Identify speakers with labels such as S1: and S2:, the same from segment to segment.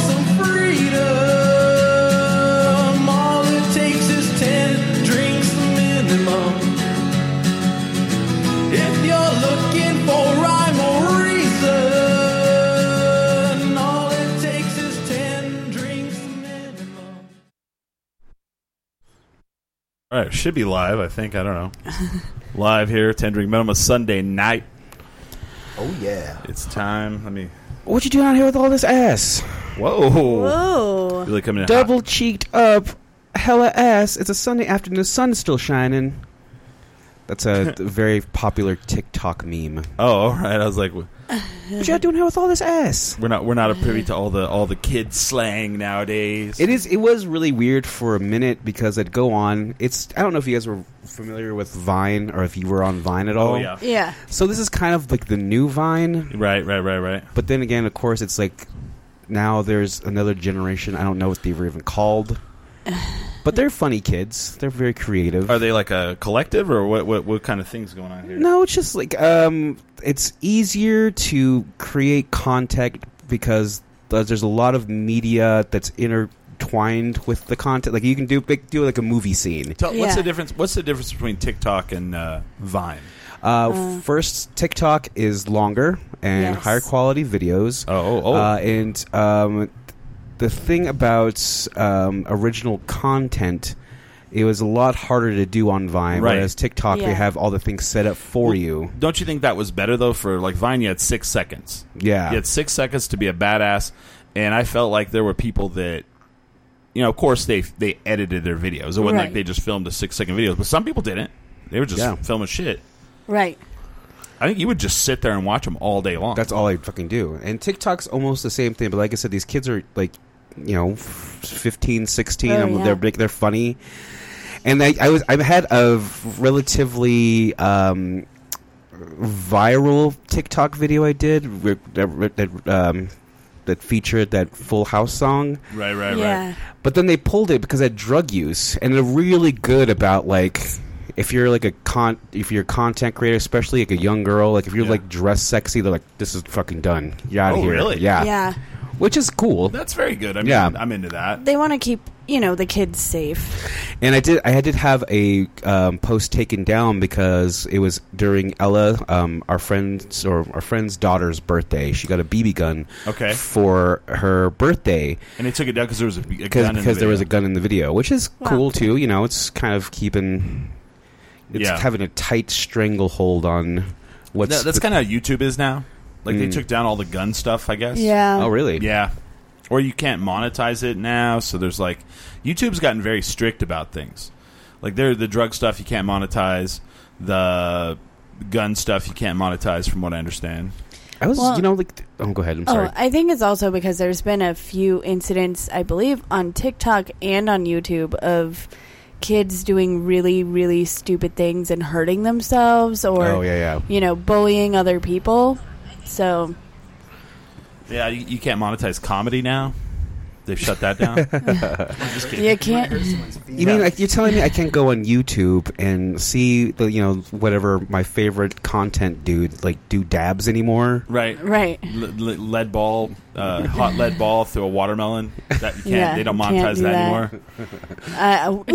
S1: some freedom, all it takes is 10 drinks minimum. If you're looking for rhyme or reason, all it takes is 10 drinks minimum.
S2: All right, should be live. I think I don't know. live here, ten drink minimum Sunday night.
S3: Oh yeah.
S2: It's time. Let me.
S4: What you doing out here with all this ass?
S2: Whoa.
S5: Whoa.
S2: Really coming in
S4: Double cheeked up, hella ass. It's a Sunday afternoon. The sun's still shining. That's a very popular TikTok meme.
S2: hot. Oh, all right. I was like, w-
S4: What you doing here with all this ass?
S2: we're not we're not privy to all the all the kid slang nowadays.
S4: It is. It was really weird for a minute because it'd go on. It's. I don't know if you guys were familiar with Vine or if you were on Vine at all.
S2: Oh yeah.
S5: Yeah.
S4: So this is kind of like the new Vine.
S2: Right, right, right, right.
S4: But then again, of course, it's like now there's another generation. I don't know what they were even called, but they're funny kids. They're very creative.
S2: Are they like a collective or what? What, what kind of things going on here?
S4: no, it's just like um, it's easier to create content because there's there's a lot of media that's intertwined with the content. Like you can do big, do like a movie scene.
S2: Tell, What's
S5: Yeah.
S2: the difference? What's the difference between TikTok and uh, Vine?
S4: Uh, First, TikTok is longer and
S5: Yes.
S4: higher quality videos.
S2: Oh, oh,
S4: Uh, and um, the thing about um, original content, it was a lot harder to do on Vine.
S2: Right.
S4: Whereas TikTok, they
S5: Yeah.
S4: have all the things set up for you.
S2: Don't you think that was better though? For like Vine, you had six seconds.
S4: Yeah.
S2: You had six seconds to be a badass, and I felt like there were people that, you know, of course they they edited their videos. It wasn't like
S5: Right.
S2: they just filmed a six second video, but some people didn't. They were just
S4: Yeah.
S2: filming shit.
S5: Right.
S2: I think you would just sit there and watch them all day long.
S4: That's all I fucking do. And TikTok's almost the same thing. But like I said, these kids are like, you know, f- 15, 16.
S5: Oh,
S4: and
S5: yeah.
S4: They're big. They're funny. And I, I was I've had a relatively um, viral TikTok video I did wi- that that, um, that featured that Full House song.
S2: right, right,
S5: yeah.
S2: right.
S4: But then they pulled it because of drug use, and they're really good about like if you're like a con if you're a content creator, especially like a young girl, like if you're
S2: Yeah.
S4: like dressed sexy, they're like, "This is fucking done. You're out of
S2: Oh,
S4: here."
S2: really?
S4: Yeah.
S5: Yeah.
S4: which is cool.
S2: That's very good. I mean,
S4: Yeah.
S2: I'm into that.
S5: They want to keep, you know, the kids safe.
S4: And I did I did have a um, post taken down because it was during Ella, um, our friend's or our friend's daughter's birthday. She got a BB gun
S2: Okay.
S4: for her birthday.
S2: And they took it down because there was a, a
S4: because
S2: gun. in the
S4: because there was a
S2: video.
S4: gun in the video, which is
S5: Wow.
S4: cool too. You know, it's kind of keeping it's
S2: Yeah.
S4: having a tight stranglehold on what's
S2: No, that's
S4: the-
S2: kind of how YouTube is now. Like they
S4: Mm.
S2: took down all the gun stuff. I guess.
S5: Yeah.
S4: oh really
S2: Yeah. Or you can't monetize it now, so there's like YouTube's gotten very strict about things. Like there the drug stuff you can't monetize, the gun stuff you can't monetize from what I understand.
S4: I was
S5: Well-
S4: you know like th- oh go ahead I'm sorry
S5: Oh, I think it's also because there's been a few incidents, I believe, on TikTok and on YouTube of kids doing really, really stupid things and hurting themselves or,
S4: oh yeah yeah
S5: you know, bullying other people. So,
S2: Yeah, you, you can't monetize comedy now. They've shut that down.
S5: you can't.
S4: you mean like you're telling me I can't go on YouTube and see the you know whatever my favorite content dude like do dabs anymore
S2: right.
S5: Right.
S2: L- l- lead ball, uh, hot lead ball through a watermelon. That you can't.
S5: Yeah,
S2: they don't
S5: you can't
S2: monetize
S5: do
S2: that,
S5: that.
S2: anymore.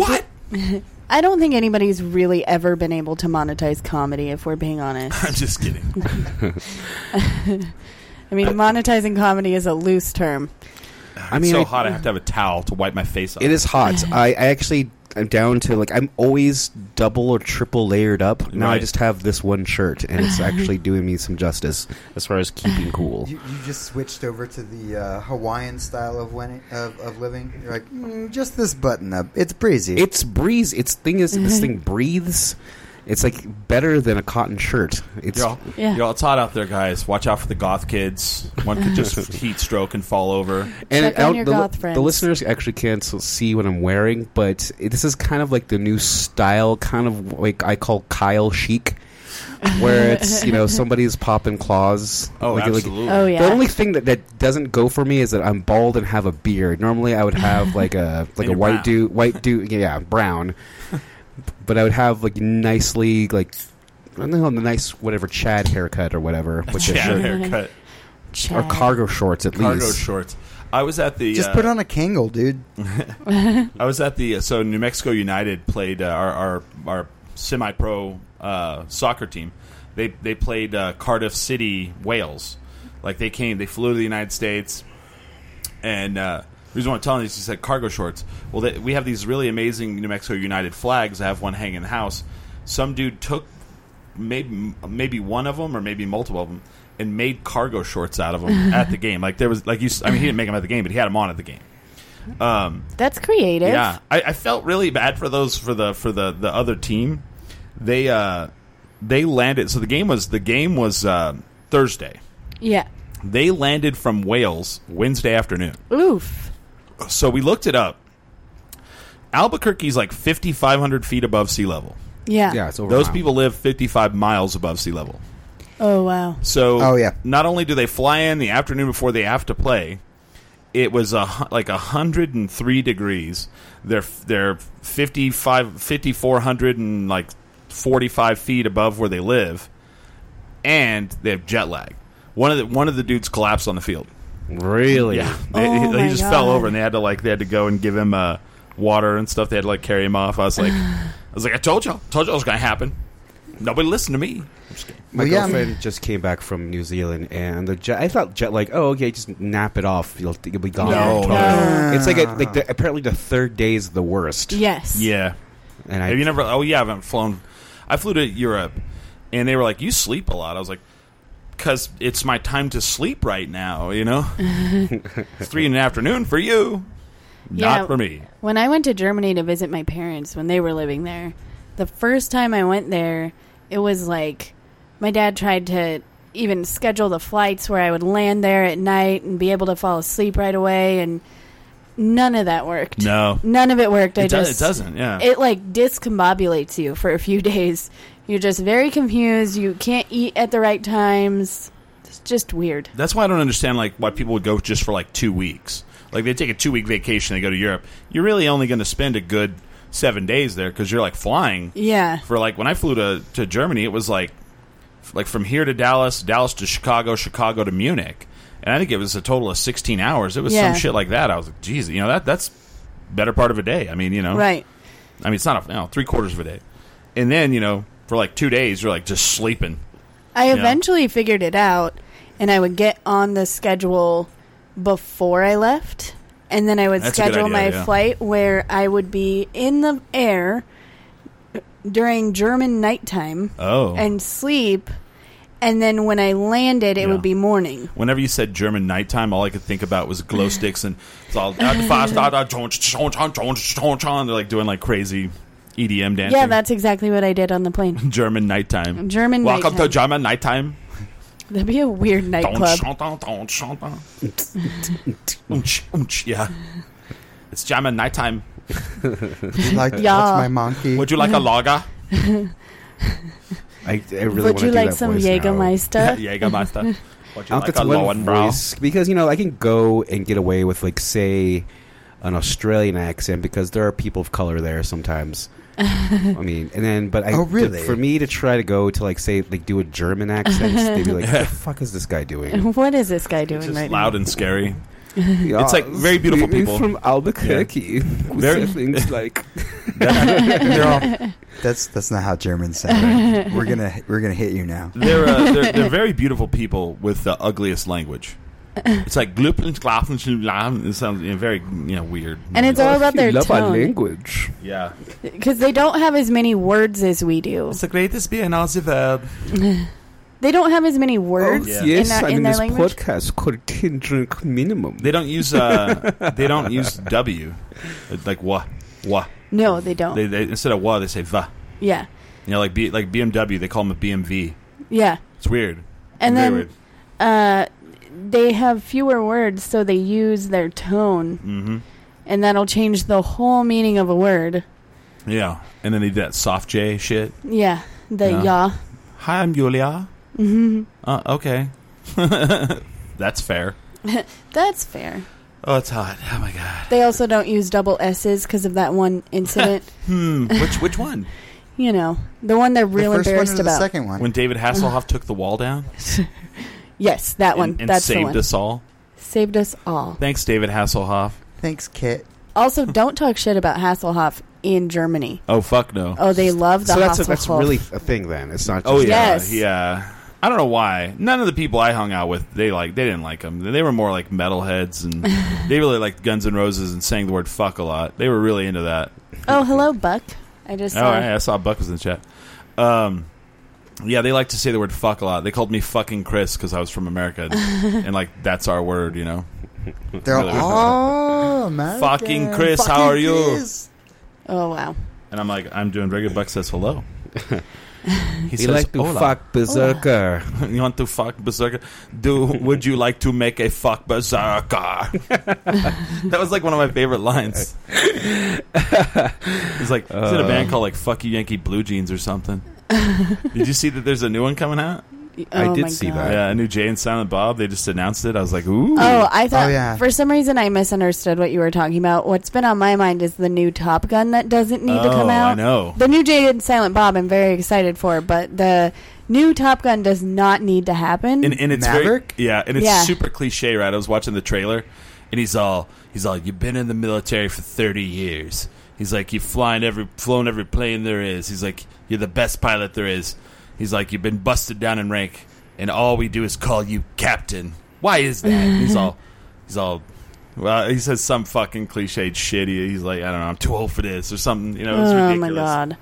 S5: Uh, what? I don't think anybody's really ever been able to monetize comedy, if we're being honest.
S2: I'm just kidding.
S5: I mean, monetizing comedy is a loose term.
S4: I mean
S2: Ah, so
S4: I-
S2: hot, I have to have a towel to wipe my face off.
S4: It is hot. I, I actually I'm down to like I'm always double or triple layered up. Now I
S2: Right.
S4: just have this one shirt, and it's actually doing me some justice as far as keeping cool.
S3: You, you just switched over to the uh, Hawaiian style of, when, of of living. You're "Hmm, like, mm, just this button up. It's breezy.
S4: It's breeze. It's thing is this thing breathes. It's like better than a cotton shirt. It's
S2: You're all,
S5: Yeah.
S2: you're all it's hot out there, guys. Watch out for the goth kids. One could just heat stroke and fall over.
S4: and
S5: Check
S4: I
S5: on
S4: don't-
S5: your
S4: the,
S5: goth
S4: the
S5: friends.
S4: listeners actually can't s- see what I'm wearing, but it- this is kind of like the new style, kind of like I call Kyle chic, where it's you know somebody's popping claws.
S2: Oh,
S4: Like- like-
S2: absolutely.
S5: Oh yeah.
S4: The only thing that, that doesn't go for me is that I'm bald and have a beard. Normally, I would have like a like a
S2: you're
S4: white
S2: brown.
S4: dude, white dude, yeah, brown. but I would have like nicely like I don't know, the nice whatever Chad haircut or whatever, with the
S2: Chad
S4: shirt.
S2: haircut,
S4: or
S5: Chad.
S4: cargo shorts at
S2: cargo
S4: least.
S2: shorts. I was at the
S3: Just
S2: uh,
S3: put on a Kangol, dude.
S2: I was at the uh, so New Mexico United played uh, our our, our semi pro uh, soccer team. They they played uh, Cardiff City, Wales. Like they came, they flew to the United States, and uh, the reason why I'm telling you is he said cargo shorts. Well, they, we have these really amazing New Mexico United flags. I have one hanging in the house. Some dude took maybe maybe one of them or maybe multiple of them and made cargo shorts out of them at the game. Like there was like you, s- I mean he didn't make them at the game, but he had them on at the game.
S5: That's creative.
S2: Yeah, I, I felt really bad for those for the for the the other team. They uh they landed. So the game was the game was uh, Thursday.
S5: Yeah.
S2: They landed from Wales Wednesday afternoon.
S5: Oof.
S2: So we looked it up. Albuquerque's like fifty five hundred feet above sea level.
S5: Yeah.
S4: Yeah, it's over
S2: Those
S4: mile.
S2: people live fifty five miles above sea level.
S5: Oh wow.
S2: So,
S3: Oh, yeah.
S2: not only do they fly in the afternoon before they have to play, it was a, hu- like 103 degrees. They're they're 55 5400 and like 45 feet above where they live and they have jet lag. One of the one of the dudes collapsed on the field.
S4: Really?
S2: Yeah. They-
S5: Oh,
S2: he, he
S5: my
S2: just fell
S5: God.
S2: over and they had to like they had to go and give him uh, water and stuff. They had to like carry him off. I was like I was like I told y'all. Told y'all it was going to happen. Nobody listened to me. I'm just kidding.
S4: My
S3: Well, yeah, I mean-
S4: girlfriend just came back from New Zealand, and the jet, I thought jet like, oh, okay, just nap it off. You'll, you'll be gone.
S2: No,
S4: in 12
S2: no.
S4: hours. It's like a, like the, apparently the third day is the worst.
S5: Yes.
S2: Yeah.
S4: and I,
S2: Have you never? Oh yeah, I haven't flown. I flew to Europe, and they were like, "You sleep a lot." I was like, "Cause it's my time to sleep right now." You know, it's three in the afternoon for you,
S5: Yeah.
S2: not for me.
S5: When I went to Germany to visit my parents when they were living there, the first time I went there, it was like my dad tried to even schedule the flights where I would land there at night and be able to fall asleep right away, and none of that worked.
S2: No,
S5: None of it worked. I
S2: it, does,
S5: just
S2: it doesn't. Yeah,
S5: It like discombobulates you for a few days. You're just very confused. You can't eat at the right times. It's just weird.
S2: that's why I don't understand like why people would go just for like two weeks. Like they take a two week vacation, they go to Europe. You're really only going to spend a good seven days there because you're like flying.
S5: Yeah.
S2: for like when I flew to, to Germany, it was like like from here to Dallas, Dallas to Chicago, Chicago to Munich, and I think it was a total of sixteen hours. It was
S5: Yeah.
S2: some shit like that. I was like, geez, you know that that's better part of a day. I mean, you know,
S5: Right.
S2: I mean, it's not a you know, three quarters of a day, and then you know for like two days you're like just sleeping.
S5: I
S2: Yeah.
S5: eventually figured it out, and I would get on the schedule before I left, and then I would
S2: That's a good
S5: schedule
S2: idea,
S5: my
S2: yeah.
S5: flight where I would be in the air during German nighttime
S2: Oh,
S5: and sleep, and then when I landed, it
S2: Yeah.
S5: would be morning.
S2: Whenever you said German nighttime, all I could think about was glow sticks and it's all fast, da, da, chon, chon, chon, chon, chon, chon. They're like doing like crazy EDM dancing.
S5: Yeah, that's exactly what I did on the plane.
S2: German nighttime.
S5: German
S2: Welcome to
S5: nighttime.
S2: German nighttime.
S5: That'd be a weird nightclub.
S2: Yeah. It's jam and nighttime.
S3: Like,
S5: Yeah.
S3: that's my monkey.
S2: Would you like a lager?
S4: I, I really
S5: would
S4: wanna
S5: you
S4: do
S5: like
S4: that
S5: some
S4: voice now.
S5: Jägermeister?
S2: Jägermeister. Would you
S4: I'll
S2: like
S4: get
S2: a
S4: some one
S2: Lowenbrau?
S4: voice because you know I can go and get away with like say an Australian accent because there are people of color there sometimes. I mean, and then but I
S3: Oh, really?
S4: for me to try to go to like say like do a German accent, they'd be like, "What the fuck is this guy doing?"
S5: what is this guy doing
S2: It's just
S5: right
S2: loud
S5: now?
S2: and scary.
S4: Yeah,
S2: It's, like, very beautiful
S4: we're
S2: people.
S4: "Oh, from Albuquerque. We
S2: Very-
S4: say things like
S3: They're all- that's that's not how Germans sound. we're gonna we're gonna hit you now.
S2: They're, uh, they're, they're very beautiful people with the ugliest language. It's like gloop and glop and shlop. It sounds you know, very you know weird.
S5: And it's all about
S4: "You
S5: their
S4: "Oh, love our
S5: tone
S4: language.
S2: yeah.
S5: because they don't have as many words as we do.
S2: the greatest beer in all the world.
S5: They don't have as many words
S2: Yeah.
S5: in,
S4: Yes,
S5: that,
S4: I'm
S5: in
S4: in
S5: their
S4: this
S5: language.
S4: podcast called Kindrink Minimum.
S2: They don't use uh, they don't use W, It's like wa wa.
S5: No, they don't.
S2: They, they instead of wa they say va.
S5: yeah.
S2: You know, like B, like BMW, they call them a BMV.
S5: Yeah.
S2: It's weird.
S5: And
S2: Very
S5: then
S2: weird.
S5: uh, they have fewer words, so they use their tone,
S2: hmm
S5: and that'll change the whole meaning of a word.
S2: Yeah, and then they did that soft J shit.
S5: Yeah, the
S2: Yeah.
S5: ya.
S2: Hi, I'm Julia.
S5: hmm
S2: Uh, okay, that's fair.
S5: That's fair.
S2: Oh, it's hot. Oh my god.
S5: They also don't use double S's because of that one incident.
S2: Hmm. Which which one?
S5: you know, the one they're real
S3: the first
S5: embarrassed
S3: one or
S5: about.
S3: The second one.
S2: When David Hasselhoff took the wall down
S5: Yes, that one.
S2: and, and
S5: That's the
S2: saved
S5: one.
S2: us all.
S5: Saved us all.
S2: Thanks, David Hasselhoff.
S3: Thanks, Kit.
S5: Also, don't talk shit about Hasselhoff in Germany.
S2: Oh fuck no.
S5: Oh, they love the
S4: so that's
S5: Hasselhoff.
S4: a, that's really a thing. Then it's not. Just
S2: Oh yeah,
S5: Yes.
S2: yeah. I don't know why. None of the people I hung out with, they like, they didn't like them. They were more like metalheads, and they really liked Guns N' Roses and sang the word "fuck" a lot. They were really into that.
S5: oh, hello, Buck. I just
S2: oh,
S5: saw.
S2: yeah, I saw Buck was in the chat. Um, yeah, they like to say the word "fuck" a lot. They called me "fucking Chris" because I was from America, and, and like that's our word, you know.
S3: They're all,
S2: Really?
S3: oh, American.
S2: Fucking Chris, how are you?
S3: Chris.
S5: Oh, wow.
S2: And I'm like, I'm doing very good. Buck says hello. He
S4: You like to
S2: "Hola."
S4: fuck berserker.
S2: You want to fuck berserker? Do would you like to make a fuck berserker? that was like one of my favorite lines. It's like it's in a band called like Fuck You Yankee Blue Jeans or something. Did you see that there's a new one coming out?
S4: I
S5: Oh,
S4: did
S5: my
S4: see
S5: God.
S4: that.
S2: Yeah, a new Jay and Silent Bob. They just announced it. I was like, ooh.
S5: Oh, I thought
S3: Oh, yeah.
S5: for some reason I misunderstood what you were talking about. What's been on my mind is the new Top Gun that doesn't need to
S2: Oh,
S5: come out.
S2: I know.
S5: The new Jade and Silent Bob I'm very excited for, but the new Top Gun does not need to happen.
S2: and, and it's
S3: Maverick?
S2: very yeah, and it's
S5: Yeah.
S2: super cliche, right? I was watching the trailer, and he's all he's all you've been in the military for thirty years. He's like you've flying every flown every plane there is. He's like you're the best pilot there is. He's like you've been busted down in rank, and all we do is call you captain. Why is that? And he's all he's all. Well, he says some fucking cliched shit. He- He's like, I don't know, I'm too old for this or something. You know, it's
S5: oh my
S2: ridiculous.
S5: god.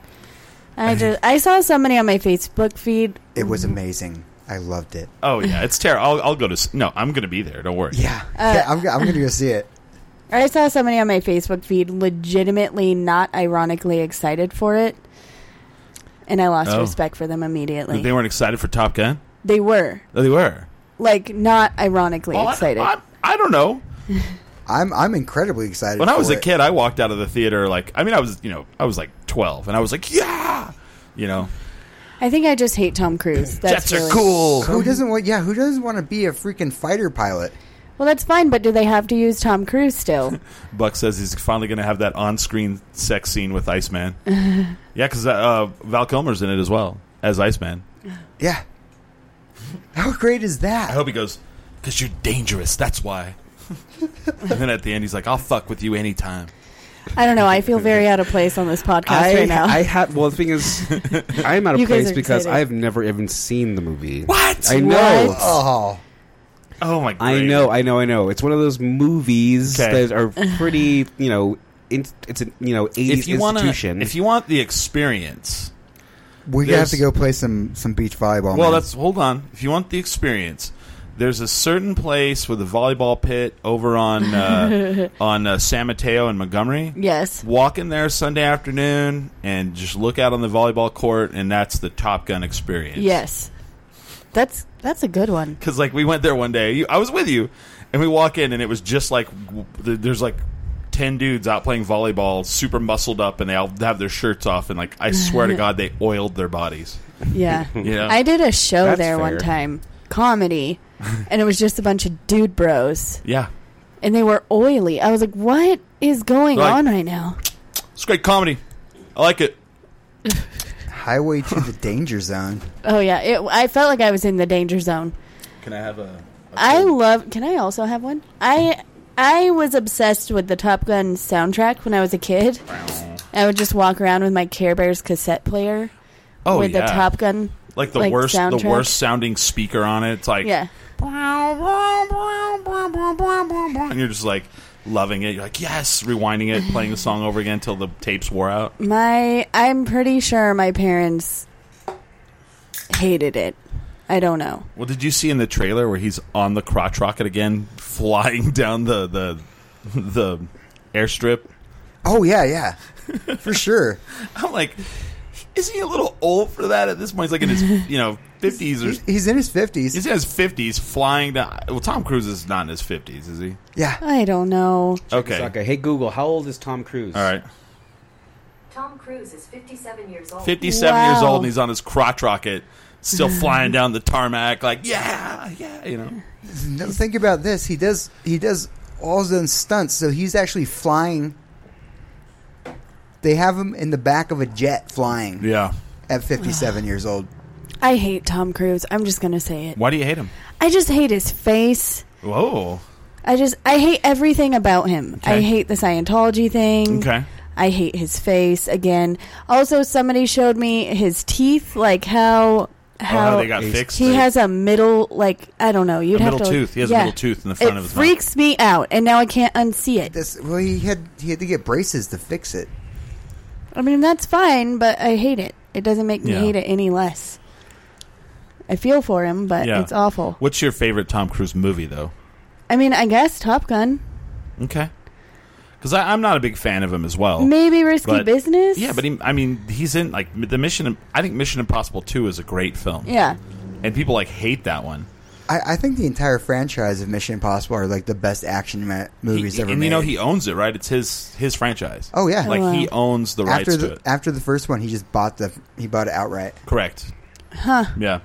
S5: I just I saw somebody on my Facebook feed.
S3: It was amazing. I loved it.
S2: Oh yeah, it's terrible. I'll, I'll go to. s- No, I'm gonna be there. Don't worry.
S3: Yeah,
S5: Uh,
S3: yeah. I'm, go- I'm gonna go see it.
S5: I saw somebody on my Facebook feed legitimately not ironically excited for it. And I lost
S2: Oh.
S5: respect for them immediately.
S2: They weren't excited for Top Gun.
S5: They were
S2: Oh, they were.
S5: like not ironically
S2: Well, Oh, I-
S5: excited.
S2: I, I don't know.
S3: I'm I'm incredibly excited.
S2: When I was
S3: for
S2: a
S3: it.
S2: kid, I walked out of the theater like I mean, I was you know I was like twelve, and I was like, yeah, you know,
S5: I think I just hate Tom Cruise. That's
S2: jets
S5: really-
S2: are cool.
S3: who doesn't want? Yeah, who doesn't want to be a freaking fighter pilot?
S5: Well, that's fine, but do they have to use Tom Cruise still?
S2: Buck says he's finally going to have that on-screen sex scene with Iceman. yeah, because uh, Val Kilmer's in it as well as Iceman.
S3: Yeah. How great is
S2: I
S3: that?
S2: hope he goes because you're dangerous. That's why. and then at the end, he's like, "I'll fuck with you anytime."
S5: I don't know. I feel very out of place on this podcast
S4: I,
S5: right now.
S4: I have. Well, the thing is, I'm out of
S5: You guys
S4: place
S5: are
S4: because
S5: excited.
S4: I've never even seen the movie.
S2: What?
S4: I know.
S5: What?
S3: Oh,
S2: oh my!
S4: I
S2: great.
S4: know, I know, I know. It's one of those movies
S2: Okay.
S4: that are pretty, you know, in, it's a you know eighties
S2: If you want
S4: institution.
S2: if you want the experience,
S3: we're gonna
S2: There's-
S3: have to go play some some beach
S5: Oh,
S3: volleyball.
S2: Well,
S3: man.
S2: that's hold on. If you want the experience, there's a certain place with a volleyball pit over on uh, on uh, San Mateo and Montgomery.
S5: yes.
S2: Walk in there Sunday afternoon and just look out on the volleyball court, and that's the Top Gun experience.
S5: Yes. That's that's a good one.
S2: because like we went there one day. You, I was with you, and we walk in, and it was just like w- th- there's like. Ten dudes out playing volleyball, super muscled up, and they all have their shirts off, and like I swear to God, they oiled their bodies.
S5: Yeah.
S2: Yeah,
S5: I did a show
S4: That's
S5: there
S4: fair.
S5: one time, comedy, and it was just a bunch of dude bros,
S2: yeah.
S5: and they were oily. I was like, "What is going
S2: Like-
S5: on right now?"
S2: It's great comedy. I like it.
S3: highway to the danger zone.
S5: Oh yeah, it, I felt like I was in the danger zone.
S2: Can I have a?
S5: I love. Can I also have one? I I was obsessed with the Top Gun soundtrack when I was a kid. I would just walk around with my Care Bears cassette player
S2: Oh
S5: with
S2: yeah,
S5: the Top Gun.
S2: like the
S5: like,
S2: worst,
S5: soundtrack.
S2: the worst sounding speaker on it. It's like
S5: Yeah,
S2: and you're just like loving it. You're like yes, rewinding it, playing the song over again until the tapes wore out.
S5: my I'm pretty sure my parents hated it. I don't know.
S2: Well, did you see in the trailer where he's on the crotch rocket again, flying down the the the airstrip?
S3: Oh yeah, yeah, for sure.
S2: I'm like, Is he a little old for that at this point? He's like in his you know fifties or
S3: He's, he's in his fifties.
S2: he's in his fifties, flying to. Well, Tom Cruise is not in his fifties, is he?
S3: Yeah,
S5: I don't know.
S2: Okay, all
S4: Saka, Hey Google, how old is Tom Cruise?
S2: right.
S6: Tom Cruise is 57 years old.
S2: 57
S5: Wow. Mm.
S2: years old and he's on his crotch rocket still flying down the tarmac like yeah yeah you know
S3: No, think about this. He does he does all his own stunts, so he's actually flying. They have him in the back of a jet flying
S2: yeah
S3: at 57 years old.
S5: I hate Tom Cruise. I'm just gonna say it.
S2: why do you hate him
S5: I just hate his face.
S2: whoa
S5: I just I hate everything about him. I
S2: Okay.
S5: hate the Scientology thing.
S2: okay
S5: I hate his face again. Also, somebody showed me his teeth, like how
S2: Oh, how
S5: how
S2: they got fixed?
S5: Uh, He has a middle, like I don't know. You'd
S2: A
S5: have
S2: middle
S5: to,
S2: tooth. He has a
S5: yeah.
S2: middle tooth in the front
S5: it
S2: of his mouth.
S5: freaks me out, and now I can't unsee it.
S3: This well, he had he had to get braces to fix it.
S5: I mean, that's fine, but I hate it. It doesn't make me
S2: Yeah.
S5: hate it any less. I feel for him, but
S2: Yeah.
S5: it's awful.
S2: what's your favorite tom cruise movie though
S5: I mean, I guess Top Gun,
S2: okay because i'm not a big fan of him as well
S5: maybe Risky
S2: But-
S5: Business.
S2: yeah but he, i mean he's in like the mission i think mission impossible 2 is a great film
S5: yeah,
S2: and people like hate that one
S3: I, I think the entire franchise of Mission Impossible are like the best action ma- movies
S2: He-
S3: ever
S2: and
S3: made.
S2: you know he owns it right it's his his franchise
S3: oh yeah,
S2: like
S5: wow.
S2: he owns the rights
S3: after the
S2: to it
S3: after the first one, he just bought the he bought it outright.
S2: correct huh yeah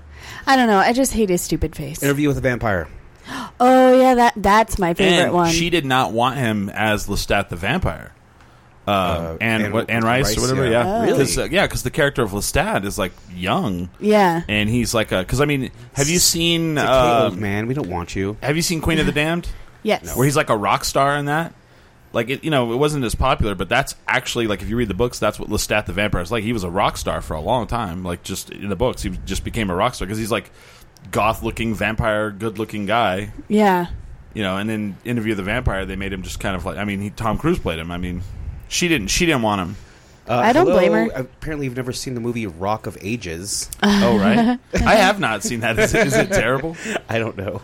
S5: I don't know. I just hate his stupid face.
S4: Interview with a Vampire.
S5: Oh yeah, that that's my favorite
S2: and
S5: one.
S2: She did not want him as Lestat the vampire. Uh, and
S4: Anne-
S2: what Anne Rice,
S4: Rice,
S2: or whatever,
S4: yeah.
S2: yeah,
S5: Oh. Really?
S2: Cause, uh, yeah, because the character of Lestat is like young,
S5: yeah,
S2: and he's like a. Because I mean, have you seen?
S4: Like, hey,
S2: uh,
S4: old man, we don't want you.
S2: have you seen Queen of the Damned?
S5: yes.
S2: Where he's like a rock star in that. Like it, you know, it wasn't as popular, but that's actually like if you read the books, that's what Lestat the vampire is like. He was a rock star for a long time, like just in the books, he just became a rock star because he's like goth-looking vampire, good-looking guy,
S5: yeah,
S2: you know, and then Interview with the Vampire, they made him just kind of like I mean, he, Tom Cruise played him. I mean, she didn't she didn't want him.
S4: Uh,
S5: I don't
S4: hello,
S5: blame her.
S4: Apparently, you've never seen the movie Rock of Ages.
S2: Oh right, I have not seen that. Is it, is it terrible?
S4: I don't know.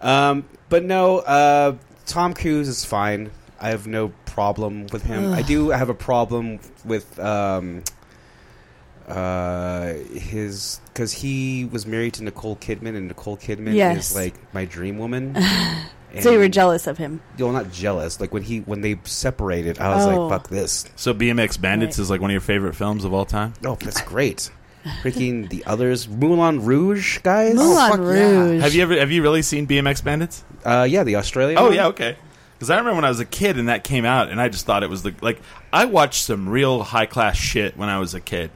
S4: Um, but no, uh, Tom Cruise is fine. I have no problem with him. I do have a problem with um, uh, his because he was married to Nicole Kidman, and Nicole Kidman
S5: Yes.
S4: is like my dream woman.
S5: So you were
S4: And-
S5: jealous of him.
S4: Well, not jealous. Like when he when they separated, I was
S5: Oh.
S4: like, "Fuck this!
S2: So BMX Bandits
S5: Right.
S2: is like one of your favorite films of all time.
S4: Oh, that's great." Freaking the others, Moulin Rouge guys.
S5: Moulin
S3: fuck yeah.
S5: Rouge.
S2: Have you ever have you really seen BMX Bandits?
S4: Uh, yeah, the Australian.
S2: Oh
S4: one.
S2: yeah, okay. Because I remember when I was a kid and that came out, and I just thought it was the like I watched some real high class shit when I was a kid,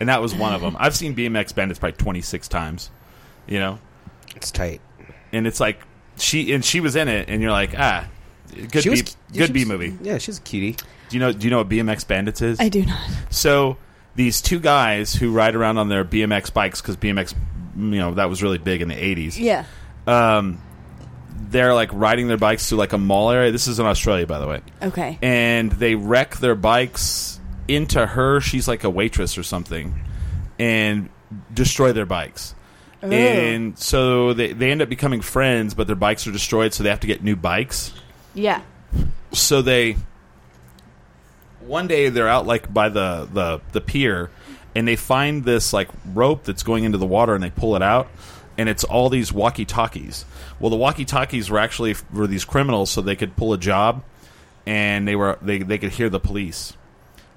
S2: and that was one of them. I've seen BMX Bandits probably twenty six times, you know,
S4: it's tight.
S2: and it's like she and she was in it, and you're like ah, good
S4: She
S2: B,
S4: was-
S2: good
S4: she
S2: B
S4: was-
S2: movie.
S4: Yeah, she's a cutie.
S2: Do you know? Do you know what BMX Bandits is?
S5: I do not.
S2: So these two guys who ride around on their BMX bikes because BMX, you know, that was really big in the eighties.
S5: Yeah.
S2: Um, they're like riding their bikes through like a mall area. This is in Australia, by the way,
S5: Okay.
S2: and they wreck their bikes into her. She's like a waitress or something, and destroy their bikes.
S4: Oh.
S2: And so they, they end up becoming friends, but their bikes are destroyed, so they have to get new bikes
S5: yeah.
S2: so they one day they're out like by the the the pier and they find this like rope that's going into the water and they pull it out and it's all these walkie talkies well the walkie talkies were actually were these criminals so they could pull a job and they were they, they could hear the police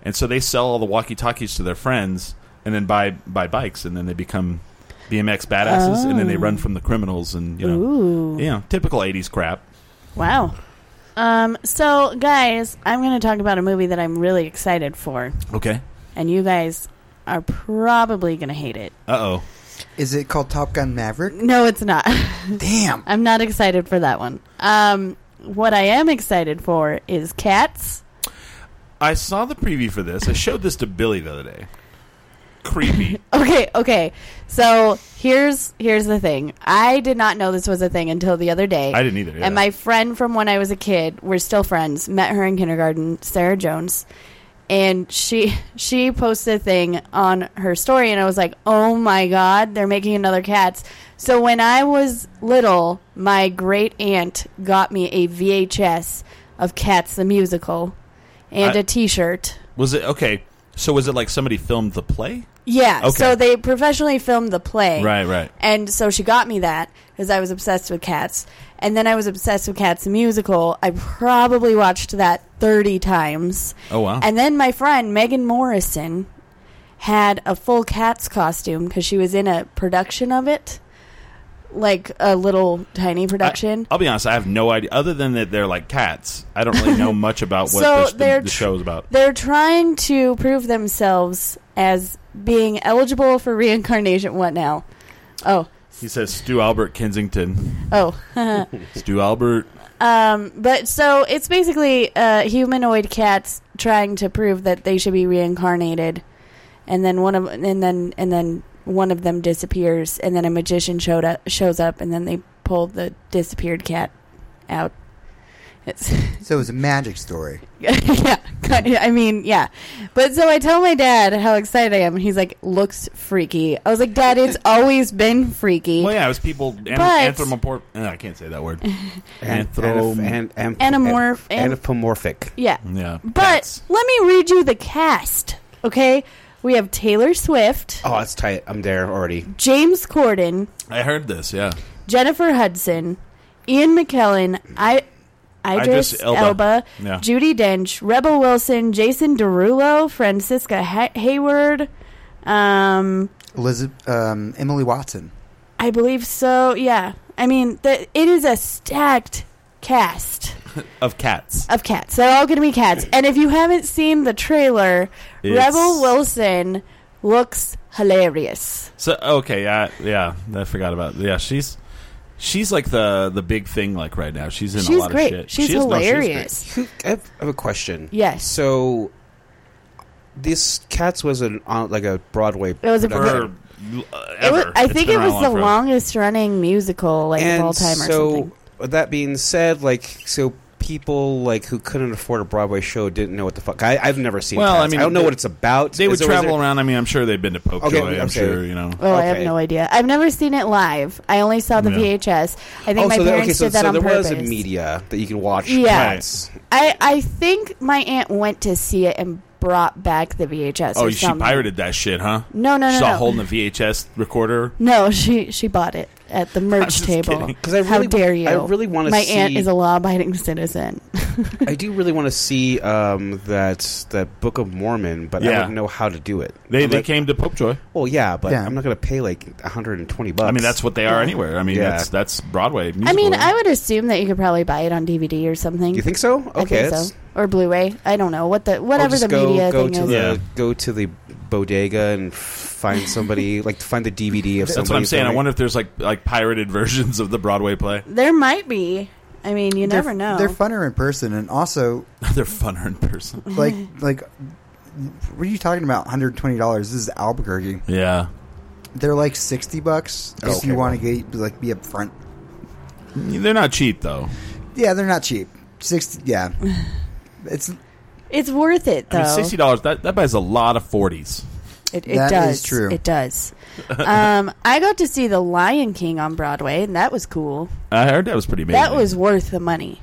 S2: and so they sell all the walkie talkies to their friends and then buy buy bikes and then they become bmx badasses and then they run from the criminals and you know
S5: Ooh.
S2: you know typical 80s crap
S5: Wow. Um. So, guys, I'm going to talk about a movie that I'm really excited for,
S2: okay
S5: and you guys are probably going to hate it.
S2: uh-oh
S3: Is it called Top Gun Maverick?
S5: No, it's not.
S3: Damn.
S5: I'm not excited for that one. Um. What I am excited for is Cats.
S2: I saw the preview for this. I showed this to Billy the other day. Creepy.
S5: Okay, okay. So here's here's the thing. I did not know this was a thing until the other day.
S2: I didn't either. yeah.
S5: And my friend from when I was a kid, we're still friends. Met her in kindergarten, Sarah Jones, and she she posted a thing on her story, and I was like, "Oh my god, they're making another Cats!" So when I was little, my great aunt got me a VHS of Cats the musical and
S2: I-
S5: a T-shirt.
S2: was it okay? So was it like somebody filmed the play?
S5: Yeah.
S2: Okay.
S5: So they professionally filmed the play.
S2: Right, right.
S5: And so she got me that because I was obsessed with cats. And then I was obsessed with Cats the musical. I probably watched that 30 times.
S2: Oh wow.
S5: And then my friend Megan Morrison had a full cat's costume because she was in a production of it, like a little tiny production.
S2: I, will be honest, I have no idea. Other than that, they're like cats. I don't really know much about what
S5: So
S2: this, the,
S5: they're
S2: the
S5: tr-
S2: show is about.
S5: They're trying to prove themselves as being eligible for reincarnation. What now? Oh,
S2: He says Stu Albert Kensington.
S5: oh.
S2: Stu Albert.
S5: um, but so it's basically uh, humanoid cats trying to prove that they should be reincarnated, and then one of and then and then one of them disappears, and then a magician showed up shows up, and then they pull the disappeared cat out. It's
S3: So it was a magic story.
S5: yeah, kind of- I mean, yeah. But so I tell my dad how excited I am, and he's like, "Looks freaky." I was like, "Dad, it's always been freaky."
S2: Well, yeah, it was people an-
S5: But-
S2: anthropomorph. uh, I can't say that word.
S4: An-
S2: Anthro-
S4: anth- an-
S5: Anamorph- an-
S4: Anthropomorphic.
S5: Yeah.
S2: Yeah,
S5: But
S2: cats.
S5: let me read you the cast, okay? We have Taylor Swift,
S4: Oh, that's tight. I'm there already.
S5: James Corden,
S2: I heard this. Yeah,
S5: Jennifer Hudson, Ian McKellen, I. Idris,
S2: Idris Elba.
S5: Elba,
S2: Yeah.
S5: Judy Dench, Rebel Wilson, Jason Derulo, Francisca ha- Hayward, um,
S3: Elizabeth, um, Emily Watson.
S5: I believe so. Yeah. I mean, the, it is a stacked cast
S2: of cats.
S5: of cats. They're all going to be cats. And if you haven't seen the trailer,
S2: It's-
S5: Rebel Wilson looks hilarious.
S2: So okay, yeah, yeah, I forgot about. Yeah, she's she's like the the big thing like right now. She's in a
S5: She's
S2: lot
S5: great.
S2: of shit.
S5: She's
S2: She is- no, she is great.
S5: hilarious.
S4: I have, I have a question.
S5: Yes.
S4: So, this Cats was an on like a Broadway.
S5: It was a
S4: production.
S2: Or, uh,
S5: It was,
S2: ever.
S5: I
S2: It's
S5: think
S2: been
S5: it
S2: around
S5: was
S2: long
S5: the
S2: forever.
S5: longest running musical like
S4: and
S5: of all time or
S4: so,
S5: something.
S4: with that being said, like so. People like who couldn't afford a Broadway show didn't know what the fuck. I, I've never seen.
S2: Well,
S4: Cats.
S2: I mean,
S4: I don't know
S2: they-
S4: what it's about.
S2: They
S4: Is
S2: would
S4: there- was
S2: travel
S4: there-
S2: around. I mean, I'm sure they've been to Pokejoy.
S4: Okay,
S2: I'm
S4: okay.
S2: sure you know.
S5: Oh, I have
S4: okay.
S5: no idea. I've never seen it live. I only saw the
S2: Yeah.
S5: VHS. I think
S4: Oh,
S5: my
S4: so there-
S5: parents
S4: okay, so,
S5: did that
S4: so
S5: on
S4: there
S5: purpose.
S4: was a media that you can watch.
S5: Yeah.
S4: Cats.
S5: I, I think my aunt went to see it and brought back the VHS.
S2: Oh,
S5: or
S2: she
S5: something.
S2: pirated that shit, huh?
S5: No, no, no,
S2: She saw
S5: no.
S2: a hole in the VHS recorder.
S5: No, she she bought it at the merch
S2: just
S5: table.
S2: kidding.
S4: 'Cause I
S5: How
S4: really-
S5: dare you?
S4: I really wanna
S5: My
S4: see-
S5: aunt is a law-abiding citizen.
S4: I do really want to see um, that that Book of Mormon, but I
S2: Yeah.
S4: don't know how to do it.
S2: They
S4: I'm
S2: they
S4: like,
S2: came to Popejoy.
S4: well, yeah, but
S3: Yeah.
S4: I'm not going to pay like 120 bucks.
S2: I mean, that's what they are anywhere. I mean,
S4: Yeah.
S2: that's that's Broadway. Musical,
S5: I mean,
S2: right?
S5: I would assume that you could probably buy it on DVD or something.
S4: You think so?
S5: I
S4: Okay,
S5: think
S4: that's-
S5: so. Or Blu-ray. I don't know what the
S4: I'll
S5: whatever
S4: just
S5: the
S4: go,
S5: media
S4: go
S5: thing
S4: to
S5: is.
S4: the
S2: Yeah.
S4: go to the bodega and find somebody like to find the DVD of somebody.
S2: that's what I'm saying. I
S4: filming.
S2: wonder if there's like like pirated versions of the Broadway play.
S5: There might be. I mean, you
S3: They're-
S5: never know.
S3: They're funner in person, and also
S2: They're funner in person.
S3: like like what are you talking about? One hundred twenty dollars. This is Albuquerque.
S2: Yeah.
S3: They're like sixty bucks
S2: Oh,
S3: if
S4: Okay.
S3: you want to get like be up front.
S2: They're not cheap though.
S3: Yeah, they're not cheap. Sixty. Yeah, it's
S5: it's worth it, though.
S2: I mean, sixty dollars that that buys a lot of forties.
S5: It, it
S3: That
S5: does.
S3: is true.
S5: It does. um, I got to see The Lion King on Broadway, and that was cool.
S2: I heard that was pretty amazing.
S5: That was worth the money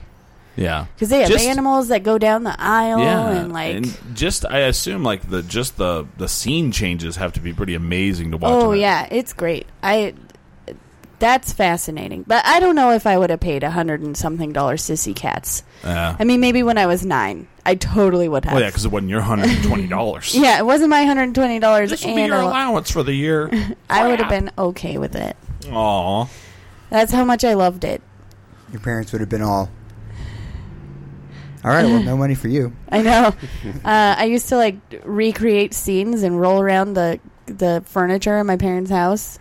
S2: yeah.
S5: because they have
S2: Just-
S5: animals that go down the aisle
S2: Yeah,
S5: and like.
S2: just I assume like the just the the scene changes have to be pretty amazing to watch.
S5: oh
S2: on it.
S5: yeah, it's great. I. That's fascinating, but I don't know if I would have paid a hundred and something dollars to see cats.
S2: Yeah.
S5: I mean, maybe when I was nine, I totally would have.
S2: Well, Oh, yeah, because it wasn't your hundred and twenty dollars.
S5: Yeah, it wasn't my hundred and twenty dollars.
S2: This will be your allowance for the year.
S5: I would have been okay with it.
S2: Aw.
S5: That's how much I loved it.
S3: your parents would have been all. All right. Well, no money for you.
S5: I know. uh, I used to like recreate scenes and roll around the the furniture in my parents' house,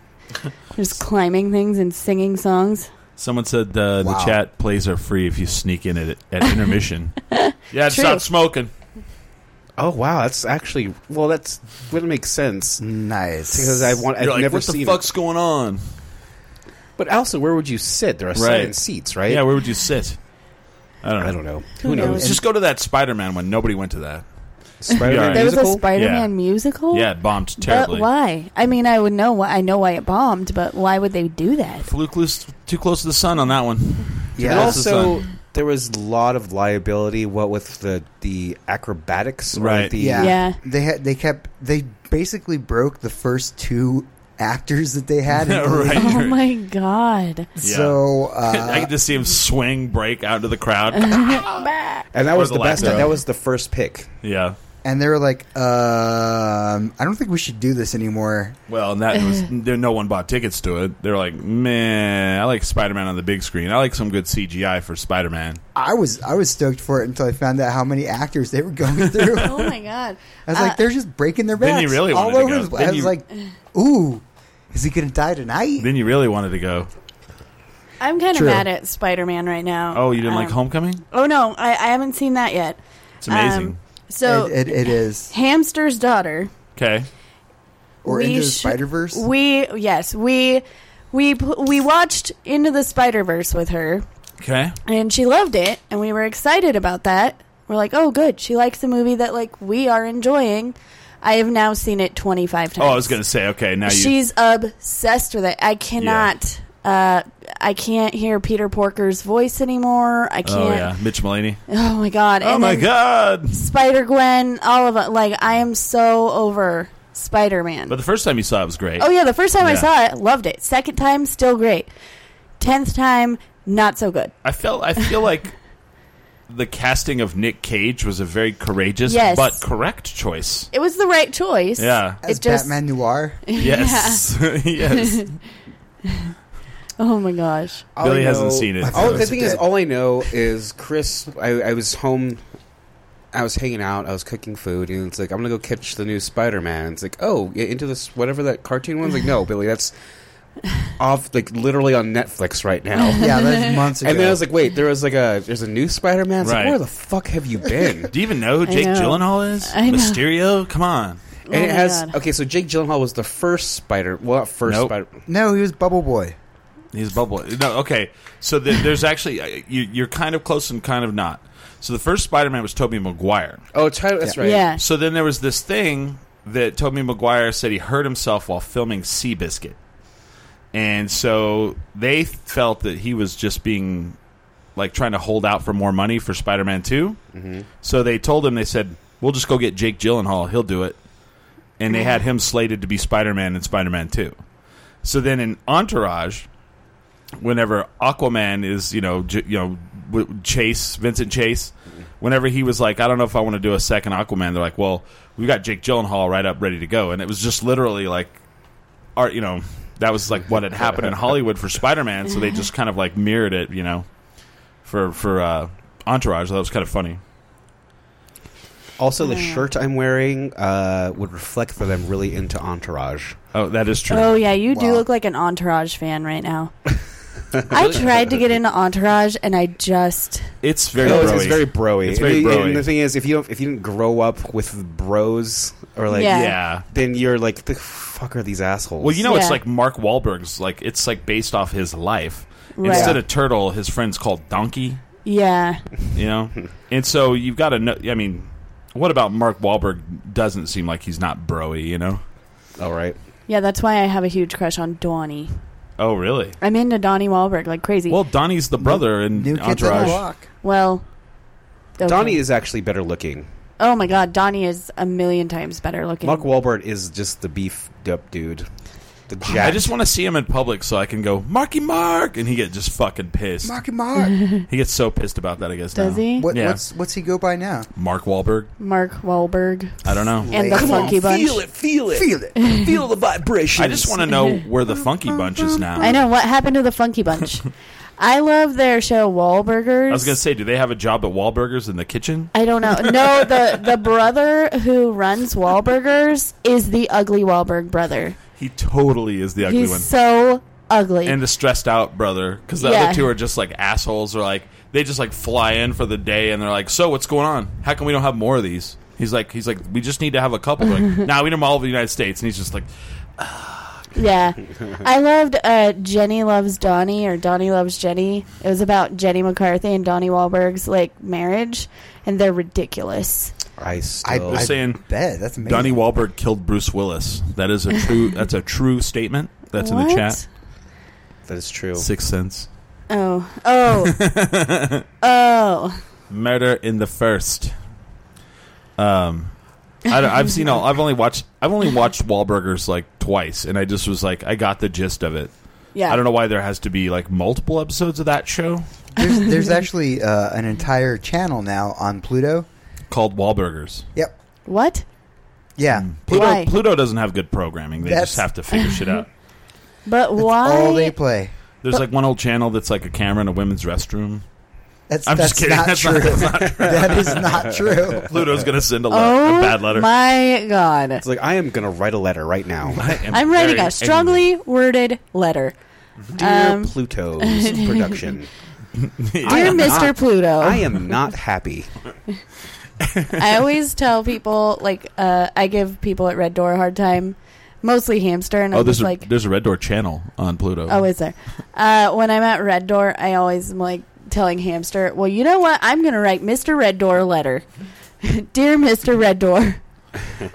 S5: just climbing things and singing songs.
S2: Someone said uh, the
S3: Wow.
S2: chat plays are free if you sneak in at, at intermission. yeah,
S5: True.
S2: stop smoking.
S4: Oh wow, that's actually well, that's wouldn't make sense
S3: Nice.
S4: because I want. I've
S2: You're like,
S4: never
S2: what
S4: seen.
S2: the
S4: it."
S2: fuck's going on?
S4: But also, where would you sit? There are certain seats, right?
S2: Yeah, where would you sit? I don't know.
S4: I don't know.
S5: Who
S4: Who
S5: knows?
S4: knows?
S2: Just go to that Spider-Man one. Nobody went to that.
S4: Spider-Man
S2: There
S5: There
S4: musical.
S5: was a Spider-Man musical.
S2: Yeah, it bombed
S5: but
S2: terribly.
S5: why? I mean, I would know. Why, I know why it bombed, but why would they do that?
S2: Flew close, too close to the sun on that one.
S4: And
S3: Yeah.
S2: That's the
S4: also, there was a lot of liability. What with the the acrobatics, or
S2: Right.
S4: The,
S3: Yeah.
S5: Yeah.
S3: They had they kept they basically broke the first two actors that they had. in the league.
S2: Right.
S5: Oh my god.
S3: So
S2: I
S3: uh,
S2: get to see him swing, break out into the crowd.
S4: and that
S2: Or
S4: was
S2: the
S4: the best.
S2: lacrosse.
S4: That was the first pick.
S2: yeah.
S3: and they were like, um, I don't think we should do this anymore.
S2: Well, and that was there. No one bought tickets to it. They're like, man, I like Spider Man on the big screen. I like some good CGI for Spider Man.
S3: I was I was stoked for it until I found out how many actors they were going through. I
S5: Oh uh, my god.
S3: was like, they're just breaking their
S2: then
S3: backs
S2: you really
S3: all
S2: wanted to
S3: over.
S2: go.
S3: his- I
S2: Then
S3: was
S2: you-
S3: like, ooh, is he gonna die tonight?
S2: Then you really wanted to go.
S5: I'm kind of
S3: True.
S5: mad at Spider Man right now.
S2: Oh, you didn't like
S5: Um,
S2: Homecoming?
S5: Oh no, I, I haven't seen that yet.
S2: It's amazing.
S5: Um, so
S3: it, it, it is
S5: Hamster's daughter.
S2: okay.
S3: or
S5: we
S3: into the
S5: sh-
S3: Spider Verse.
S5: We yes we we pl- we watched Into the Spider Verse with her,
S2: Okay.
S5: and she loved it, and we were excited about that. We're like, oh, good, she likes a movie that like we are enjoying. I have now seen it twenty five times.
S2: Oh, I was gonna say. Okay. Now you.
S5: She's obsessed with it. I cannot. Uh, I can't hear Peter Porker's voice anymore. I can't.
S2: oh yeah, Mitch Mulaney.
S5: Oh my god.
S2: Oh
S5: And
S2: my
S5: then
S2: god.
S5: Spider Gwen, all of it. Like I am so over Spider Man.
S2: But the first time you saw it was great.
S5: Oh yeah, the first time I
S2: Yeah.
S5: saw it, loved it. Second time, still great. Tenth time, not so good.
S2: I felt. I feel like. The casting of Nick Cage was a very courageous
S5: Yes.
S2: but correct choice.
S5: It was the right choice.
S2: Yeah.
S3: as
S5: it just-
S3: Batman Noir.
S2: Yes. yes.
S5: Oh my gosh.
S4: All I
S2: Billy hasn't
S4: know-
S2: seen it.
S4: All, the
S3: Billy's
S4: thing is,
S3: dead.
S4: all I know is Chris. I, I was home. I was hanging out. I was cooking food, and it's like I'm gonna go catch the new Spider-Man. It's like, oh, yeah, into this whatever that cartoon one's like. No, Billy, that's off. Like literally on Netflix right now.
S3: Yeah, that's months ago.
S4: And then I was like, wait, there was like a there's a new Spider-Man. It's
S2: Right.
S4: like, where the fuck have you been?
S2: Do you even know who Jake
S5: know.
S2: Gyllenhaal is?
S5: I know.
S2: Mysterio? Come on.
S4: and it
S5: Oh my
S4: has
S5: God.
S4: okay. So Jake Gyllenhaal was the first Spider. Well, not first
S2: Nope.
S4: Spider.
S3: no, he was Bubble Boy.
S2: He's bubble. No, okay. So th- there's actually uh, you, you're kind of close and kind of not. So the first Spider-Man was Tobey Maguire.
S4: Oh, Tyler, that's right.
S5: Yeah.
S2: So then there was this thing that Tobey Maguire said he hurt himself while filming Seabiscuit. And so they felt that he was just being like trying to hold out for more money for Spider-Man 2. So they told him they said, "We'll just go get Jake Gyllenhaal, he'll do it." And they had him slated to be Spider-Man in Spider-Man 2. So then in Entourage, whenever Aquaman is, you know, j- you know, w- Chase Vincent Chase, whenever he was like, I don't know if I want to do a second Aquaman, they're like, well, we've got Jake Gyllenhaal right up, ready to go, and it was just literally like, art, you know, that was like what had happened in Hollywood for Spider Man, so they just kind of like mirrored it, you know, for for uh, Entourage. That was kind of funny.
S4: Also, the shirt I'm wearing uh, would reflect that I'm really into Entourage.
S2: Oh, that is true.
S5: Oh yeah, you do
S3: Wow.
S5: look like an Entourage fan right now. I tried to get into Entourage and I just
S2: It's very
S4: No,
S2: broy.
S4: Oh, it's, it's very broy.
S2: It's very
S4: and,
S2: broy.
S4: and the thing is, if you don't, if you didn't grow up with bros or like,
S5: Yeah.
S2: yeah.
S4: then you're like, the fuck are these assholes?
S2: Well, you know, it's
S5: Yeah.
S2: like Mark Wahlberg's. Like it's like based off his life.
S5: Right.
S2: Instead of turtle, his friend's called donkey.
S5: yeah.
S2: You know, and so you've got to know. I mean, what about Mark Wahlberg? Doesn't seem like he's not broy. You know.
S4: all right.
S5: Yeah, that's why I have a huge crush on Donnie.
S2: Oh, really?
S5: I'm into Donnie Wahlberg like crazy.
S2: Well, Donnie's the brother in
S3: New Kids on the
S2: Entourage.
S3: Block.
S5: well okay.
S4: Donnie is actually better looking.
S5: Oh my god, Donnie is a million times better looking.
S4: Mark Wahlberg is just the beef up dude. The jack.
S2: I just want to see him in public so I can go Marky Mark, and he get just fucking pissed.
S3: Marky Mark.
S2: He gets so pissed about that. I guess
S5: Does
S2: now.
S5: he?
S3: What,
S2: Yeah.
S3: What's what's he go by now?
S2: Mark Wahlberg.
S5: Mark Wahlberg
S2: I don't know.
S5: and the
S3: Come on,
S5: Funky Bunch.
S4: it, feel it,
S3: Feel it.
S4: feel the vibration.
S2: I just want to know where the Funky Bunch is now.
S5: I know what happened to the Funky Bunch. I love their show Wahlburgers.
S2: I was gonna say, do they have a job at Wahlburgers in the kitchen?
S5: I don't know. No, the the brother who runs Wahlburgers is the ugly Wahlberg brother.
S2: He totally is the ugly
S5: He's
S2: one,
S5: so ugly.
S2: and the stressed out brother. Because the
S5: Yeah.
S2: other two are just like assholes, or like they just like fly in for the day, and they're like, "So what's going on? How come we don't have more of these?" He's like, "He's like, we just need to have a couple." They're Like, nah, we need them all over the United States, and he's just like,
S5: yeah, I loved uh, Jenny loves Donnie or Donnie loves Jenny. It was about Jenny McCarthy and Donnie Wahlberg's like marriage, and they're ridiculous.
S4: I
S3: I,
S4: still.
S3: I
S2: saying,
S3: bet that's amazing.
S2: Donnie Wahlberg killed Bruce Willis. That is a true. That's a true statement. That's in
S5: What?
S2: the chat.
S4: that is true.
S2: Sixth Sense.
S5: Oh, oh, oh.
S2: Murder in the First. Um, I don't, I've seen all. I've only watched. I've only watched Wahlburgers like twice, and I just was like, I got the gist of it.
S5: Yeah.
S2: I don't know why there has to be like multiple episodes of that show
S3: There's, there's actually uh, an entire channel now on Pluto.
S2: called Wahlburgers.
S3: Yep.
S5: What?
S3: Yeah.
S2: Pluto
S5: Why?
S2: Pluto doesn't have good programming. They
S3: That's-
S2: just have to figure shit out.
S5: But
S3: That's
S5: why?
S3: all they play.
S2: There's
S5: But-
S2: like one old channel that's like a camera in a women's restroom.
S3: That's,
S2: I'm
S3: that's
S2: just kidding.
S3: Not
S2: That's
S3: true.
S2: not-
S3: that is not true.
S2: Pluto's gonna send a, le-
S5: oh
S2: a bad letter.
S5: my god!
S4: It's like I am gonna write a letter right now,
S2: I am
S5: I'm writing
S2: very
S5: a strongly worded letter.
S4: dear
S5: Um,
S4: Pluto's production. I
S5: Dear
S4: am
S5: Mr.
S4: not-
S5: Pluto,
S4: I
S5: I,
S4: am not happy.
S5: always tell people like uh, I give people at Red Door a hard time, mostly hamster, and
S2: Oh,
S5: I'm
S2: there's
S5: just
S2: a,
S5: like,
S2: there's a Red Door channel on Pluto.
S5: oh, is there? Uh, when I'm at Red Door, I always am like telling hamster, well, you know what? I'm gonna write Mr. Red Door a letter. Dear Mr. Red Door,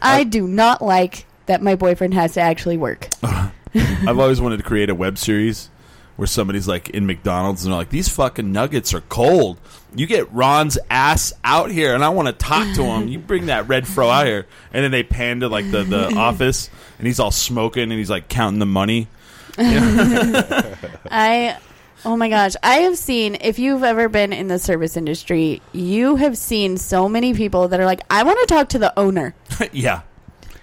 S5: I do not like that my boyfriend has to actually work.
S2: I've always wanted to create a web series where somebody's like in McDonald's and they're like, "These fucking nuggets are cold. You get Ron's ass out here, and I want to talk to him. You bring that red fro out here." And then they pan to like the the office, and he's all smoking, and he's like counting the money.
S5: I oh my gosh, I have seen if you've ever been in the service industry, you have seen so many people that are like, I want to talk to the owner.
S2: yeah,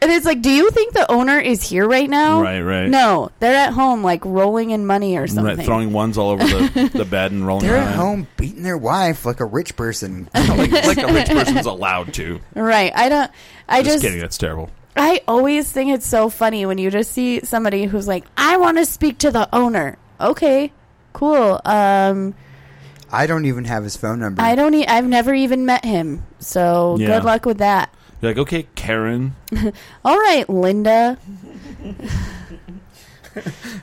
S5: And it's like, do you think the owner is here right now?
S2: Right, right.
S5: No, they're at home like rolling in money or something.
S2: right, throwing ones all over the, the bed and rolling.
S3: They're
S2: around.
S3: at home beating their wife like a rich person.
S2: like, like a rich person's allowed to.
S5: Right. I don't I
S2: Just
S5: just,
S2: kidding, that's terrible.
S5: I always think it's so funny when you just see somebody who's like, I want to speak to the owner. Okay. Cool. Um
S3: I don't even have his phone number.
S5: I don't e- I've never even met him. So
S2: Yeah.
S5: good luck with that.
S2: You're like, okay, Karen.
S5: All right, Linda.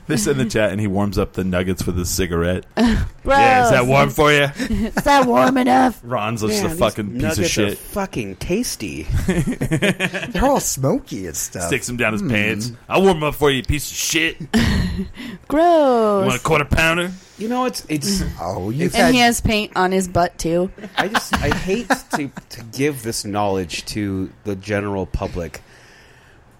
S2: This in the chat, and he warms up the nuggets with his cigarette.
S5: Gross.
S2: Yeah, is that warm for you?
S5: Is that warm enough?
S2: Ron's just
S4: Man,
S2: a
S4: these
S2: fucking piece of
S4: nuggets are
S2: shit.
S4: fucking tasty.
S3: They're all smoky and stuff.
S2: Sticks him down his pants. I'll warm up for you, piece of shit. You want a
S5: Gross.
S2: quarter pounder?
S4: You know, it's it's.
S3: Oh, you've
S5: And
S3: had
S5: he has paint on his butt too.
S4: I just I hate to to give this knowledge to the general public.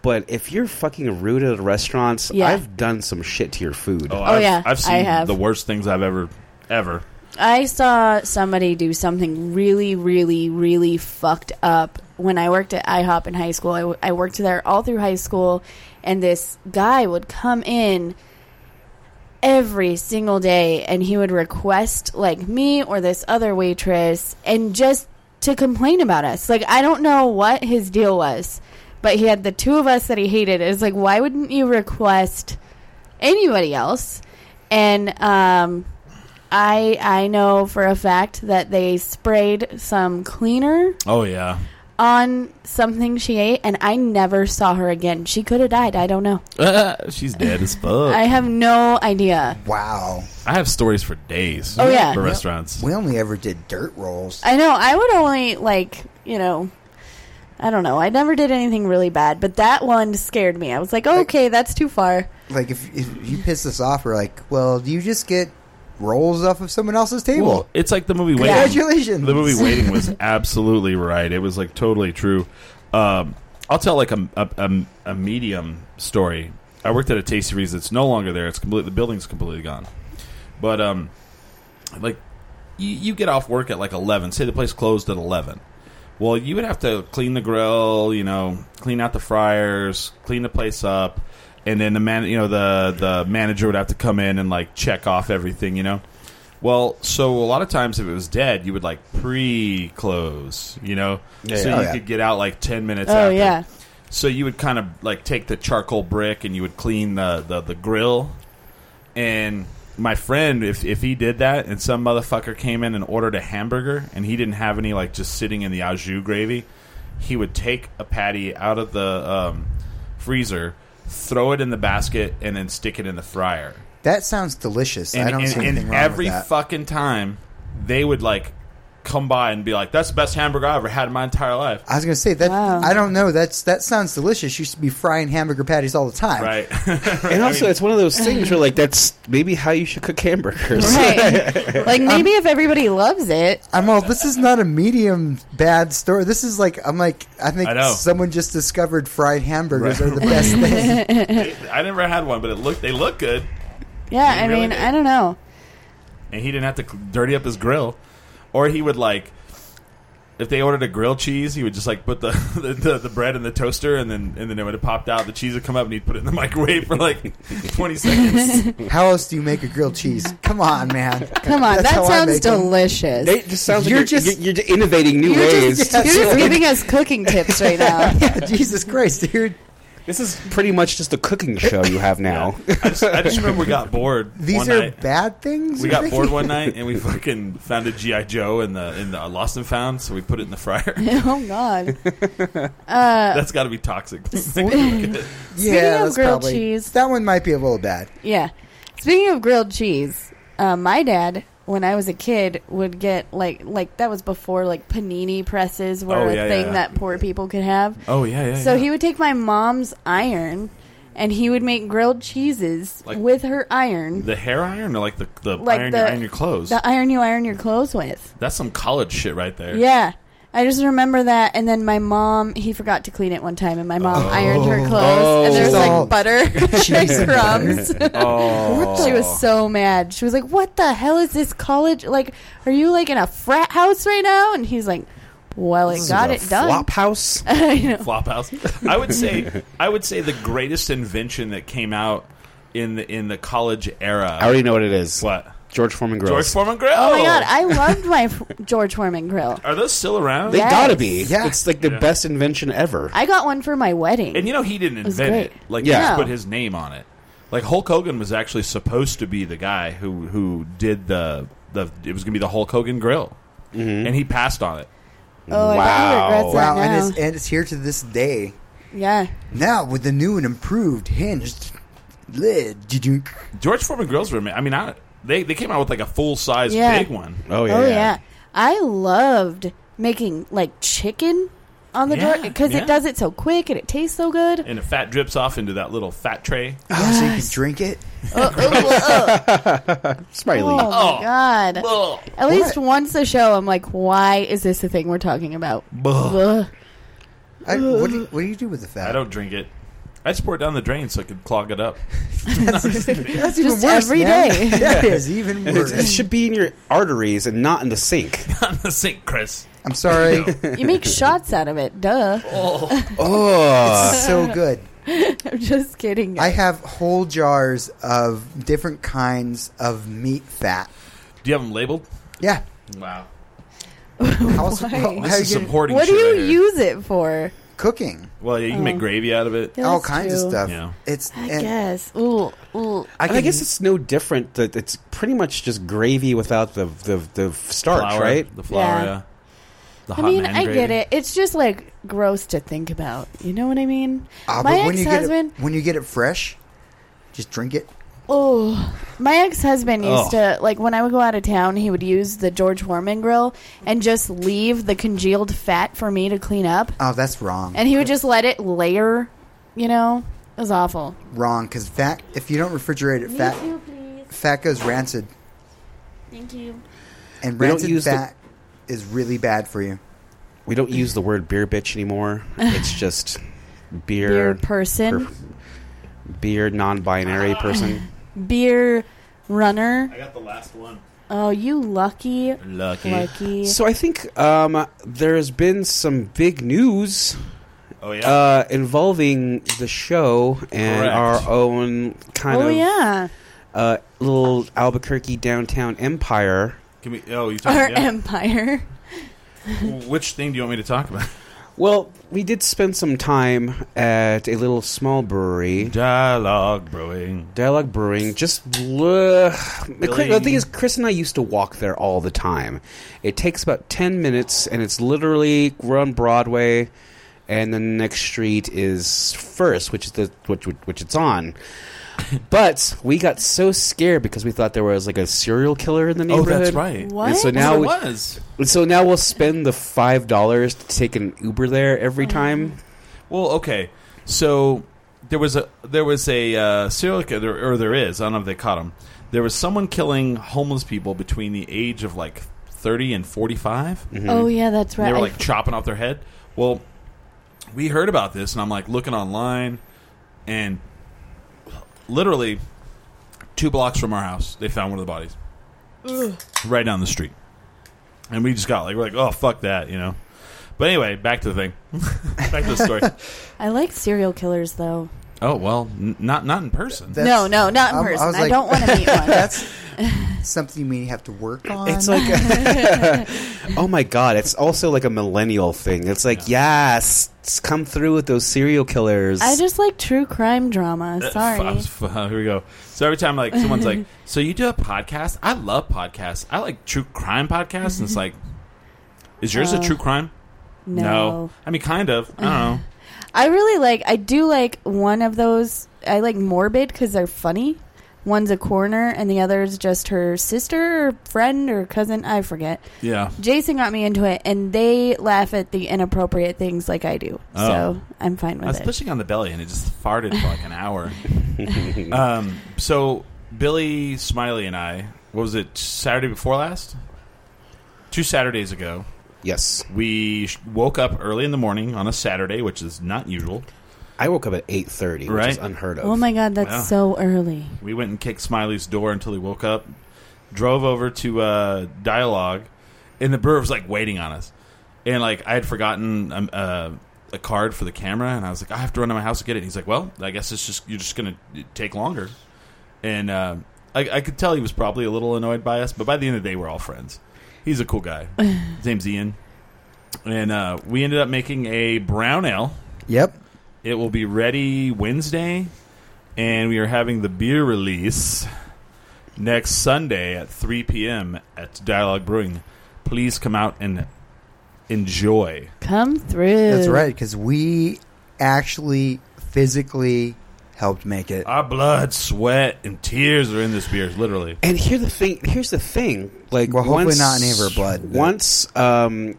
S4: But if you're fucking rude at restaurants,
S5: Yeah.
S4: I've done some shit to your food.
S2: Oh, I've,
S5: Oh, yeah,
S2: I've seen
S5: I have.
S2: the worst things I've ever, ever.
S5: I saw somebody do something really, really, really fucked up when I worked at IHOP in high school. I, w- I worked there all through high school, and this guy would come in every single day and he would request, like, me or this other waitress and just to complain about us. Like, I don't know what his deal was, but he had the two of us that he hated. It's like, why wouldn't you request anybody else? And, um,. I I know for a fact that they sprayed some cleaner
S2: Oh yeah.
S5: on something she ate, and I never saw her again. She could have died. I don't know.
S2: she's dead as fuck.
S5: I
S2: I,
S5: have no idea.
S3: wow.
S2: have stories for days.
S5: Oh, yeah.
S2: For restaurants.
S3: We only ever did dirt rolls.
S5: I know. I would only like you know. I don't know. I never did anything really bad, but that one scared me. I was like, okay, that's too far.
S3: Like if, if you piss us off, we're like, well, do you just get rolls off of someone else's
S2: Well,
S3: table?
S2: it's like the movie Waiting.
S3: Congratulations.
S2: The movie Waiting was absolutely right. It was like totally true. Um, I'll tell like a, a, a, a medium story. I worked at a Tasty Freeze that's no longer there. It's complete. The building's completely gone. But um, like you, you get off work at like eleven. Say the place closed at eleven. Well, you would have to clean the grill, you know, clean out the fryers, clean the place up, and then the man, you know, the the manager would have to come in and like check off everything, you know. Well, so a lot of times if it was dead, you would like pre-close, you know, so
S3: yeah.
S2: you
S3: Oh, yeah.
S2: could get out like ten minutes.
S5: Oh
S2: after.
S5: yeah.
S2: So you would kind of like take the charcoal brick and you would clean the the, the grill. And my friend, if if he did that, and some motherfucker came in and ordered a hamburger, and he didn't have any like just sitting in the au jus gravy, he would take a patty out of the um, freezer, throw it in the basket, and then stick it in the fryer.
S3: That sounds delicious.
S2: And,
S3: I don't
S2: and,
S3: see anything
S2: and
S3: wrong
S2: every
S3: with that.
S2: fucking time, they would like come by and be like, "That's the best hamburger I ever had in my entire life."
S3: I was gonna say that.
S5: Wow.
S3: I don't know. That's that sounds delicious. You should be frying hamburger patties all the time.
S2: Right.
S4: And also, it's one of those things where, like, that's maybe how you should cook hamburgers.
S5: Right.
S3: Um,
S5: like maybe if everybody loves it,
S3: I'm all. This is not a medium bad story. This is like I'm like I think
S2: I know.
S3: someone just discovered fried hamburgers
S2: Right.
S3: are the best thing.
S2: I never had one, but it looked they looked good,
S5: yeah.
S2: You
S5: I
S2: really
S5: mean,
S2: do.
S5: I don't know.
S2: and he didn't have to cl- dirty up his grill, or he would like. If they ordered a grilled cheese, he would just like put the, the, the, the bread in the toaster, and then and then it would have popped out. The cheese would come up, and he'd put it in the microwave for like twenty seconds.
S3: How else do you make a grilled cheese? Come on, man.
S5: Come on,
S3: That's
S5: that
S3: how I
S5: sounds
S3: make 'em.
S5: delicious.
S4: It just sounds
S3: You're
S4: like you're,
S3: just-
S4: you're, you're innovating new
S5: you're
S4: ways.
S5: just, you're just giving us cooking tips right now.
S3: Yeah, Jesus Christ, dude.
S4: This is pretty much just a cooking show you have now.
S2: I, just, I just remember we got bored.
S3: These
S2: one
S3: are
S2: night.
S3: bad things.
S2: We
S3: you're
S2: got
S3: making?
S2: bored one night and we fucking found a GI Joe in the in the lost and found, so we put it in the fryer.
S5: oh God.
S2: That's got to be toxic.
S3: Yeah,
S5: Speaking of
S3: that's
S5: grilled
S3: probably,
S5: cheese-
S3: That one might be a little bad.
S5: Yeah. Speaking of grilled cheese, uh, my dad, when I was a kid, would get like like that was before like panini presses were
S2: Oh,
S5: a
S2: yeah, yeah,
S5: thing
S2: yeah.
S5: that poor people could have.
S2: oh yeah, yeah.
S5: so he would take my mom's iron, and he would make grilled cheeses
S2: Like-
S5: with her iron,
S2: the hair iron or like the the
S5: like
S2: iron
S5: the
S2: you iron your clothes.
S5: the iron you iron your clothes with.
S2: That's some college shit right there.
S5: Yeah. I just remember that, and then my mom, he forgot to clean it one time, and my mom ironed her clothes, and there was
S3: Oh.
S5: like butter and crumbs.
S2: Oh,
S5: She was so mad. She was like, "What the hell is this college? Like, are you like in a frat house right now?" And he's like, "Well, it got it done."
S4: Flop house.
S5: I know.
S2: Flophouse. I would say I would say the greatest invention that came out in the in the college era.
S4: I already know what it is.
S2: what?
S4: George Foreman grills.
S2: George Foreman Grill.
S5: Oh my god, I loved my f- George Foreman grill.
S2: Are those still around?
S4: They
S5: Yes.
S4: gotta be.
S3: Yeah.
S4: It's like the
S2: Yeah.
S4: best invention ever.
S5: I got one for my wedding.
S2: And you know he didn't
S5: was
S2: invent it.
S5: great.
S2: Like
S4: Yeah.
S2: he just
S5: No.
S2: put his name on it. Like Hulk Hogan was actually supposed to be the guy who who did the the it was gonna be the Hulk Hogan grill, and he passed on it.
S5: oh, I
S4: Wow.
S5: bet he regrets that
S3: Wow,
S5: now.
S3: and it's and it's here to this day.
S5: yeah,
S3: Now with the new and improved hinged lid. Did
S2: George Foreman grills were ama- I mean I, they they came out with like a full size
S5: Yeah.
S2: big one.
S4: Oh yeah.
S5: oh yeah. I loved making like chicken on the
S2: Yeah,
S5: George because
S2: yeah.
S5: it does it so quick and it tastes so good.
S2: And the fat drips off into that little fat tray.
S3: Oh, so you can drink it.
S5: oh, oh,
S4: Smiley.
S5: oh, oh my god.
S2: Ugh.
S5: At least once a show, I'm like, why is this the thing we're talking about? Ugh.
S3: I, what, do you, what do you do with the fat?
S2: I don't drink it. I just pour it down the drain so it could clog it up.
S3: That's even
S5: Just
S3: worse.
S5: every
S3: man.
S5: day.
S3: that is even
S4: It's- it
S3: worse.
S4: should be in your arteries and not in the sink.
S2: on the sink, Chris.
S3: I'm sorry.
S5: You make shots out of it, duh.
S2: Uh,
S4: Oh,
S3: It's so good.
S5: I'm just kidding.
S3: I have whole jars of different kinds of meat fat.
S2: Do you have them labeled?
S3: Yeah.
S2: Wow.
S3: Also,
S5: Why?
S3: well,
S2: This
S3: how
S2: is
S3: you get-
S2: some hoarding
S5: what do
S2: shit
S5: you
S2: right here.
S5: use it for?
S3: cooking.
S2: Well, yeah, you can make gravy out of it.
S5: Yeah,
S3: all
S5: that's
S3: kinds
S5: true.
S3: of stuff.
S2: Yeah.
S3: It's
S5: I
S3: and
S5: guess. Ooh, ooh.
S4: I, I guess it's no different. That it's pretty much just gravy without the the, the starch,
S2: Flour,
S4: right?
S2: The flour, yeah.
S5: Yeah.
S2: The
S5: I
S2: hot
S5: mean,
S2: man
S5: I
S2: gravy.
S5: get it. It's just like gross to think about. You know what I mean?
S3: Ah,
S5: my
S3: but when you get it-
S5: ex-husband.
S3: when you get it fresh, just drink it.
S5: Oh, my ex-husband
S2: Oh.
S5: used to like when I would go out of town, he would use the George Foreman grill and just leave the congealed fat for me to clean up.
S3: Oh, that's wrong.
S5: and he would just let it layer. You know, it was awful.
S3: wrong because fat. If you don't refrigerate it, fat fat goes rancid,
S5: Thank you.
S3: and
S4: We don't
S3: rancid
S4: use the-
S3: fat is really bad for you.
S4: We don't use the word beer bitch anymore. It's just beer
S5: Beer person, Ah.
S4: per- beer non-binary person.
S5: beer runner.
S2: I got the last one.
S5: Oh, you lucky,
S2: Lucky.
S5: lucky.
S4: So I think um, there has been some big news
S2: Oh yeah.
S4: uh, involving the show and
S2: Correct.
S4: our own kind
S5: oh
S4: of
S5: yeah,
S4: uh, little Albuquerque downtown empire.
S2: Can we, oh, you
S5: our
S2: talking? yeah.
S5: empire.
S2: Which thing do you want me to talk about?
S4: Well, we did spend some time at a little small brewery,
S2: Dialogue Brewing.
S4: Dialogue Brewing. Just uh, Chris, the
S2: Billing.
S4: thing is, Chris and I used to walk there all the time. It takes about ten minutes, and it's literally we're on Broadway, and the next street is First, which is the which which, which it's on. But we got so scared because we thought there was like a serial killer in the
S2: Oh,
S4: neighborhood.
S2: that's right.
S5: What?
S4: And so
S2: Now
S4: now, we,
S2: was.
S4: and so now we'll spend the five dollars to take an Uber there every time.
S2: Well, okay. So there was a there was a uh, serial killer, or there is. I don't know if they caught him. There was someone killing homeless people between the age of like thirty and forty five.
S5: Oh yeah, that's right.
S2: Hmm. They were
S5: I-
S2: like chopping off their head. Well, we heard about this, and I'm like looking online, and literally two blocks from our house, they found one of the bodies right down the street, and we just got like we're like, oh fuck that, you know. But anyway, back to the thing, back to the story.
S5: I like serial killers though.
S2: Oh well, n- not not in person.
S3: That's-
S5: no, no, not in
S3: I'm- I
S5: person. I,
S3: was like-
S5: don't want to meet one.
S3: That's something you may have to work on.
S4: It's like, oh my god! It's also like a millennial thing. It's like, yes, come through with those serial killers.
S5: I just like true crime drama.
S2: Uh,
S5: Sorry.
S2: f- I was- f- here we go. So every time, like someone's like, "So you do a podcast? I love podcasts. I like true crime podcasts." And it's like, is yours a
S5: Oh.
S2: true crime?
S5: no.
S2: I mean, kind of. I don't know.
S5: I really like. I do like one of those. I like morbid because they're funny. One's a coroner, and the other's just her sister or friend or cousin. I forget.
S2: Yeah.
S5: Jason got me into it, and they laugh at the inappropriate things like I do.
S2: Oh.
S5: So I'm fine
S2: I
S5: with
S2: was
S5: it.
S2: pushing on the belly and it just farted for like an hour. um, so Billy Smiley and I, what was it, Saturday before last? Two Saturdays ago,
S4: yes,
S2: we sh- woke up early in the morning on a Saturday, which is not usual.
S4: I woke up at eight thirty, which is
S2: Right.
S4: unheard of.
S5: oh my god, that's
S2: Wow.
S5: so early.
S2: We went and kicked Smiley's door until he woke up. Drove over to uh, Dialogue, and the brewer was like waiting on us. And like I had forgotten um, uh, a card for the camera, and I was like, I have to run to my house to get it. And he's like, Well, I guess it's just you're just gonna take longer. And uh, I, I could tell he was probably a little annoyed by us, but by the end of the day, we're all friends. He's a cool guy. His name's Ian, and uh, we ended up making a brown ale.
S3: yep.
S2: It will be ready Wednesday, and we are having the beer release next Sunday at 3 p.m. at Dialogue Brewing. Please come out and enjoy.
S5: Come through.
S3: That's right, because we actually physically helped make
S4: Uh,
S3: it.
S2: Our blood, sweat, and tears are in this beer, literally.
S4: And here the thing. Here's the thing. Like,
S3: Well, hopefully
S4: once-
S3: not any of her blood, but-
S4: Once, um,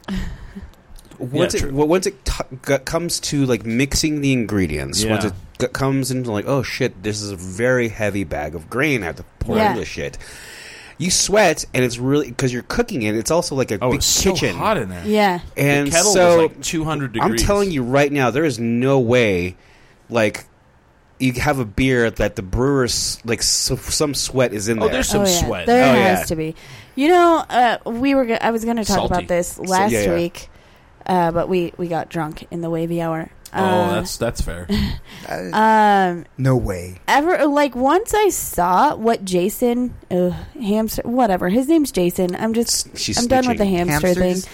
S4: once
S2: Yeah,
S4: it
S2: true.
S4: well, once it t- g- comes to like mixing the ingredients, once
S2: Yeah.
S4: it g- comes into like, oh shit, this is a very heavy bag of grain. I have to pour
S5: Yeah.
S4: in this shit. You sweat, and it's really because you're cooking it. It's also like a
S2: Oh,
S4: big
S2: it's so
S4: kitchen.
S2: hot in there.
S5: Yeah.
S4: And
S2: the kettle
S4: so
S2: was like 200 degrees.
S4: I'm telling you right now, there is no way, like, you have a beer that the brewer's like s some sweat is in
S2: Oh,
S4: there.
S2: there's some
S5: oh, yeah.
S2: sweat.
S5: There
S4: Oh,
S5: has
S4: yeah.
S5: to be. You know, uh, we were. Go- I was going to talk
S2: Salty.
S5: about this last
S4: yeah, yeah.
S5: week, uh, but we we got drunk in the wavy hour.
S2: oh,
S5: Uh,
S2: that's that's fair.
S3: I-
S5: Um,
S3: Uh, no way.
S5: ever like once I saw what Jason ugh, hamster whatever his name's Jason. I'm just
S4: She's
S5: I'm done with the
S4: snitching.
S5: hamster
S3: Hamsters?
S5: thing.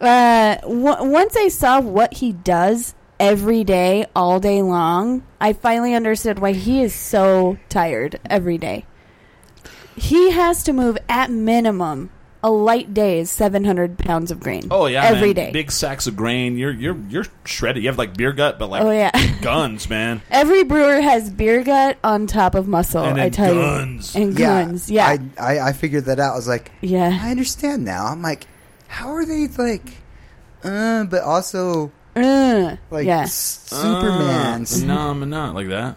S5: Uh, w- once I saw what he does every day, all day long, I finally understood why he is so tired every day. He has to move at minimum a light day is 700 pounds of grain.
S2: Oh yeah,
S5: every
S2: man.
S5: day.
S2: Big sacks of grain. You're you're you're shredded. You have like beer gut, but like
S5: Oh yeah.
S2: guns, man.
S5: Every brewer has beer gut on top of muscle.
S2: And
S5: I
S2: then
S5: tell
S2: guns.
S5: you, and guns. Yeah,
S3: I, I, I figured that out. I was like,
S5: yeah.
S3: I understand now. I'm like, how are they like, uh, but also
S5: Uh,
S3: like
S5: yeah.
S3: s- Superman,
S2: Uh, phenomena, like that.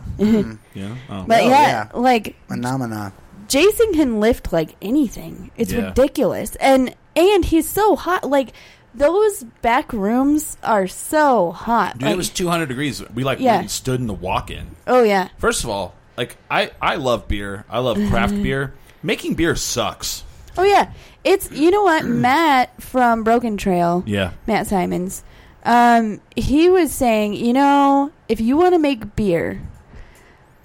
S2: yeah. Oh.
S5: But
S3: Oh,
S5: yeah,
S3: yeah.
S5: like
S3: phenomena.
S5: Jason can lift like anything. It's
S2: Yeah.
S5: ridiculous, and and he's so hot. Like those back rooms are so hot.
S2: Dude,
S5: Like-
S2: it was 200 degrees. We like
S5: Yeah.
S2: went and stood in the walk-in.
S5: oh yeah,
S2: First of all, like I I love beer. I love craft beer. Making beer sucks.
S5: oh yeah. It's you know what Matt from Broken Trail.
S2: Yeah.
S5: Matt Simons. Um, he was saying, you know, if you want to make beer,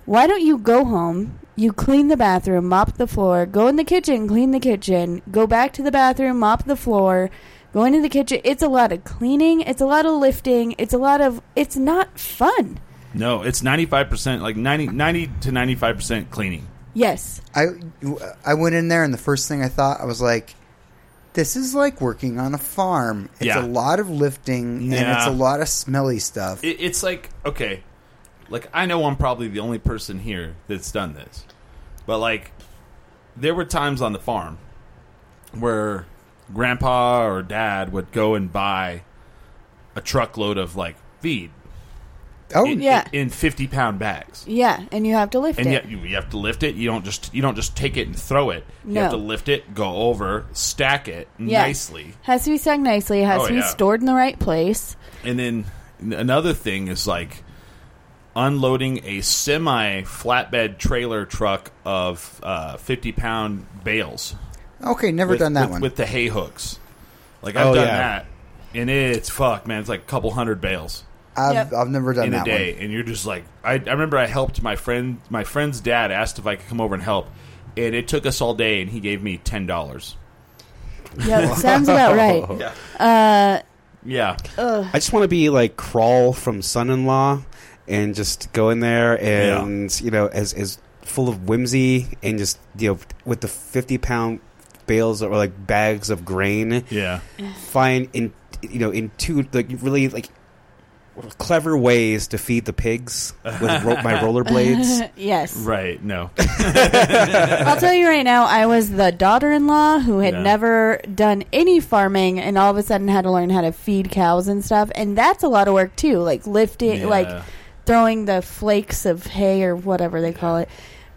S5: why don't you go home? You clean the bathroom, mop the floor, go in the kitchen, clean the kitchen, go back to the bathroom, mop the floor, go into the kitchen. It's a lot of cleaning, it's a lot of lifting, it's a lot of. It's not fun.
S2: No, it's 95% like 90 90 to 95% cleaning.
S5: Yes.
S3: I, I went in there and the first thing I thought I was like, this is like working on a farm. It's
S2: Yeah.
S3: a lot of lifting and
S2: Yeah.
S3: it's a lot of smelly stuff.
S2: It, it's like okay, Like I know I'm probably the only person here that's done this, but like there were times on the farm where grandpa or dad would go and buy a truckload of like feed
S3: Oh,
S2: in,
S5: Yeah.
S2: in 50 pound bags
S5: Yeah, and you have to lift
S2: and
S5: it.
S2: yet you, you have to lift it. You don't just you don't just take it and throw it. You have to
S5: No.
S2: lift it, go over, stack it
S5: Yeah.
S2: nicely,
S5: Has to be stacked nicely. It has
S2: Oh,
S5: to be
S2: yeah.
S5: stored in the right place.
S2: and then n- another thing is like unloading a semi flatbed trailer truck of uh, fifty pound bales.
S3: okay, never
S2: with,
S3: done that
S2: with,
S3: one.
S2: with the hay hooks. Like I've
S4: Oh,
S2: done
S4: yeah.
S2: that, and it's fuck, man. It's like a couple hundred bales.
S3: I've,
S5: Yep.
S3: I've never done
S2: in a
S3: that
S2: day, and you're just like, I, I remember I helped my friend. My friend's dad asked if I could come over and help, and it took us all day, and he gave me ten dollars.
S5: Yeah, sounds about right. Uh,
S2: Yeah,
S4: I just want to be like crawl from son-in-law and just go in there and you know as as full of whimsy and just you know with the 50 pound bales or like bags of grain
S2: yeah,
S4: find in you know in two like really like clever ways to feed the pigs with ro- my rollerblades
S5: yes.
S2: right. No,
S5: I'll tell you right now, I was the daughter in law who had
S2: Yeah.
S5: never done any farming and all of a sudden had to learn how to feed cows and stuff. And that's a lot of work too. Like lifting,
S2: Yeah.
S5: like throwing the flakes of hay or whatever they call it.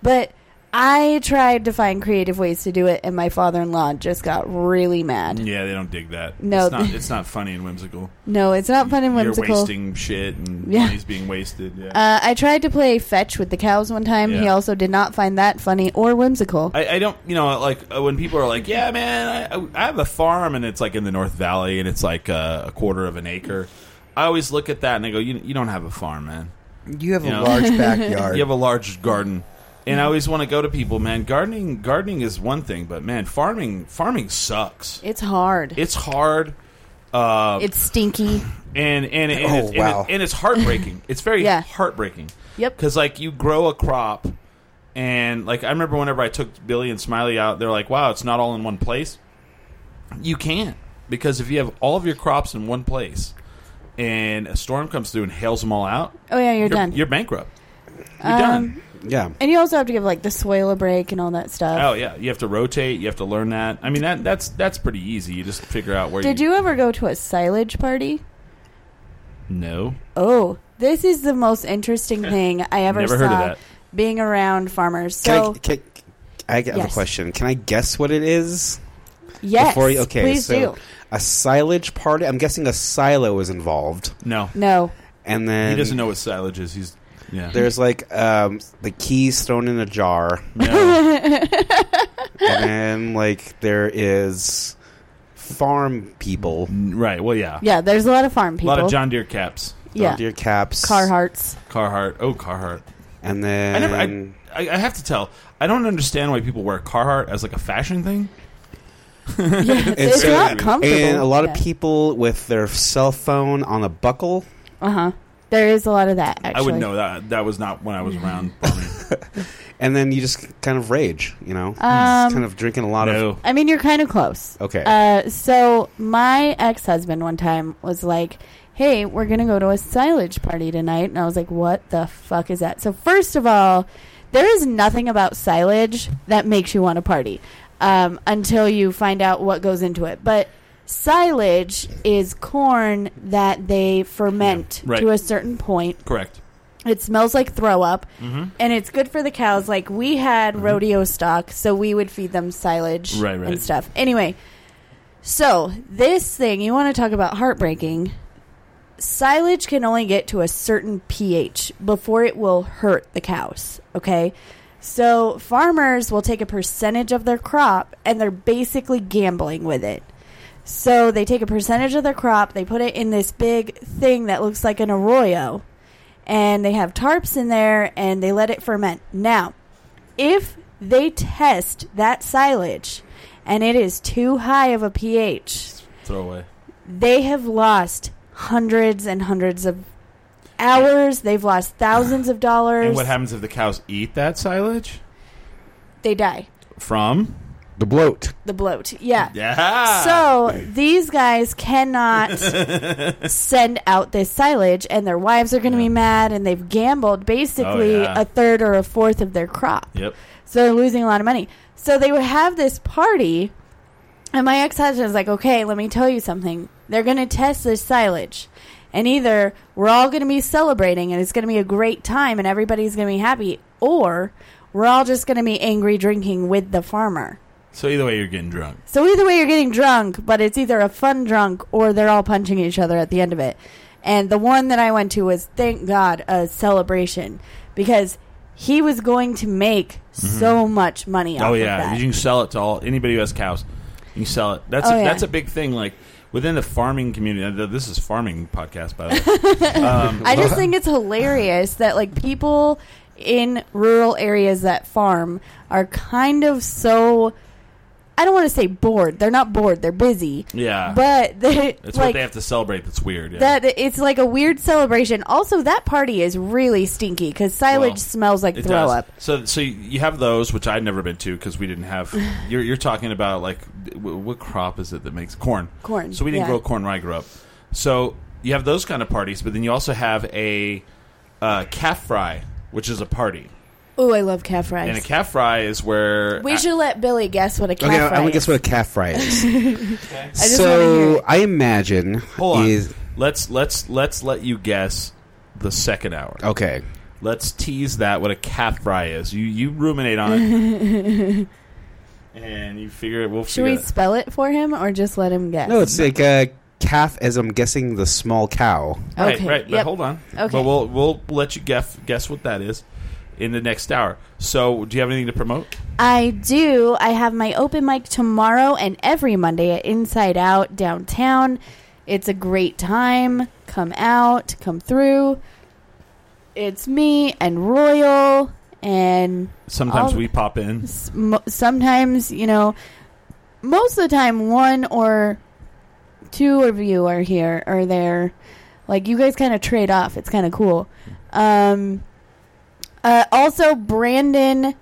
S5: But I tried to find creative ways to do it, and my father in law just got really mad.
S2: yeah, they don't dig that.
S5: No.
S2: it's not, it's not funny and whimsical.
S5: No, it's not fun and whimsical.
S2: You're wasting shit, and
S5: Yeah.
S2: money's being wasted. Yeah,
S5: Uh, I tried to play fetch with the cows one time. He
S2: Yeah.
S5: also did not find that funny or whimsical.
S2: I, I don't, you know, like uh, when people are like, "Yeah, man, I- I, I have a farm," and it's like in the North Valley, and it's like uh, a quarter of an acre. I always look at that and I go, "You, you don't have a farm, man."
S3: one. You have
S2: You
S3: a
S2: know.
S3: large backyard.
S2: You have a large garden, and I always want to go to people, man. Gardening, gardening is one thing, but man, farming, farming sucks.
S5: it's hard.
S2: It's hard, uh,
S5: it's stinky.
S2: and and and,
S4: Oh,
S2: it's, and it-
S4: wow.
S2: and it's heartbreaking. it's very
S5: Yeah.
S2: heartbreaking.
S5: Yep.
S2: Because like you grow a crop, and like I remember whenever I took Billy and Smiley out, they're like, "Wow, it's not all in one place." You can't because if you have all of your crops in one place, and a storm comes through and hails them all out,
S5: Oh yeah, you're, done. Um,
S2: You're bankrupt. You're done.
S4: yeah
S5: and you also have to give like the soil a break and all that stuff.
S2: Oh yeah, you have to rotate. You have to learn that. I mean that that's that's pretty easy. You just figure out where.
S5: Did you ever go to a silage party?
S2: No.
S5: Oh, this is the most interesting thing I ever
S2: Never
S5: saw.
S2: heard of that.
S5: Being around farmers,
S4: can
S5: so
S4: I, can, I have
S5: Yes.
S4: a question can i guess what it is
S5: yes,
S4: before you okay
S5: please
S4: so
S5: do.
S4: a silage party i'm guessing a silo is involved
S2: No.
S5: No,
S4: and then
S2: He doesn't know what silage is. He's yeah.
S4: There's like um, the keys thrown in a jar,
S2: No.
S4: and then like there is farm people,
S2: right. Well, yeah.
S5: yeah, there's a lot of farm
S2: A
S5: people.
S2: lot of John Deere caps.
S5: yeah,
S4: deer caps,
S5: Carhartts.
S2: Carhartt. Oh, Carhartt.
S4: and then
S2: I never. I, I, I have to tell. I don't understand why people wear Carhartt as like a fashion thing.
S5: It's,
S4: so-
S5: not comfortable.
S4: and a lot
S5: Yeah.
S4: of people with their cell phone on a buckle.
S5: Uh-huh. There is a lot of that. Actually,
S2: I would know that. That was not when I was around.
S4: And then you just kind of rage, you know, Just
S5: Um,
S4: kind of drinking a lot of.
S2: no.
S5: I mean, you're kind of close.
S4: Okay.
S5: Uh, so my ex husband one time was like, "Hey, we're gonna go to a silage party tonight," and I was like, "What the fuck is that?" So first of all, there is nothing about silage that makes you want to party um, until you find out what goes into it, but. Silage is corn that they ferment
S2: Yeah, right.
S5: to a certain point
S2: Correct.
S5: it smells like throw up,
S2: Mm-hmm.
S5: and it's good for the cows. Like we had rodeo stock, so we would feed them silage
S2: Right, right.
S5: and stuff. Anyway, so this thing you want to talk about heartbreaking. Silage can only get to a certain pH before it will hurt the cows. Okay. So farmers will take a percentage of their crop and they're basically gambling with it. So they take a percentage of their crop, they put it in this big thing that looks like an arroyo, and they have tarps in there and they let it ferment. Now, if they test that silage and it is too high of a pH,
S2: Throw away.
S5: they have lost hundreds and hundreds of hours, they've lost thousands of dollars.
S2: And what happens if the cows eat that silage?
S5: They die.
S2: From
S4: The bloat.
S5: the bloat. Yeah.
S2: Yeah.
S5: Uh, So these guys cannot send out this silage, and their wives are going to be mad, and they've gambled basically
S2: Oh, yeah.
S5: a third or a fourth of their crop.
S2: Yep.
S5: So they're losing a lot of money. So they would have this party, and my ex husband is like, okay, let me tell you something. They're going to test this silage. And either we're all going to be celebrating and it's going to be a great time and everybody's going to be happy, or we're all just going to be angry drinking with the farmer.
S2: So either way, you're getting drunk.
S5: So either way, you're getting drunk, but it's either a fun drunk or they're all punching each other at the end of it. And the one that I went to was, thank God, a celebration because he was going to make so much money off
S2: Mm-hmm. oh
S5: of
S2: yeah,
S5: that.
S2: you can sell it to all anybody who has cows. You can sell it. That's
S5: Oh,
S2: a,
S5: yeah.
S2: that's a big thing. Like within the farming community, uh, th- this is farming podcast by the way.
S5: I just think it's hilarious that like people in rural areas that farm are kind of so I don't want to say bored. They're not bored. They're busy.
S2: Yeah.
S5: But they
S2: It's what
S5: like
S2: they have to celebrate. That's weird. Yeah.
S5: that it's like a weird celebration. Also, that party is really stinky cuz silage
S2: Well,
S5: smells like
S2: It
S5: throw
S2: does.
S5: up.
S2: So, so you have those, which I've never been to because we didn't have. You're, you're talking about like w- what crop is it that makes corn?
S5: Corn,
S2: So we didn't
S5: yeah.
S2: grow corn when I grew up. So you have those kind of parties, but then you also have a uh, calf fry, which is a party,
S5: Ooh, I love calf fries.
S2: and a calf fry is where
S5: we should let Billy guess what a calf
S4: Okay, I-
S5: fry
S4: I want to guess
S5: is.
S4: what a calf fry is.
S5: just wanna hear
S4: so
S5: it.
S4: I imagine
S2: Hold on.
S4: is
S2: let's let's let's let you guess the second hour.
S4: okay.
S2: Let's tease that what a calf fry is. You you ruminate on it, and you figure it. We'll
S5: Should
S2: figure
S5: we
S2: it.
S5: spell it for him or just let him guess?
S4: No, it's like a calf, as I'm guessing the small cow.
S2: Right,
S5: okay.
S2: right. But
S5: yep.
S2: hold on.
S5: Okay.
S2: But we'll we'll let you guess guess what that is in the next hour. So, do you have anything to promote?
S5: I do. I have my open mic tomorrow and every Monday at Inside Out downtown. It's a great time. Come out, come through. It's me and Royal, and
S2: Sometimes
S5: I'll-
S2: we pop in.
S5: s- mo- sometimes, you know, most of the time, one or two of you are here or there. Like, you guys kind of trade off. It's kind of cool. Um, uh, also, Brandon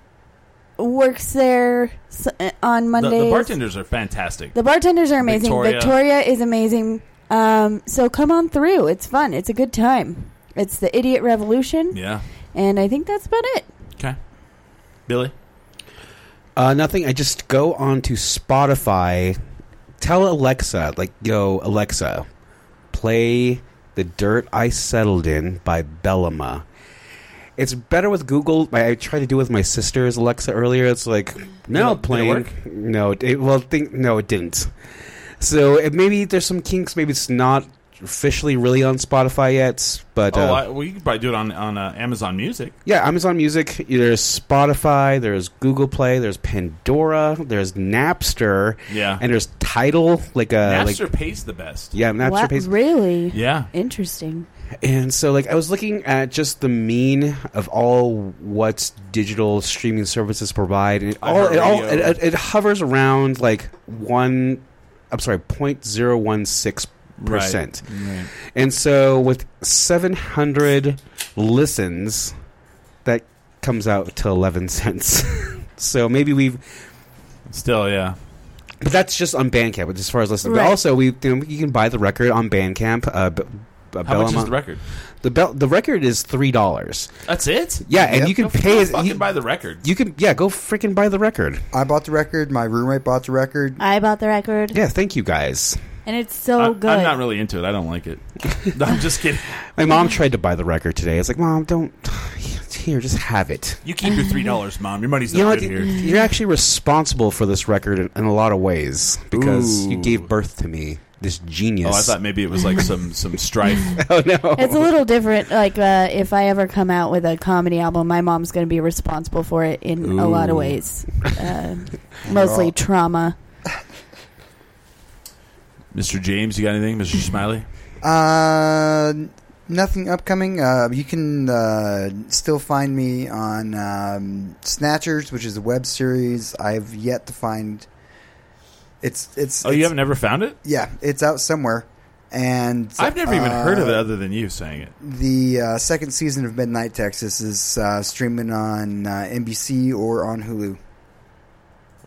S5: works there s- uh, on
S2: The,
S5: Mondays.
S2: the bartenders are fantastic.
S5: The bartenders are amazing.
S2: Victoria.
S5: Victoria, is amazing. Um, so come on through. It's fun. It's a good time. It's the Idiot Revolution,
S2: yeah.
S5: and I think that's about it.
S2: Okay. Billy.
S4: Uh, nothing. I just go on to Spotify, tell Alexa, like, yo, Alexa, play "The Dirt I Settled In" by Bellama. It's better with Google. I, I tried to do it with my sister's Alexa earlier. It's like, no,
S2: Did it- did it
S4: playing.
S2: work?
S4: No, it, well, think no, it didn't. So it, maybe there's some kinks. Maybe it's not officially really on Spotify yet. But
S2: oh,
S4: uh,
S2: I, well, you could probably do it on on uh, Amazon Music.
S4: yeah, Amazon Music. There's Spotify. There's Google Play. There's Pandora. There's Napster.
S2: Yeah.
S4: and there's Tidal. Like a
S2: Napster
S4: like
S2: pays the best.
S4: yeah, Napster
S5: Wow,
S4: pays.
S5: Really?
S2: Yeah.
S5: Interesting.
S4: And so, like, I was looking at just the mean of all what digital streaming services provide, and it all it all it,
S2: iHeartRadio.
S4: it, it hovers around like one. I'm sorry, point zero one six percent.
S2: Right.
S4: And so, with 700 listens, that comes out to 11 cents. so maybe we've,
S2: Still, yeah.
S4: but that's just on Bandcamp as far as listens. But
S5: Right.
S4: also, we you, know, you can buy the record on Bandcamp. Uh, b- uh,
S2: How much is
S4: Bellamont-
S2: the record?
S4: The, bel- the record is three dollars.
S2: That's it.
S4: Yeah, and
S3: Yep.
S4: you can
S2: Go
S4: pay. as-
S2: fucking
S4: You,
S2: buy the record.
S4: you can yeah, go freaking buy the record.
S3: I bought the record. My roommate bought the record.
S5: I bought the record,
S4: Yeah, thank you guys.
S5: and it's
S2: I,
S5: so good.
S2: I'm not really into it. I don't like it. No, I'm just kidding.
S4: My mom tried to buy the record today. It's like, mom, don't here, just have it.
S2: You keep your three dollars, mom. Your money's not
S4: you know,
S2: good
S4: what?
S2: here.
S4: you're actually responsible for this record in, in a lot of ways because you
S2: Ooh.
S4: gave birth to me, this
S2: Oh,
S4: genius.
S2: I thought maybe it was like some some strife.
S4: Oh, no!
S5: it's a little different. Like uh, if I ever come out with a comedy album, my mom's going to be responsible for it in a lot of
S4: Ooh.
S5: ways. Uh, mostly
S3: all-
S5: trauma.
S2: Mr. James, you got anything, Mr. Smiley?
S3: Uh, n- nothing upcoming. Uh, you can uh, still find me on um, Snatchers, which is a web series. I've yet to find. It's it's.
S2: Oh, you
S3: it's-
S2: haven't ever found it?
S3: Yeah, it's out somewhere, and
S2: I've never even heard of it
S3: uh,
S2: other than you saying it.
S3: The uh, second season of Midnight Texas is uh, streaming on uh, NBC or on Hulu.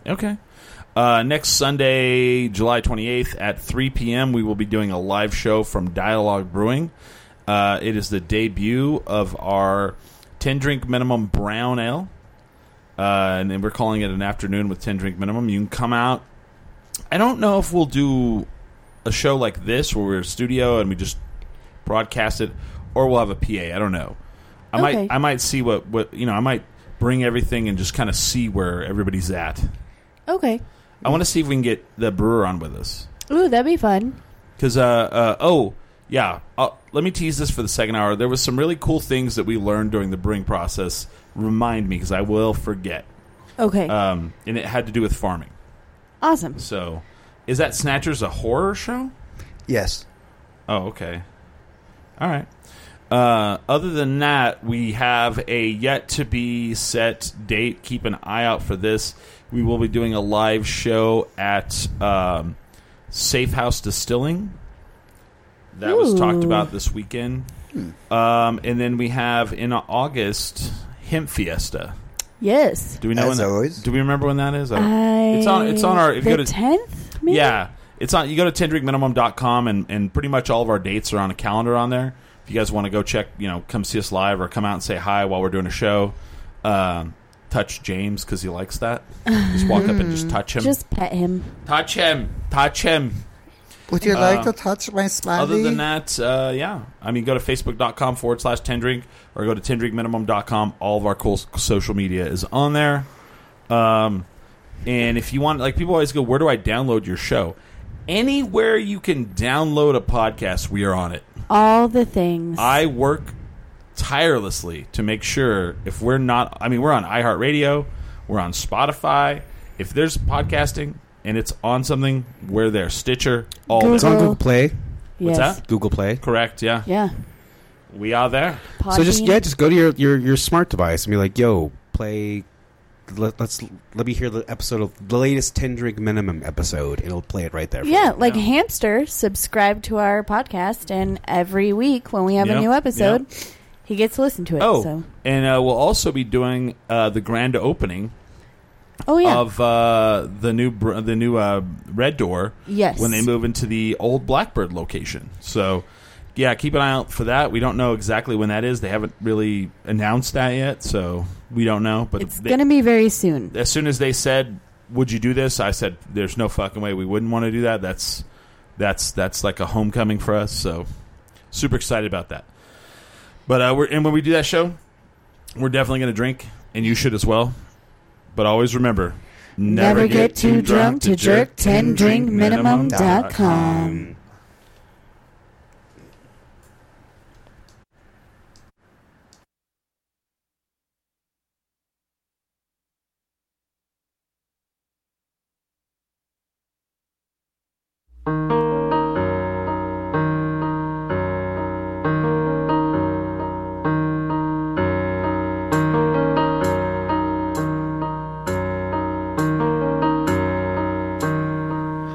S2: Okay. Uh, next Sunday, July 28th at 3 p.m., we will be doing a live show from Dialogue Brewing. Uh, it is the debut of our 10 drink minimum brown ale. Uh, and then we're calling it an afternoon with 10 drink minimum. You can come out. I don't know if we'll do a show like this where we're a studio and we just broadcast it, or we'll have a PA. I don't know. I
S5: Okay.
S2: might I might see what, what you know. I might bring everything and just kind of see where everybody's at.
S5: Okay.
S2: I want to see if we can get the brewer on with us
S5: Ooh, that'd be fun.
S2: because uh, uh oh yeah i let me tease this for the second hour. There was some really cool things that we learned during the brewing process. Remind me because I will forget.
S5: Okay.
S2: Um, and it had to do with farming.
S5: awesome.
S2: So, is that Snatchers a horror show?
S3: Yes.
S2: Oh, okay. All right. Uh, other than that, we have a yet to be set date. Keep an eye out for this. We will be doing a live show at um, Safe House Distilling. That was talked
S5: Ooh.
S2: about this weekend.
S3: Hmm.
S2: Um, and then we have in August Hemp Fiesta.
S5: Yes.
S2: Do we know
S3: As
S2: when that-
S3: always.
S2: Do we remember when that is? I don't-
S5: I,
S2: it's on. It's on our. If you
S5: the
S2: go to
S5: tenth. Maybe?
S2: yeah. It's on you go to tendrinkminimum.com and, and pretty much all of our dates are on a calendar on there. If you guys want to go check, you know, come see us live or come out and say hi while we're doing a show. Um, touch James because he likes that. Just walk up and just touch him.
S5: Just pet him.
S2: touch him. Touch him.
S3: Would you like to touch my smiley?
S2: Uh, Other than that, uh, yeah. I mean, go to facebook.com forward slash tendrink or go to tendrinkminimum.com. All of our cool s- social media is on there. Um, and if you want, like, people always go, where do I download your show? Anywhere you can download a podcast, we are on it.
S5: All the things.
S2: I work tirelessly to make sure if we're not, I mean, we're on iHeartRadio, we're on Spotify. If there's podcasting and it's on something, we're there. Stitcher, all
S5: Google.
S2: there.
S4: It's on Google Play.
S5: yes.
S2: that?
S4: Google Play.
S2: Correct, yeah.
S5: Yeah.
S2: We are there.
S4: So just
S5: Podbean.
S4: yeah, just go to your, your, your smart device and be like, yo, play. Let, let's let me hear the episode of the latest ten drink minimum episode, and it'll play it right there. for
S5: Yeah,
S4: you.
S5: like
S2: Yeah.
S5: Hamster, subscribe to our podcast, and every week when we have
S2: Yep,
S5: a new episode, he gets to listen to it.
S2: Oh,
S5: so.
S2: and uh, we'll also be doing uh, the grand opening
S5: oh yeah,
S2: of uh, the new br- the new uh, Red Door
S5: yes.
S2: when they move into the old Blackbird location. So, yeah, keep an eye out for that. We don't know exactly when that is. They haven't really announced that yet, so we don't know. But
S5: it's
S2: they-
S5: gonna be very soon.
S2: as soon as they said, "Would you do this?" I said, "There's no fucking way we wouldn't want to do that." That's that's that's like a homecoming for us. So super excited about that. But uh, we're and when we do that show, we're definitely going to drink, and you should as well. But always remember,
S5: Never get too drunk to jerk 10drinkminimum.com.
S2: dot com.
S4: Um,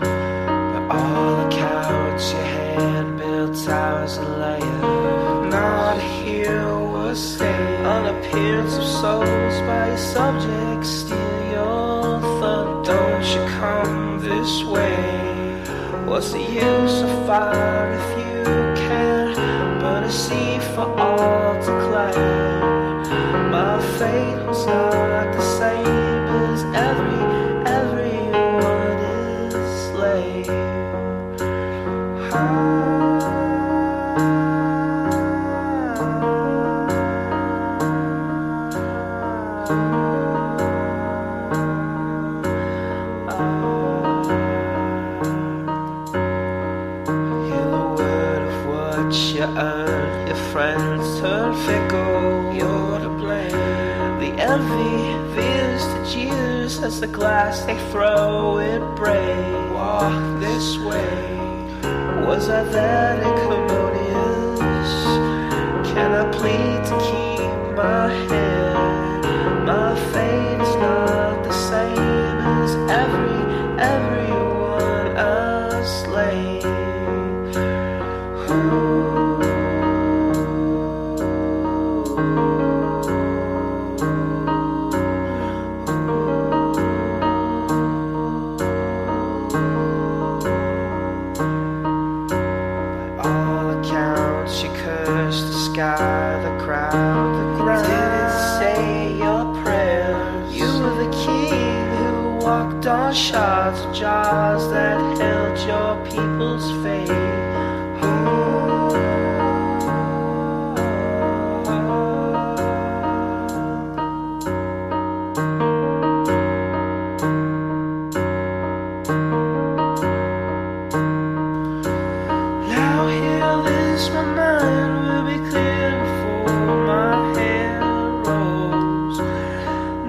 S7: All the couch, your hand-built towers and layers. Not a hero was saved. An appearance of souls by your subjects. Steal your thunder. Don't you come this way. What's the use of fire if you can't burn a sea for all to climb? My fate was not the same as every, everyone is Ah. slave. Ah. Hear the word of what you earn. Your friends turn fickle. You're to blame. The envy veers the jeers as the glass they throw it breaks. Walk this way. Was I that incommodious? Can I plead to keep my head? My fate is not the same as every everyone I slay. Ooh.
S8: the crowd. The crowd. Didn't say your prayers. You were the king who walked on shards of jars that held your people's fate. Now here is my mind will be clear before my hair rolls.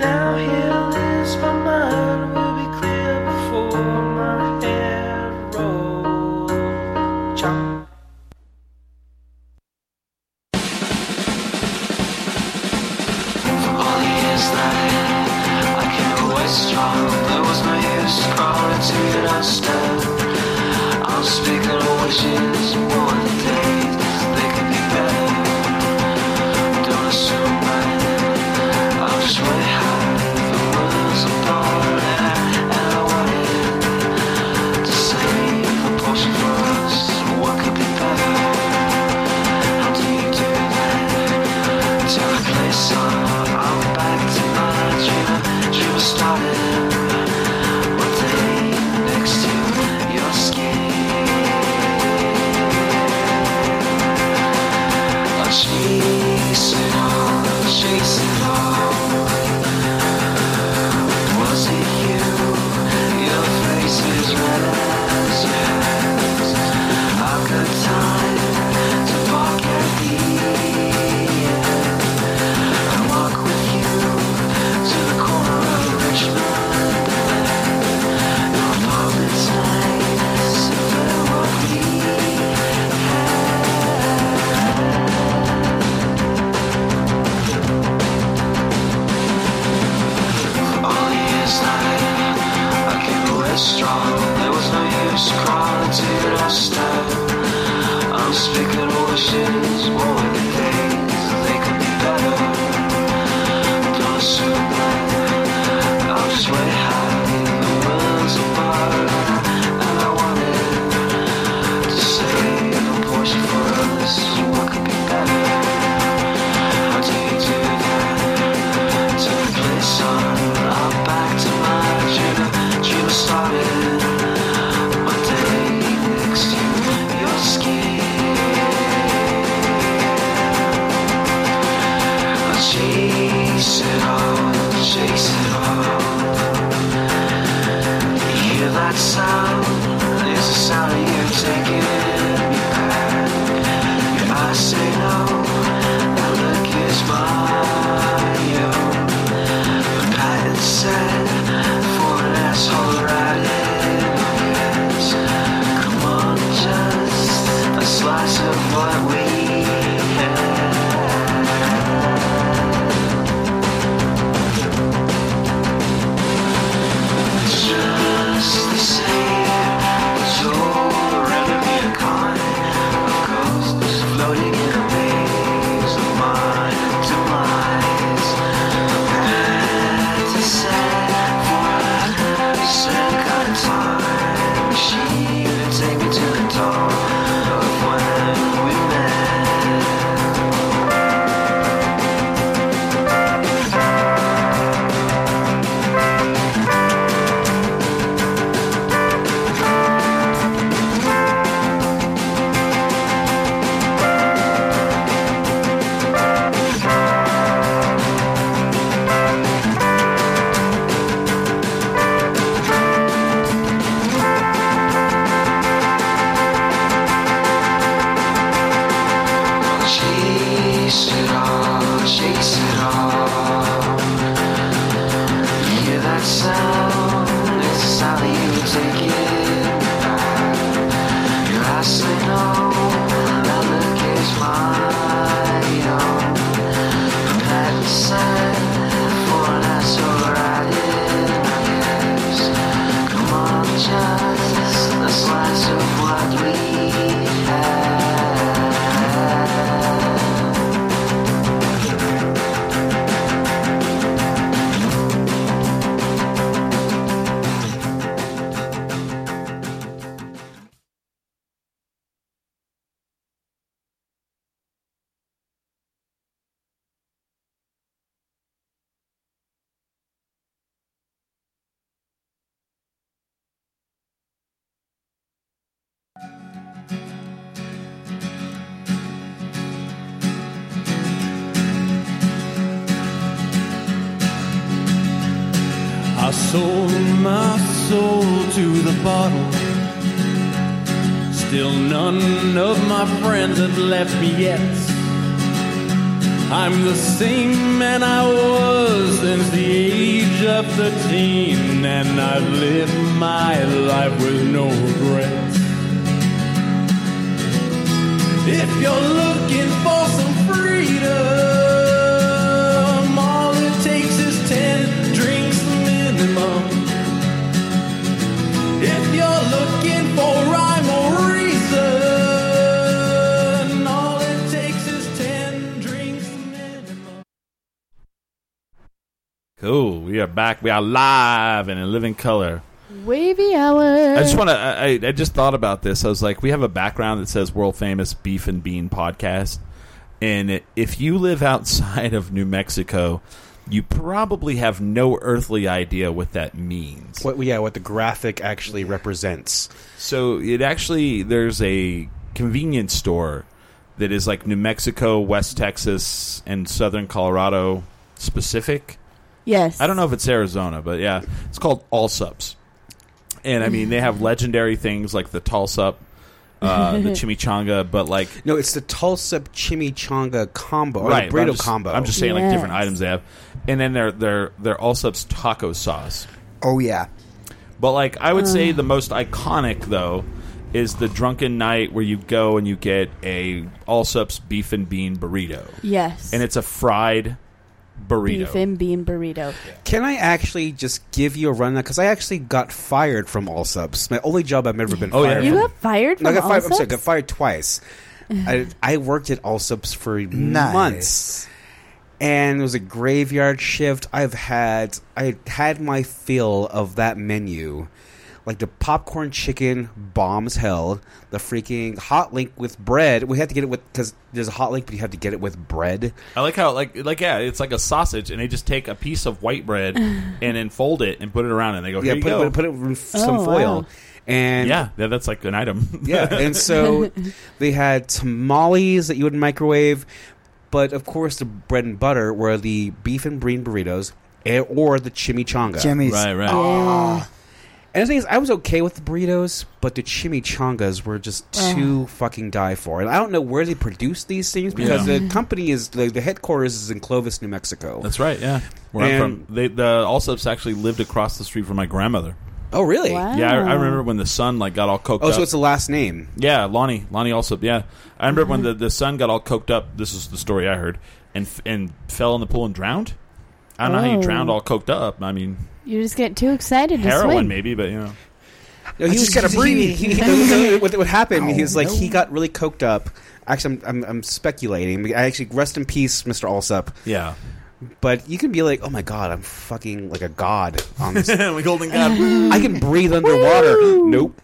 S8: Now here is my mind will be clear before my hair rolls. Chop.
S7: All the years that I had, I came away strong. There was no use crawling to an stand. I'm speaking of wishes more than faith. They could be better. Don't assume that. I'm just way high. The world's a ball and I, and I wanted to save a portion for us. What could be better? How do you do that? to a place on I'm back to my dream Dream started One day next to your skin I'm chasing on, chasing on Was it you? Your face is red as yours I've got time to bark at the end and walk with you to the corner of Richmond. Your apartment's nice, and there will be all the years that I had, I came away strong. There was no use crawling to the stand. I'm speaking of wishes more than things. They could be better. Don't assume that I'm just way high. The world's apart, and I wanted to save a portion for us. What could be better? How do you do that? To the place on, I'm back to my dream. Dream started. One day next to your skin. I'll chase it on, chase it on. You hear that sound? It's the sound of you taking me back. If I say no, that look is mine. yo. The pattern set for an asshole right in my hands. Come on, just a slice of what we had. Just the same
S1: I sold my soul to the bottle. Still none of my friends have left me yet. I'm the same man I was since the age of 13, and I've lived my life with no regrets. If you're looking for some freedom, all it takes is ten drinks minimum. If you're looking for rhyme or reason, all it takes is ten drinks minimum.
S2: Cool. We are back. We are live and in living color.
S5: Wavy hour.
S2: I just want to. I, I- I just thought about this. I was like, we have a background that says world famous beef and bean podcast, and if you live outside of New Mexico, you probably have no earthly idea what that means.
S4: What, yeah, what the graphic actually represents.
S2: So it actually there's a convenience store that is like New Mexico, West Texas, and Southern Colorado specific.
S5: yes.
S2: I don't know if it's Arizona, but yeah, it's called All Sups. And I mean, they have legendary things like the tall sup, uh, the chimichanga, but like
S4: No, it's the Tulsa chimichanga combo, or
S2: right
S4: the
S2: but I'm
S4: burrito
S2: just-
S4: combo.
S2: I'm just saying like different
S5: Yes.
S2: items they have, and then their their their All Sups taco sauce.
S3: Oh yeah,
S2: But like I would say the most iconic though is the drunken night where you go and you get a all sups beef and bean burrito.
S5: Yes.
S2: And it's a fried burrito.
S5: beef and bean burrito.
S4: Can I actually just give you a run now? Because I actually got fired from All Subs. My only job I've ever been
S2: Oh, yeah.
S4: fired
S5: You
S4: from.
S5: got fired from
S4: No, I got
S5: All
S4: fired. I'm sorry, I
S5: Subs?
S4: got fired twice. I, I worked at All Subs for
S3: nice.
S4: months, and it was a graveyard shift. I've had I had my fill of that menu. Like the popcorn chicken bombs hell, the freaking hot link with bread. We had to get it with because there's a hot link, but you have to get it with bread.
S2: I like how like like yeah, it's like a sausage and they just take a piece of white bread and then fold it and put it around and they go,
S4: Yeah,
S2: Here
S4: put,
S2: you go.
S4: It, put it in some
S5: Oh,
S4: foil,
S5: wow.
S4: and
S2: yeah, yeah, that's like an item.
S4: Yeah, and so they had tamales that you would microwave, but of course the bread and butter were the beef and bean burritos and, or the chimichanga.
S3: Jimmy's.
S2: right, right.
S4: and the thing is, I was okay with the burritos, but the chimichangas were just too fucking die for. And I don't know where they produce these things because
S2: Yeah.
S4: the company is like the headquarters is in Clovis, New Mexico.
S2: That's right, yeah. Where I'm
S4: And-
S2: from. They the all sups actually lived across the street from my grandmother.
S4: oh, really?
S5: Wow.
S2: Yeah, I, I remember when the son like got all coked
S4: Oh,
S2: up.
S4: so it's the last name.
S2: Yeah, Lonnie. Lonnie also. Yeah, I remember when the, the son got all coked up. This is the story I heard, and f- and fell in the pool and drowned. I don't know how you
S5: Oh.
S2: drowned all coked up. I mean,
S5: You just get too excited to
S2: heroin
S5: swim.
S2: maybe, but you know,
S4: No, he
S3: I
S4: was
S3: just gotta
S4: he-
S3: breathe. Oh,
S4: he- he- no, what, what happened? he
S3: Ow.
S4: was like he got really coked up. Actually, I'm, I'm, I'm speculating. I actually rest in peace, Mr. Alsop.
S2: yeah.
S4: But you can be like, oh my god, I'm fucking like a god. On this.
S2: we golden god.
S4: I can breathe underwater. nope.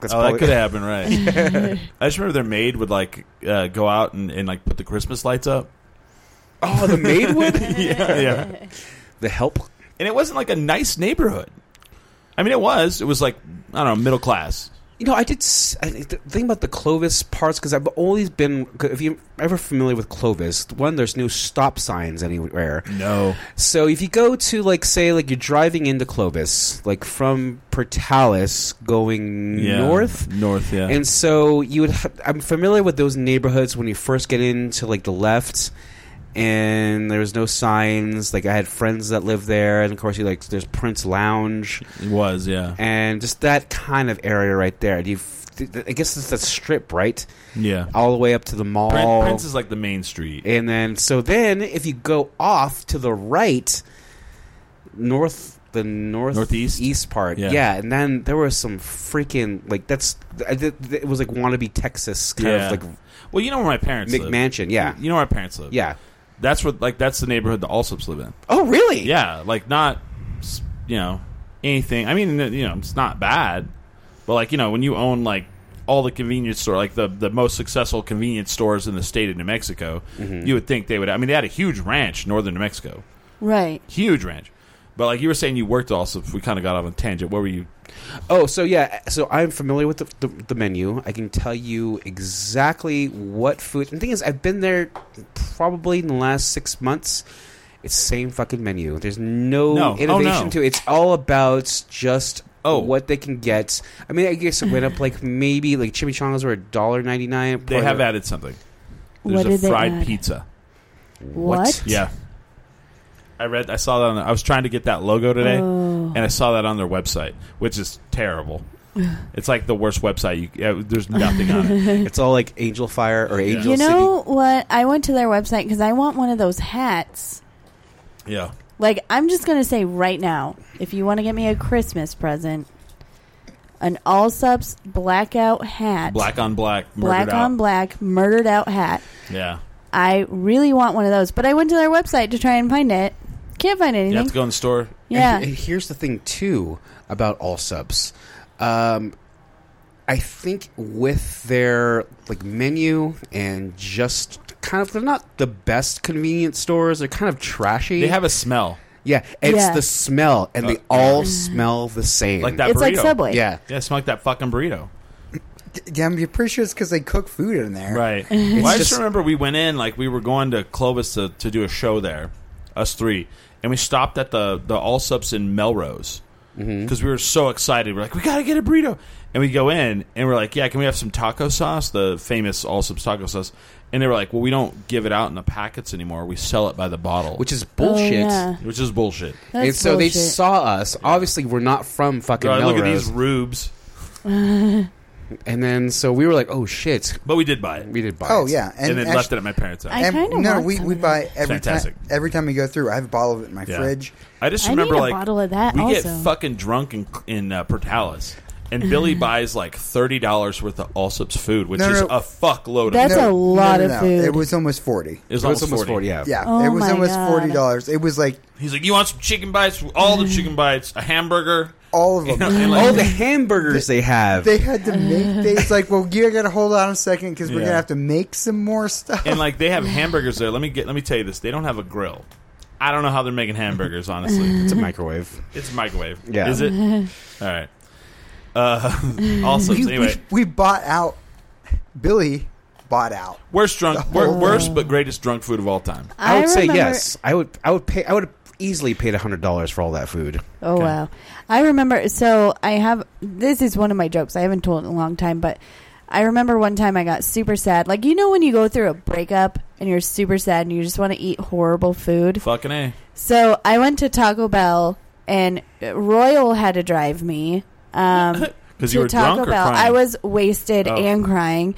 S4: That's
S2: Oh, that
S4: probably-
S2: could have happened, right? I just remember their maid would like uh, go out and, and like put the Christmas lights up.
S4: Oh, the maid would.
S2: yeah, yeah.
S4: the help.
S2: And it wasn't like a nice neighborhood. I mean, it was. It was like I don't know, middle class.
S4: You know, I did. s I the thing about the Clovis parts because I've always been. If you're ever familiar with Clovis, one there's no stop signs anywhere.
S2: No.
S4: So if you go to like say like you're driving into Clovis, like from Portales going
S2: Yeah.
S4: north,
S2: North. Yeah.
S4: and so you would. Ha- I'm familiar with those neighborhoods when you first get into like the left, and there was no signs. Like I had friends that lived there, and of course you like there's Prince Lounge,
S2: it was. Yeah.
S4: and just that kind of area right there. Do you? f- th- th- I guess it's that strip, right?
S2: Yeah.
S4: All the way up to the mall.
S2: Prin- Prince is like the main street.
S4: And then, so then, if you go off to the right, north, the north
S2: Northeast?
S4: east part,
S2: Yeah.
S4: yeah. and then there was some freaking like that's I did- it was like wannabe Texas kind
S2: Yeah.
S4: of like
S2: Well, you know where my parents live.
S4: McMansion, yeah,
S2: You know where my parents live.
S4: yeah.
S2: That's what like that's the neighborhood the Allsops live in.
S4: Oh, really?
S2: Yeah, like not s- you know anything. I mean, you know, it's not bad, but like you know when you own like all the convenience store, like the the most successful convenience stores in the state of New Mexico, you would think they would. I mean, they had a huge ranch, in northern New Mexico,
S5: Right.
S2: huge ranch. But like you were saying, you worked at Allsops. We kind of got off on a tangent. Where were you?
S4: Oh, so yeah, so I'm familiar with the, the, the menu. I can tell you exactly what food. And the thing is, I've been there probably in the last six months, It's same fucking menu. There's no,
S2: No. Oh,
S4: innovation
S2: no.
S4: to it. It's all about just
S2: Oh.
S4: what they can get. I mean, I guess it went up like maybe like chimichangas were a dollar ninety nine.
S2: They have added something. There's
S5: What
S2: a
S5: did they
S2: fried
S5: add?
S2: pizza.
S5: What?
S2: Yeah. I read. I saw that. On the, I was trying to get that logo today,
S5: Oh.
S2: and I saw that on their website, which is terrible. it's like the worst website. You, uh, there's nothing on it.
S4: It's all like Angel Fire or Angel
S5: You
S4: City.
S5: know what? I went to their website because I want one of those hats.
S2: Yeah.
S5: Like, I'm just going to say right now if you want to get me a Christmas present, an all subs blackout hat,
S2: Black on black.
S5: black
S2: murdered
S5: on
S2: out.
S5: black, murdered out hat.
S2: Yeah.
S5: I really want one of those, but I went to their website to try and find it. Can't find
S2: You have
S5: anything.
S2: to go in the store.
S5: Yeah.
S4: And, and here's the thing too about all subs. Um, I think with their like menu and just kind of they're not the best convenience stores. They're kind of trashy.
S2: They have a smell
S4: yeah, it's
S5: Yeah.
S4: the smell, and they all smell the same.
S2: like that.
S5: It's like
S2: burrito.
S5: Subway.
S4: Yeah,
S2: Yeah, smell like that fucking burrito.
S3: Yeah, I'm pretty sure it's because they cook food in there.
S2: Right. well, I just
S4: just-
S2: remember we went in like we were going to Clovis to, to do a show there, us three, and we stopped at the the All Subs in Melrose because
S4: Mm-hmm.
S2: we were so excited. We're like, we gotta get a burrito, and we go in and we're like, yeah, can we have some taco sauce, the famous All Subs taco sauce? And they were like, well, we don't give it out in the packets anymore. We sell it by the bottle,
S4: which is bullshit.
S5: Oh, yeah.
S2: which is bullshit.
S5: That's
S4: and so they
S5: bullshit.
S4: saw us. Obviously, we're not from fucking
S2: They're like,
S4: Melrose.
S2: look at these rubes,
S4: And then so we were like, "Oh shit,
S2: but we did buy it,
S4: we did buy."
S3: Oh
S4: it.
S3: yeah,
S2: and,
S3: and,
S2: then
S3: actu-
S2: left it at my parents' house.
S5: I-
S3: and-
S5: kinda
S3: no,
S5: want
S3: we,
S5: some
S3: we
S5: of
S3: buy
S5: that.
S3: every time.
S2: Fantastic.
S3: Every time we go through, I have a bottle of it in my
S2: Yeah.
S3: fridge.
S2: I just
S5: I
S2: remember
S5: need a
S2: like
S5: bottle of that
S2: we
S5: also. Mm-hmm.
S2: get fucking drunk in in uh, Portales, and Billy buys like thirty dollars worth of Allsup's food, which
S3: No,
S2: is
S3: no.
S2: a fuckload.
S5: That's
S2: of
S5: a lot of food.
S3: It was almost forty.
S2: it was
S4: It was
S2: almost, 40.
S4: yeah.
S3: Yeah,
S5: Oh
S3: it was
S5: my
S3: almost
S5: God.
S3: forty dollars. It was like
S2: He's like, "You want some chicken bites? All the
S5: Mm.
S2: chicken bites, a hamburger."
S3: all of
S2: You
S3: them.
S2: know, and, like,
S4: All the hamburgers they have.
S3: They had to make things like, well, you gotta hold on a second because we're
S2: Yeah.
S3: gonna have to make some more stuff.
S2: and like they have hamburgers there. Let me get. Let me tell you this: they don't have a grill. I don't know how they're making hamburgers. Honestly,
S5: Mm-hmm.
S4: it's a microwave.
S2: it's a microwave.
S4: Yeah.
S2: is it? All right. Uh, also,
S3: we,
S2: anyway,
S3: we, we bought out. Billy bought out.
S2: worst drunk, wor- worst but greatest drunk food of all time.
S4: I, would say
S5: remember-
S4: yes. I would. I would pay. I would have easily paid hundred dollars for all that food.
S5: Oh wow! I remember. So I have this is one of my jokes. I haven't told in a long time, but I remember one time I got super sad. Like you know when you go through a breakup and you're super sad and you just want to eat horrible food.
S2: Fucking a.
S5: So I went to Taco Bell and Royal had to drive me. Um,
S2: Because
S5: to
S2: you were
S5: Taco
S2: drunk or
S5: Bell.
S2: crying?
S5: I was wasted
S2: Oh.
S5: and crying,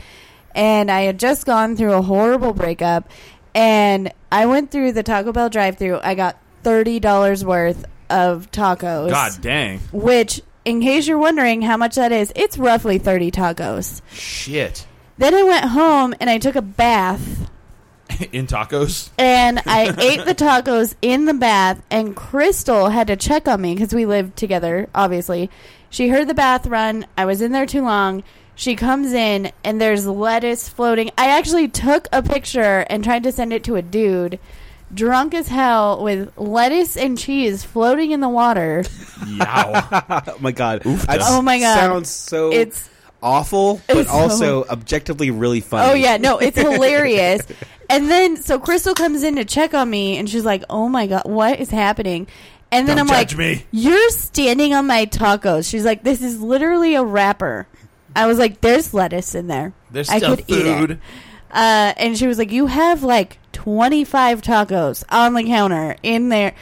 S5: and I had just gone through a horrible breakup. And I went through the Taco Bell drive-through. I got thirty dollars worth of tacos.
S2: God dang.
S5: Which, in case you're wondering how much that is, it's roughly thirty tacos.
S2: Shit.
S5: Then I went home and I took a bath.
S2: In tacos?
S5: And I ate the tacos in the bath, and Crystal had to check on me because we lived together, obviously. She heard the bath run. I was in there too long. She comes in, and there's lettuce floating. I actually took a picture and tried to send it to a dude, drunk as hell, with lettuce and cheese floating in the water.
S2: Yow.
S4: Oh my god!
S2: That
S5: Oh my God.
S4: Sounds so
S5: It's-
S4: awful, but
S5: It's so-
S4: also objectively really funny.
S5: Oh yeah, no, it's hilarious. And then so Crystal comes in to check on me, and she's like, "Oh my god, what is happening?" And then
S2: Don't
S5: I'm like,
S2: judge me.
S5: "You're standing on my tacos." She's like, "This is literally a wrapper." I was like, "There's lettuce in there.
S2: There's
S5: I
S2: still
S5: could eat it."
S2: food.
S5: Uh, and she was like, "You have like 25 tacos on the counter in there."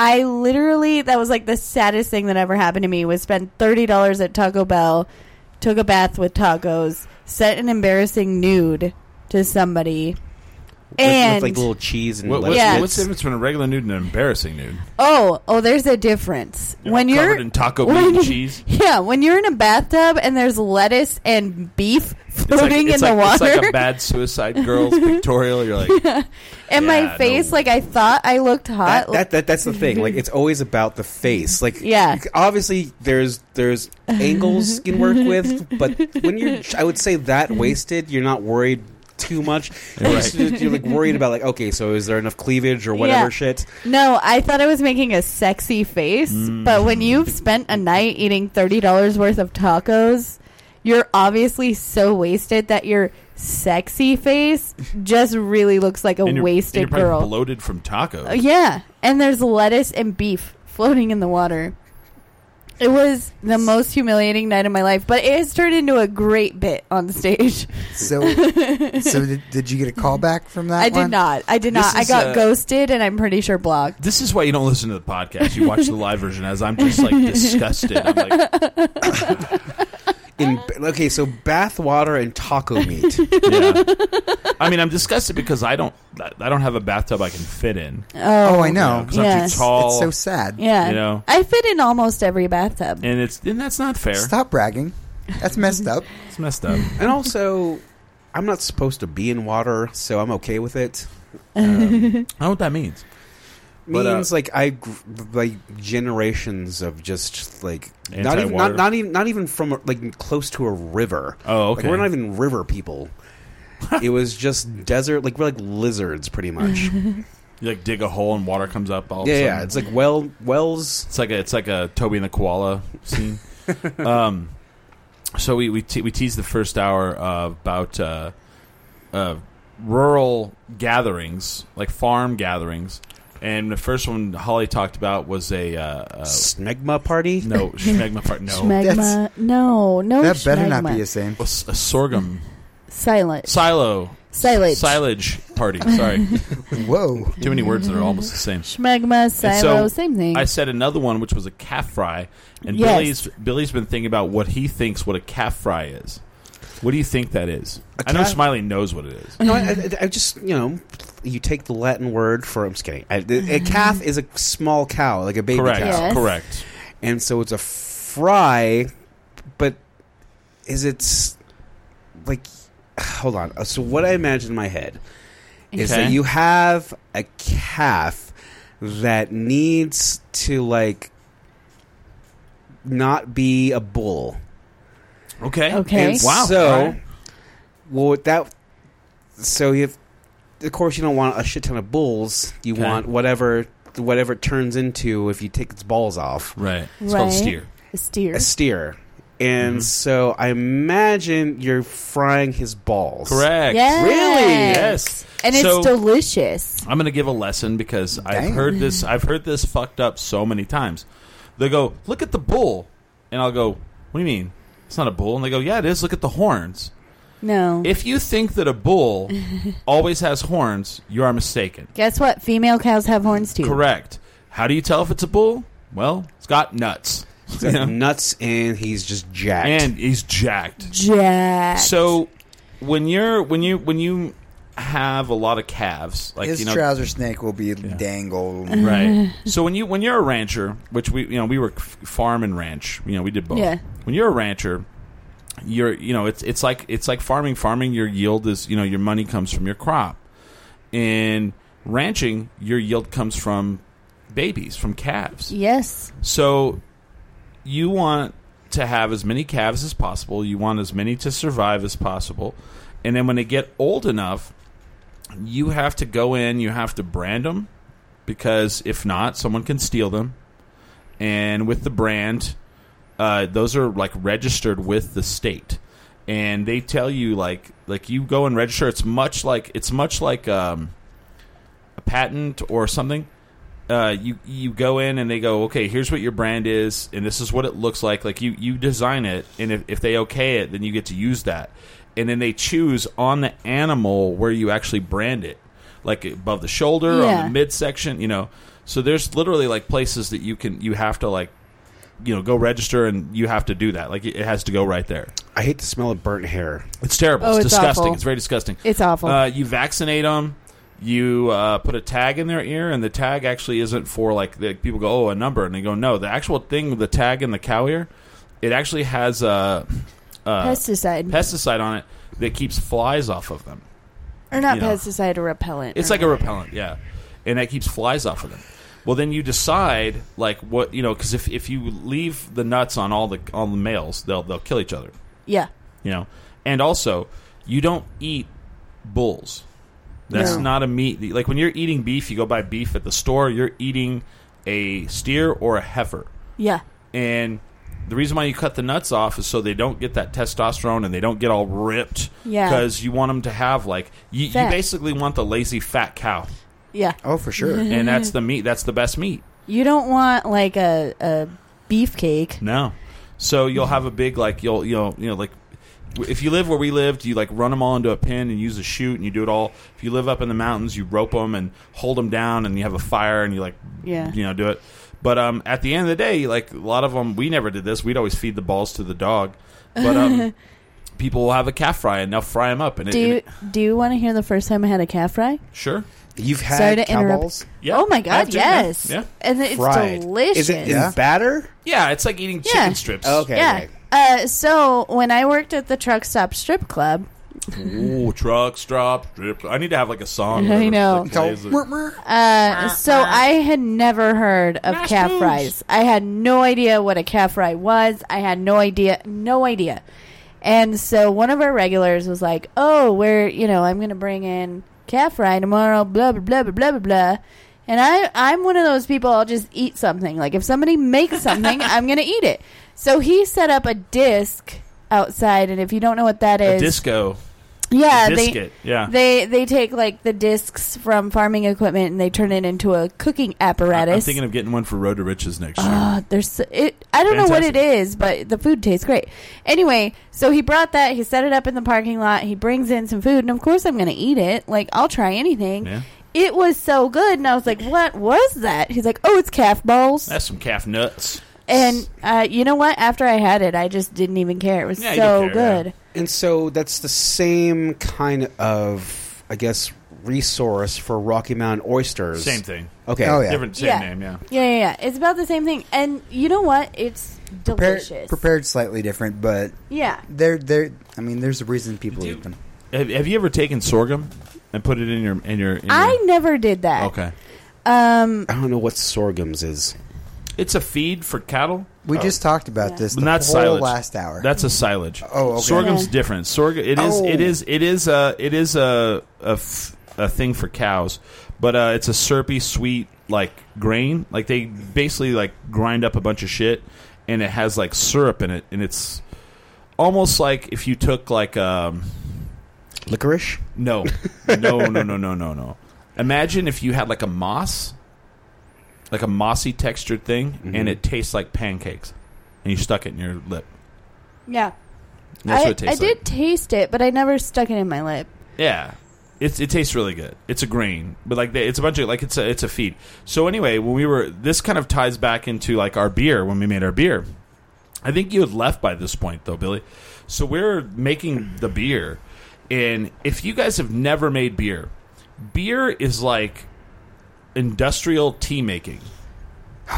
S5: I literally that was like the saddest thing that ever happened to me was spend thirty dollars at Taco Bell, took a bath with tacos, sent an embarrassing nude to somebody,
S4: With-
S5: and
S4: with, like little cheese and
S2: What, what's,
S4: lettuce.
S5: Yeah.
S2: what's the difference between a regular nude and an embarrassing nude?
S5: oh oh, there's a difference when
S2: covered
S5: you're
S2: in taco meat
S5: when
S2: and
S5: you-
S2: cheese.
S5: Yeah, when you're in a bathtub and there's lettuce and beef
S2: It's like,
S5: floating
S2: it's,
S5: in
S2: like,
S5: the water.
S2: it's like a bad Suicide Girls pictorial. You're like,
S5: and
S2: Yeah,
S5: my face,
S2: no.
S5: like I thought I looked hot.
S4: That, that, that that's the thing. Like it's always about the face. Like
S5: Mm-hmm. Yeah.
S4: you c- obviously there's there's angles you can work with, but when you're, I would say that wasted, you're not worried too much. You're, just- you're, like worried about like okay, so is there enough cleavage or whatever
S5: Yeah.
S4: shit?
S5: No, I thought I was making a
S2: Mm.
S5: sexy face, but when you've spent a night eating thirty dollars worth of tacos, you're obviously so wasted that your sexy face just really looks like a
S2: and you're,
S5: wasted
S2: and you're probably
S5: girl.
S2: bloated from tacos.
S5: Uh, yeah, and there's lettuce and beef floating in the water. It was the most humiliating night of my life, but it has turned into a great bit on stage.
S3: So, so did, did you get a call back from that?
S5: I did
S3: one?
S5: not. I did
S2: This
S5: not. I
S2: is,
S5: got
S2: uh,
S5: ghosted, and I'm pretty sure blocked.
S2: This is why you don't listen to the podcast. You watch the live version as I'm just like disgusted. I'm like,
S4: In, okay, so bath water and taco meat.
S2: yeah. I mean, I'm disgusted because I don't, I don't have a bathtub I can fit in.
S5: Oh,
S3: Oh, I
S2: You know,
S3: know.
S2: 'cause I'm
S5: Yes.
S2: too tall.
S3: It's so sad.
S5: Yeah,
S2: You know?
S5: I fit in almost every bathtub.
S2: and it's and that's not fair.
S3: Stop bragging. That's messed up.
S2: It's messed up.
S4: and also, I'm not supposed to be in water, so I'm okay with it. Um,
S2: I know what that means. But, uh,
S4: means like I gr- like generations of just like not even
S2: Anti-water.
S4: not, not even not even from a- like close to a river.
S2: Oh,
S4: Like,
S2: okay.
S4: we're not even river people. it was just desert. Like we're like lizards, pretty much.
S2: You like dig a hole and water comes up. All of a
S4: yeah,
S2: sudden.
S4: yeah. It's like well wells.
S2: It's like a it's like a Toby and the Koala scene. um, so we we te- we teased the first hour uh, about uh, uh, rural gatherings, like farm gatherings, and the first one Holly talked about was a uh, uh,
S4: Smegma party.
S2: no schmegma part no
S5: Schmegma.
S3: That's-
S5: No, no.
S3: that better not
S5: schmegma.
S3: be a same.
S2: a, s- a sorghum
S5: silent.
S2: silo
S5: Silage.
S2: silage party. Sorry,
S3: Whoa.
S2: too many words that are almost the same.
S5: Schmegma,
S2: so
S5: silo, same thing.
S2: I said another one, which was a calf fry, and
S5: Yes.
S2: Billy's Billy's been thinking about what he thinks what a calf fry is. What do you think that is? I know
S4: calf-
S2: Smiley knows what it is.
S4: No, I, I, I just you know you take the Latin word for I'm just kidding. I, a calf is a small cow, like a baby
S2: Mm-hmm. Correct,
S4: cow,
S5: Yes.
S2: correct.
S4: and so it's a fry. But is it s- like? Hold on. Uh, So what I imagine in my head is
S2: Okay.
S4: that you have a calf that needs to like not be a bull.
S2: Okay,
S5: Okay.
S4: And
S2: wow.
S4: So,
S2: Alright.
S4: well, with that so you, have, of course, you don't want a shit ton of bulls. You
S2: Okay.
S4: want whatever whatever it turns into if you take its balls off
S2: right. It's
S5: Right.
S2: called steer.
S5: A steer.
S4: a steer. And
S2: Mm-hmm.
S4: so I imagine you're frying his balls.
S2: Correct.
S5: Yes.
S2: Yes.
S5: And it's
S2: So-
S5: delicious.
S2: I'm going to give a lesson because I've
S3: Dang.
S2: heard this. I've heard this fucked up so many times. They go, "Look at the bull," and I'll go, "What do you mean? It's not a bull." And they go, "Yeah, it is. Look at the horns."
S5: No.
S2: If you think that a bull always has horns, you are mistaken.
S5: Guess what? Female cows have horns too.
S2: Correct. How do you tell if it's a bull? Well, it's got nuts.
S4: He's got nuts and he's just jacked.
S2: And he's jacked.
S5: Jack.
S2: So when you're when you when you have a lot of calves, like
S3: His
S2: you know
S3: trouser snake will be dangled.
S5: Uh-huh.
S2: Right. so when you when you're a rancher, which we you know we were f- farm and ranch, you know we did both.
S5: Yeah.
S2: When you're a rancher, you're you know it's it's like it's like farming. Farming, your yield is you know your money comes from your crop. In ranching, your yield comes from babies, from calves.
S5: yes.
S2: So you want to have as many calves as possible. You want as many to survive as possible. And then when they get old enough, you have to go in, you have to brand them because if not, someone can steal them. And with the brand, uh, those are like registered with the state. And they tell you like like you go and register. It's much like it's much like um, a patent or something uh, you you go in and they go, okay, here's what your brand is, and this is what it looks like. Like you you design it, and if, if they okay it, then you get to use that. And then they choose on the animal where you actually brand it, like above the shoulder, on
S5: Yeah.
S2: the midsection, you know. So there's literally like places that you can you have to like, you know, go register, and you have to do that. Like it it has to go right there.
S4: I hate the smell of burnt hair.
S2: It's terrible.
S5: Oh,
S2: it's,
S5: it's
S2: disgusting.
S5: awful.
S2: It's very disgusting.
S5: It's awful.
S2: Uh, you vaccinate them. You uh, put a tag in their ear, and the tag actually isn't for like the, people go, oh, a number, and they go, no. The actual thing, the tag in the cow ear, it actually has a, a
S5: pesticide.
S2: pesticide on it that keeps flies off of them.
S5: or not
S2: you know.
S5: pesticide, a repellent.
S2: It's
S5: or
S2: like a repellent, yeah, and that keeps flies off of them. Well, then you decide like what you know because if, if you leave the nuts on all the all the males, they'll they'll kill each other.
S5: Yeah.
S2: you know and also you don't eat bulls that's
S3: No.
S2: not a meat like when you're eating beef you go buy beef at the store you're eating a steer or a heifer
S5: Yeah.
S2: and The reason why you cut the nuts off is so they don't get that testosterone and they don't get all ripped.
S5: Yeah.
S2: Because you want them to have like you, you
S5: Fat.
S2: basically want the lazy fat cow,
S5: Yeah.
S3: Oh, for
S5: Mm-hmm.
S3: sure.
S2: and that's the meat. That's the best meat.
S5: You don't want like a, a beefcake.
S2: No. So you'll have a big like you'll you'll you know like w- if you live where we lived, you like run them all into a pin and use a chute and you do it all. If you live up in the mountains, you rope them and hold them down and you have a fire and you like
S5: Yeah.
S2: you know do it. But um, at the end of the day, like a lot of them, we never did this. We'd always feed the balls to the dog, but um, people will have a calf fry and they'll fry them up and it,
S5: Do
S2: and
S5: you,
S2: it-
S5: do you want to hear the first time I had a calf fry?
S2: sure.
S3: You've had
S5: Sorry to
S3: cow
S5: interrupt.
S3: balls?
S2: Yeah,
S5: oh my
S2: I have
S5: god,
S2: to, yeah.
S5: yes.
S2: Yeah.
S5: And it's
S4: Fried.
S5: delicious.
S4: Is it in
S3: Yeah.
S4: batter?
S2: yeah, it's like eating
S5: Yeah.
S2: chicken strips.
S4: Okay.
S5: yeah. Uh, so when I worked at the truck stop strip club,
S2: Ooh, trucks drop, strip. I need to have like a song.
S5: I know.
S2: that
S3: It's all
S2: plays it.
S3: murmur.
S5: uh, so I had never heard of calf fries. I had no idea what a calf fry was. I had no idea, no idea. And so one of our regulars was like, "Oh, we're you know I'm gonna bring in calf fry tomorrow." Blah blah blah blah blah blah. blah. And I I'm one of those people. I'll just eat something. Like if somebody makes something, I'm gonna eat it. So he set up a disc outside, and if you don't know what that
S2: A
S5: is,
S2: disco.
S5: yeah, they-
S2: biscuit. yeah.
S5: They they take like the discs from farming equipment and they turn it into a cooking apparatus.
S2: I'm thinking of getting one for Road to Riches next year.
S5: Ah, there's so- it. I don't know what it
S2: Fantastic.
S5: is, but the food tastes great. Anyway, so he brought that. He set it up in the parking lot. He brings in some food, and of course, I'm going to eat it. Like I'll try anything.
S2: Yeah.
S5: It was so good, and I was like, "What was that?" He's like, "Oh, it's calf balls."
S2: That's some calf nuts.
S5: and uh, you know what? After I had it, I just didn't even care. It was
S2: Yeah, you
S5: so
S2: don't care, yeah.
S5: good.
S4: And so that's the same kind of, I guess, resource for Rocky Mountain oysters.
S2: Same thing.
S4: Okay.
S3: Oh, yeah.
S2: Different same
S5: Yeah.
S2: name, yeah.
S5: Yeah, yeah, yeah. It's about the same thing, and you know what? It's
S3: Prepared,
S5: delicious.
S3: prepared slightly different, but
S5: Yeah.
S3: they're they're. I mean, there's a reason people
S2: Do-
S3: eat them.
S2: Have, have you ever taken sorghum and put it in your in your? In
S5: I
S2: your-
S5: never did that.
S2: okay.
S5: Um,
S4: I don't know what sorghums is.
S2: It's a feed for cattle.
S3: We just talked about this
S2: Oh.
S3: the
S2: But not
S3: whole
S2: silage.
S3: last hour.
S2: That's a silage.
S3: Oh, okay.
S2: Sorghum's
S5: Yeah.
S2: different. Sorghum. It is. It
S3: Oh.
S2: is. It is a. It is a a, f- a thing for cows, but uh, it's a syrupy, sweet like grain. Like they basically like grind up a bunch of shit, and it has like syrup in it, and it's almost like if you took like um
S4: Licorice?
S2: no no no no no no no. Imagine if you had like a moss, like a mossy textured thing,
S3: Mm-hmm.
S2: and it tastes like pancakes, and you stuck it in your lip.
S5: yeah.
S2: That's
S5: I,
S2: what it tastes
S5: I
S2: like.
S5: did taste it, but I never stuck it in my lip.
S2: Yeah. It's, it tastes really good. It's a grain, but like they, it's a bunch of like it's a it's a feed. So anyway, when we were this kind of ties back into like our beer when we made our beer. I think you had left by this point though, Billy. So we're making the beer, and if you guys have never made beer, beer is like industrial tea making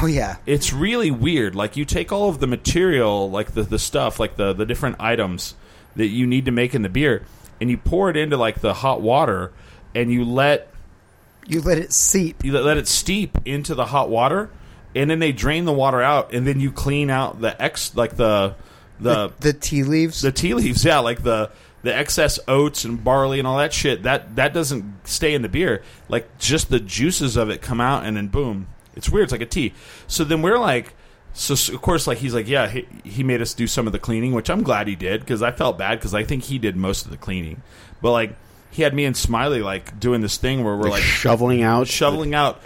S3: oh yeah,
S2: it's really weird. Like you take all of the material, like the the stuff, like the the different items that you need to make in the beer, and you pour it into like the hot water, and you let
S3: you let it seep.
S2: you let- let it steep into the hot water, and then they drain the water out, and then you clean out the ex like the the
S3: The tea leaves.
S2: Uh, the tea leaves, yeah, like the the excess oats and barley and all that shit. That that doesn't stay in the beer. Like just the juices of it come out, and then boom, it's weird. It's like a tea. So then we're like, so so of course, like he's like, yeah, he, he made us do some of the cleaning, which I'm glad he did because I felt bad because I think he did most of the cleaning, but like. He had me and Smiley like doing this thing where we're
S4: Like,
S2: like
S4: shoveling out?
S2: shoveling out.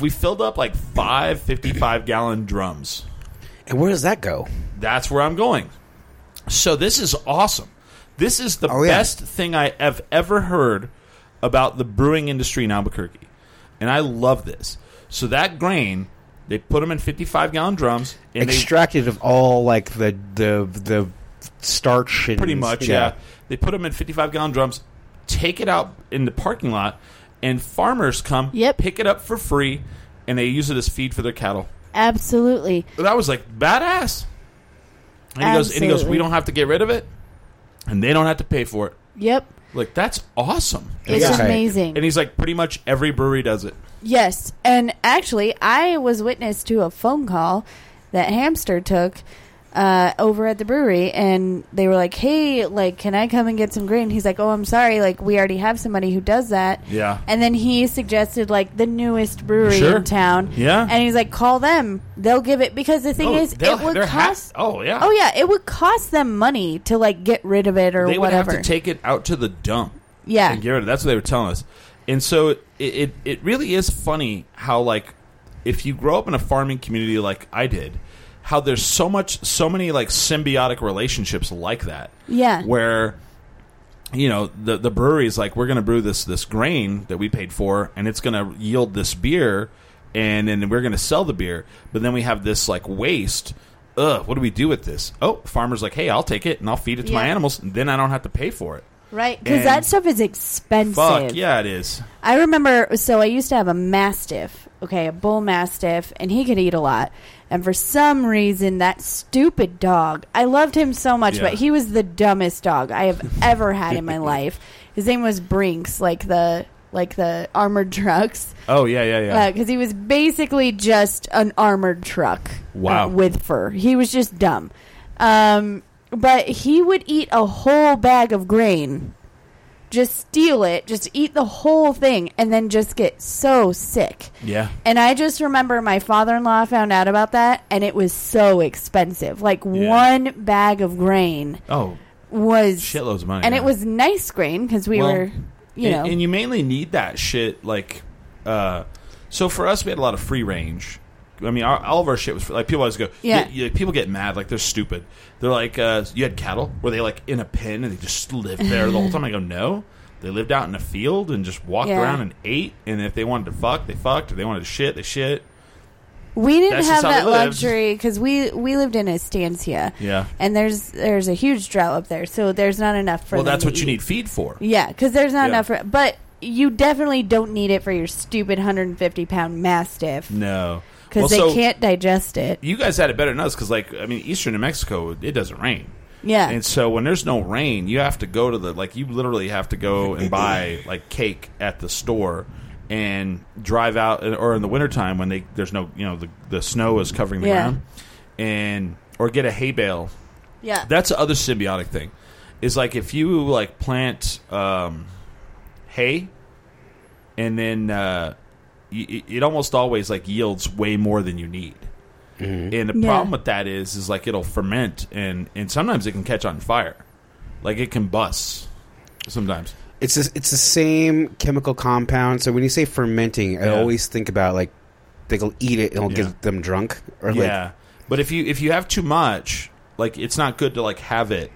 S2: We filled up like five 55 gallon drums.
S4: And where does that go?
S2: That's where I'm going. So this is awesome. This is the
S3: Oh, yeah.
S2: best thing I have ever heard about the brewing industry in Albuquerque, and I love this. So that grain, they put them in 55 gallon drums, and
S4: Extracted of all like the the the starch and
S2: they pretty much yeah. they put them in 55 gallon drums, take it out in the parking lot, and farmers come
S5: Yep.
S2: pick it up for free, and they use it as feed for their cattle.
S5: Absolutely.
S2: that was like badass. And he goes, and he goes,
S5: Absolutely.
S2: we don't have to get rid of it, and they don't have to pay for it.
S5: Yep.
S2: Like that's awesome.
S5: It's
S4: Yeah.
S5: amazing.
S2: And he's like, pretty much every brewery does it.
S5: yes. And actually, I was witness to a phone call that Hamster took uh, over at the brewery, and they were like, "Hey, like, can I come and get some grain?" And he's like, "Oh, I'm sorry, like, we already have somebody who does that."
S2: Yeah.
S5: And then he suggested like the newest brewery
S2: Sure.
S5: in town.
S2: Yeah.
S5: And he's like, "Call them; they'll give it." Because the thing
S9: Oh,
S5: is,
S9: they'll-
S5: it would
S9: they're ha-
S5: cost.
S9: oh, yeah.
S5: Oh yeah, it would cost them money to like get rid of it or
S2: they would
S5: whatever.
S2: have to take it out to the dump.
S5: yeah.
S2: and get rid of. That's what they were telling us. And so it, it it really is funny how like if you grow up in a farming community like I did, how there's so much so many like symbiotic relationships like that.
S5: Yeah.
S2: Where you know the the brewery is like we're going to brew this this grain that we paid for and it's going to yield this beer and then we're going to sell the beer but then we have this like waste Ugh, what do we do with this? Oh, farmer's like, hey, I'll take it and I'll feed it to my
S5: Yeah.
S2: animals. And then I don't have to pay for it.
S5: Right, because
S2: And-
S5: that stuff is expensive.
S2: Fuck, yeah, it is.
S5: I remember, so I used to have a mastiff, okay, a bull mastiff, and he could eat a lot. And for some reason, that stupid dog, I loved him so much,
S2: Yeah.
S5: but he was the dumbest dog I have ever had in my life. His name was Brinks, like the like the armored trucks,
S2: Oh yeah, yeah, yeah.
S5: because Uh, he was basically just an armored truck.
S2: Wow.
S5: uh, with fur, he was just dumb. Um, but he would eat a whole bag of grain just steal it, just eat the whole thing, and then just get so sick.
S2: yeah.
S5: And I just remember my father in law found out about that, and it was so expensive. Like
S2: Yeah.
S5: one bag of grain
S2: Oh,
S5: was
S2: shitloads of money.
S5: and
S2: yeah.
S5: it was nice grain because we
S2: Well,
S5: were, you
S2: and,
S5: know,
S2: and you mainly need that shit. Like, uh, so for us, we had a lot of free range. I mean, our, all of our shit was free. like people always go.
S5: Yeah.
S2: you- you- people get mad, like they're stupid. They're like, uh, you had cattle? Were they like in a pen and they just lived there the whole time? I go, no. They lived out in a field and just walked
S5: Yeah.
S2: around and ate. And if they wanted to fuck, they fucked. If they wanted to shit, they shit.
S5: we didn't
S2: that's
S5: have
S2: just how
S5: that
S2: they lived.
S5: luxury because we we lived in Estancia.
S2: Yeah.
S5: and there's there's a huge drought up there, so there's not enough for.
S2: well,
S5: them
S2: that's
S5: to
S2: what you
S5: eat.
S2: need feed for.
S5: Yeah, because there's not
S2: Yeah.
S5: enough for. But you definitely don't need it for your stupid 150 pound mastiff
S2: No,
S5: because
S2: Well,
S5: they
S2: so
S5: can't digest it.
S2: You guys had it better than us because, like, I mean, eastern New Mexico, it doesn't rain.
S5: Yeah.
S2: And so when there's no rain, you have to go to the like you literally have to go and buy like cake at the store and drive out uh, or in the wintertime when they there's no you know the the snow is covering the
S5: Yeah.
S2: ground and or get a hay bale.
S5: yeah.
S2: That's the other symbiotic thing. Is like if you like plant um, hay and then uh, y- it almost always like yields way more than you need. And the
S5: Yeah.
S2: problem with that is, is like it'll ferment and and sometimes it can catch on fire, like it can bust. Sometimes,
S4: It's the- it's the same chemical compound. So when you say fermenting, I
S2: Yeah.
S4: always think about like they'll eat it and it'll
S2: Yeah.
S4: get them drunk or
S2: yeah.
S4: like
S2: but if you if you have too much, like it's not good to like have it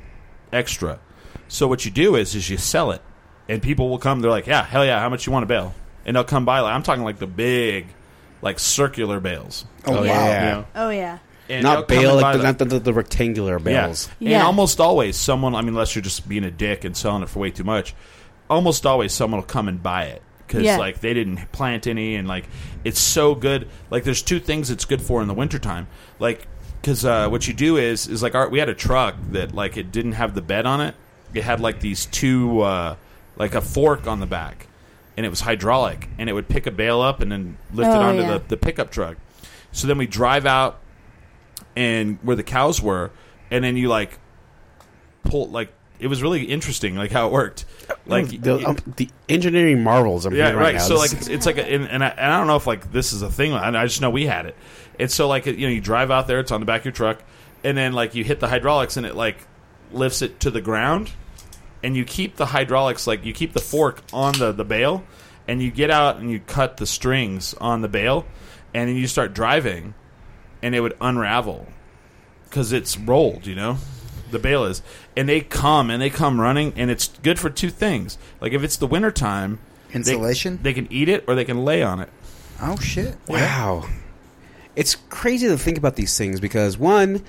S2: extra. So what you do is is you sell it, and people will come. They're like, yeah, hell yeah, how much you want a bale? And they'll come by. Like I'm talking like the big, like circular bales.
S3: Oh, wow.
S4: yeah.
S2: You know?
S5: Oh yeah.
S2: And
S4: Not
S2: they'll come
S4: bale,
S2: and
S4: like
S2: buy
S4: the,
S2: the-
S4: not the, the, the rectangular bales.
S2: Yeah. And
S5: Yeah.
S2: almost always someone, I mean, unless you're just being a dick and selling it for way too much, almost always someone will come and buy it because
S5: Yeah.
S2: like they didn't plant any and like it's so good. Like there's two things it's good for in the wintertime. Like because uh, what you do is is like our, we had a truck that like it didn't have the bed on it. It had like these two uh, like a fork on the back. And it was hydraulic, and it would pick a bale up and then lift it
S5: Oh,
S2: onto
S5: yeah.
S2: the, the pickup truck. So then we drive out and where the cows were, and then you like pull like it was really interesting like how it worked. Like
S4: the, um, the engineering marvels. I'm
S2: yeah,
S4: hearing
S2: right.
S4: Now.
S2: So
S4: This
S2: like it's, it's like a, and, and, I, and I don't know if like this is a thing. I, I just know we had it. And so like you know you drive out there, it's on the back of your truck, and then like you hit the hydraulics and it like lifts it to the ground, and you keep the hydraulics like you keep the fork on the the bale, and you get out and you cut the strings on the bale, and then you start driving, and it would unravel because it's rolled, you know, the bale is. And they come and they come running, and it's good for two things. Like if it's the winter time, they-
S3: Insulation?
S2: They, can eat it or they can lay on it.
S3: Oh shit!
S4: Wow. It's crazy to think about these things because one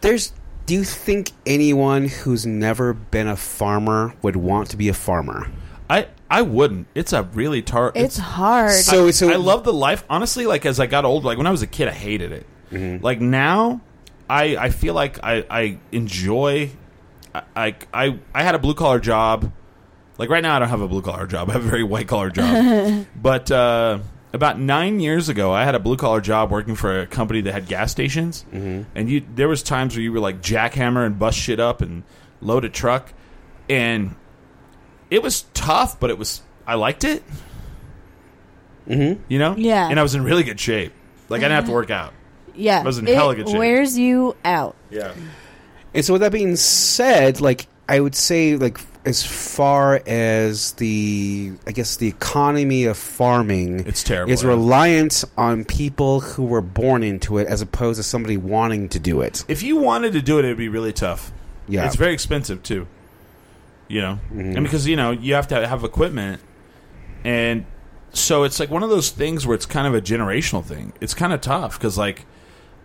S4: there's do you think anyone who's never been a farmer would want to be a farmer?
S2: I I wouldn't. It's a really tar.
S5: It's hard.
S4: So Oh, so
S2: I love the life. Honestly, like as I got older, like when I was a kid, I hated it. Like now, I I feel like I I enjoy. I I I, I had a blue collar job. Like right now, I don't have a blue collar job. I have a very white collar job. but uh, about nine years ago, I had a blue collar job working for a company that had gas stations, and you there was times where you were like jackhammer and bust shit up and load a truck, and it was tough, but it was I liked it. Mm-hmm. You know,
S5: Yeah.
S2: and I was in really good shape. Like I didn't have to work out.
S5: Yeah,
S2: was in
S5: it
S2: hella good shape.
S5: wears you out.
S2: Yeah,
S4: And so, with that being said, like I would say, like as far as the, I guess the economy of farming,
S2: It's terrible,
S4: Is
S2: yeah.
S4: reliance on people who were born into it, as opposed to somebody wanting to do it.
S2: if you wanted to do it, it'd be really tough.
S4: Yeah,
S2: It's very expensive too. You know, and because you know you have to have equipment, and so it's like one of those things where it's kind of a generational thing. It's kind of tough because like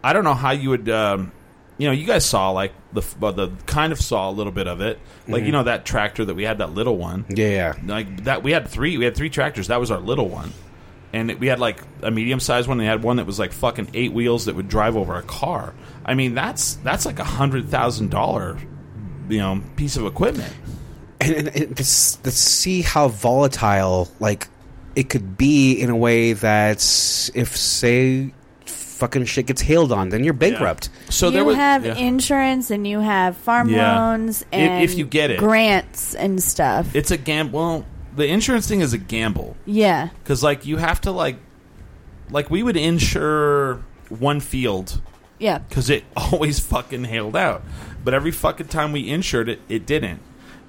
S2: I don't know how you would, um, you know, you guys saw like the f- well, the kind of saw a little bit of it, like you know that tractor that we had that little one,
S4: yeah, yeah.
S2: like that we had three we had three tractors that was our little one, and it- we had like a medium sized one. and We had one that was like fucking eight wheels that would drive over a car. I mean that's that's like a hundred thousand dollar you know piece of equipment.
S4: and, and, and to, s- to see how volatile like it could be in a way that if say fucking shit gets hailed on then you're bankrupt
S2: So
S5: you
S2: there was
S5: have
S2: yeah.
S5: insurance and you have farm
S2: Yeah.
S5: loans
S2: If-
S5: and
S2: if you get it.
S5: grants and stuff.
S2: it's a gamble. Well, the insurance thing is a gamble
S5: yeah,
S2: because like you have to like like we would insure one field
S5: yeah,
S2: because it always fucking hailed out. But every fucking time we insured it, it didn't.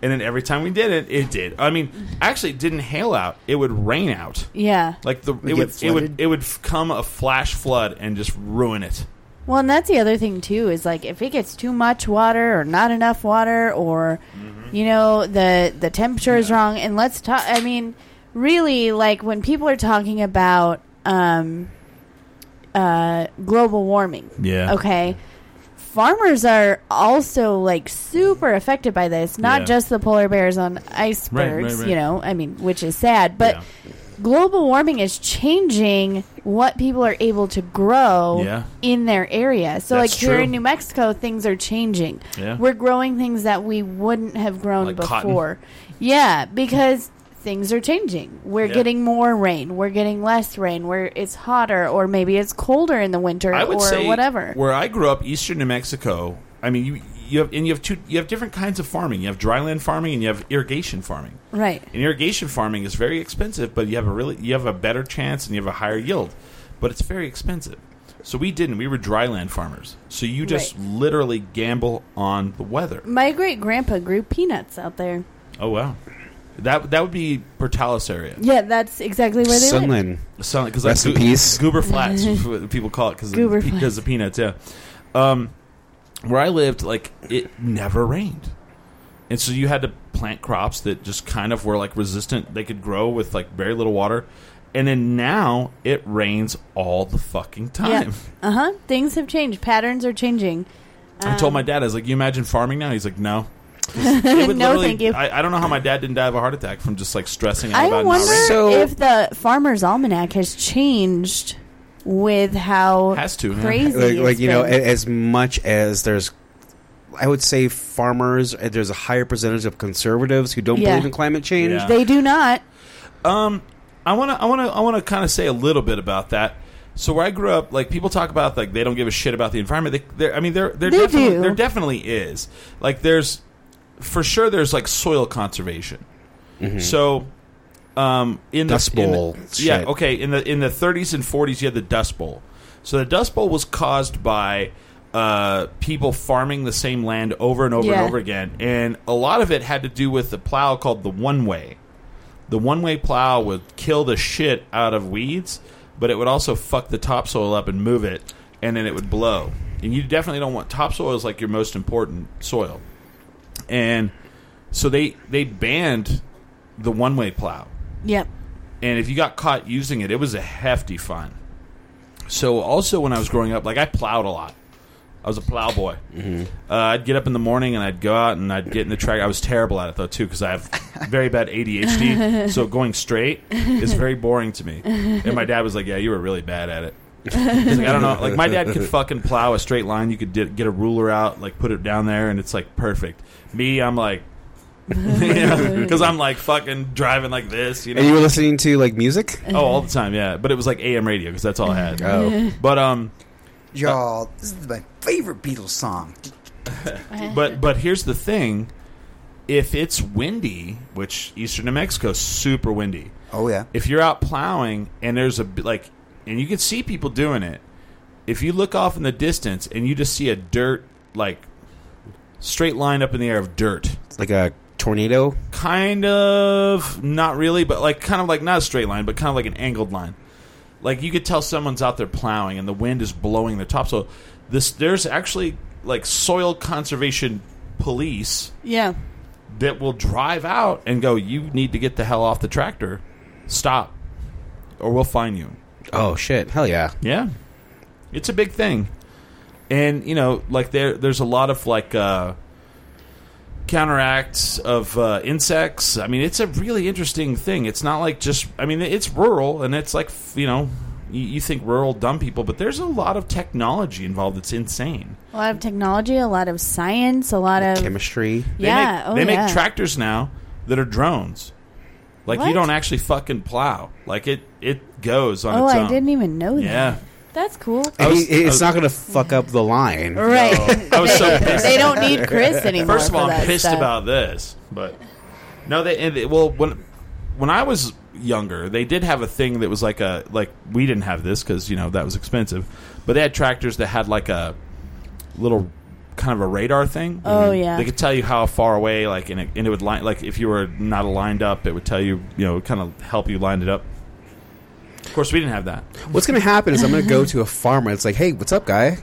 S2: And then every time we did it, it did. I mean, actually, it didn't hail out. It would rain out.
S5: yeah.
S2: Like the it
S3: get
S2: would it would
S3: flooded?
S2: it would f- come a flash flood and just ruin it.
S5: Well, and that's the other thing too is like if it gets too much water or not enough water or
S2: Mm-hmm.
S5: you know the the temperature is wrong and let's talk I mean really like when people are talking about um uh global warming.
S2: Yeah.
S5: Okay. Farmers are also like super affected by this, not
S2: Yeah.
S5: just the polar bears on icebergs,
S2: right.
S5: you know. I mean, which is sad, but
S2: Yeah.
S5: global warming is changing what people are able to grow
S2: Yeah.
S5: in their area. So,
S2: That's
S5: like here
S2: true.
S5: in New Mexico, things are changing.
S2: Yeah.
S5: We're growing things that we wouldn't have grown
S2: Like cotton.
S5: before. Yeah, because things are changing. We're
S2: Yeah.
S5: getting more rain. We're getting less rain. Where it's hotter, or maybe it's colder in the winter,
S2: I would
S5: or
S2: say
S5: whatever.
S2: Where I grew up, eastern New Mexico. I mean, you you have and you have two you have different kinds of farming. You have dryland farming and you have irrigation farming.
S5: Right.
S2: And irrigation farming is very expensive, but you have a really you have a better chance and you have a higher yield, but it's very expensive. So we didn't. We were dryland farmers. So you just
S5: Right.
S2: literally gamble on the weather.
S5: My great grandpa grew peanuts out there.
S2: Oh wow, that that would be Portales area.
S5: Yeah, that's exactly where they live.
S4: sunland
S2: Sound because
S4: Rest in peace.
S2: Goober Flats, is what people call it because
S5: Goober
S2: because of peanuts. Yeah, um, where I lived, like it never rained, and so you had to plant crops that just kind of were like resistant. They could grow with like very little water, and then now it rains all the fucking time.
S5: Yeah. Uh huh. Things have changed. Patterns are changing.
S2: I
S5: Um,
S2: told my dad, I was like, "You imagine farming now?" He's like, "No." It would
S5: No,
S2: literally-
S5: thank you.
S2: I, I don't know how my dad didn't die of a heart attack from just like stressing out
S5: I
S2: about
S5: wonder
S2: not rain.
S4: So-
S5: if the Farmer's Almanac has changed with how
S2: Has to, yeah.
S5: crazy
S4: like,
S5: it's
S4: like you know a-
S5: been.
S4: as much as there's i would say farmers uh, there's a higher percentage of conservatives who don't
S5: Yeah.
S4: believe in climate change
S2: Yeah.
S5: they do not.
S2: I want to I want to I want to kind of say a little bit about that. So where I grew up, like people talk about, like they don't give a shit about the environment. They, they're- I mean, there, there,
S5: They
S2: definitely,
S5: do.
S2: there definitely is. Like there's, for sure, there's like soil conservation. So, um, in
S4: Mm-hmm. Dust
S2: the, in the-
S4: Bowl
S2: yeah,
S4: shit.
S2: okay, in the in the 30s and 40s, you had the Dust Bowl. So the Dust Bowl was caused by uh, people farming the same land over and over
S5: Yeah.
S2: and over again, and a lot of it had to do with the plow called the one way the one way plow would kill the shit out of weeds, but it would also fuck the topsoil up and move it, and then it would blow. And you definitely don't want topsoil is like your most important soil. And so they they banned the one way plow.
S5: Yep.
S2: And if you got caught using it, it was a hefty fine. So also when I was growing up, like I plowed a lot. I was a plow boy. Uh, I'd get up in the morning and I'd go out and I'd get in the track. I was terrible at it though too because I have very bad ADHD. so going straight is very boring to me. And my dad was like, "Yeah, you were really bad at it." He's like, I don't know. Like my dad could fucking plow a straight line. You could di- get a ruler out, like put it down there, and it's like perfect. Me, I'm like, because I'm like fucking driving like this, you know.
S4: And you were listening to like music.
S2: oh, all the time, yeah. But it was like AM radio because that's all I had.
S4: Oh,
S2: But um,
S3: Y'all, this is my favorite Beatles song.
S2: but but here's the thing: if it's windy, which eastern New Mexico super windy,
S3: Oh yeah.
S2: if you're out plowing and there's a b- like, and you can see people doing it. If you look off in the distance and you just see a dirt like straight line up in the air of dirt,
S4: it's like a tornado.
S2: kind of not really, but like kind of like not a straight line, but kind of like an angled line. Like you could tell someone's out there plowing and the wind is blowing the topsoil. This there's actually like soil conservation police
S5: yeah.
S2: that will drive out and go, "You need to get the hell off the tractor. Stop, or we'll fine you."
S4: Oh shit! Hell yeah!
S2: Yeah, it's a big thing, and you know, like there, there's a lot of like uh, counteracts of uh, insects. I mean, it's a really interesting thing. It's not like just. I mean, it's rural, and it's like f- you know, you, you think rural dumb people, but there's a lot of technology involved. It's insane.
S5: A lot of technology, a lot of science, a lot of
S4: Chemistry.
S2: They
S5: yeah.
S2: make,
S5: oh,
S2: they
S5: yeah.
S2: make tractors now that are drones. Like you
S5: What?
S2: don't actually fucking plow. Like it, it goes on
S5: Oh,
S2: its own.
S5: I didn't even know that.
S2: Yeah.
S5: That's cool.
S4: I
S2: was-
S4: mean, it's
S2: I was-
S4: not going to fuck up the line.
S5: Right.
S2: I was
S5: they,
S2: so pissed.
S5: they don't need Chris anymore.
S2: First of all,
S5: for
S2: I'm
S5: that
S2: pissed
S5: stuff.
S2: about this, but no, they, and they well when when I was younger, they did have a thing that was like a like we didn't have this because you know that was expensive, but they had tractors that had like a little kind of a radar thing. Mm-hmm.
S5: Oh, yeah.
S2: they could tell you how far away, like and it, and it would line like if you were not lined up, it would tell you you know kind of help you line it up. Of course, we didn't have that.
S4: What's going to happen is I'm going to go to a farmer. It's like, hey, what's up, guy?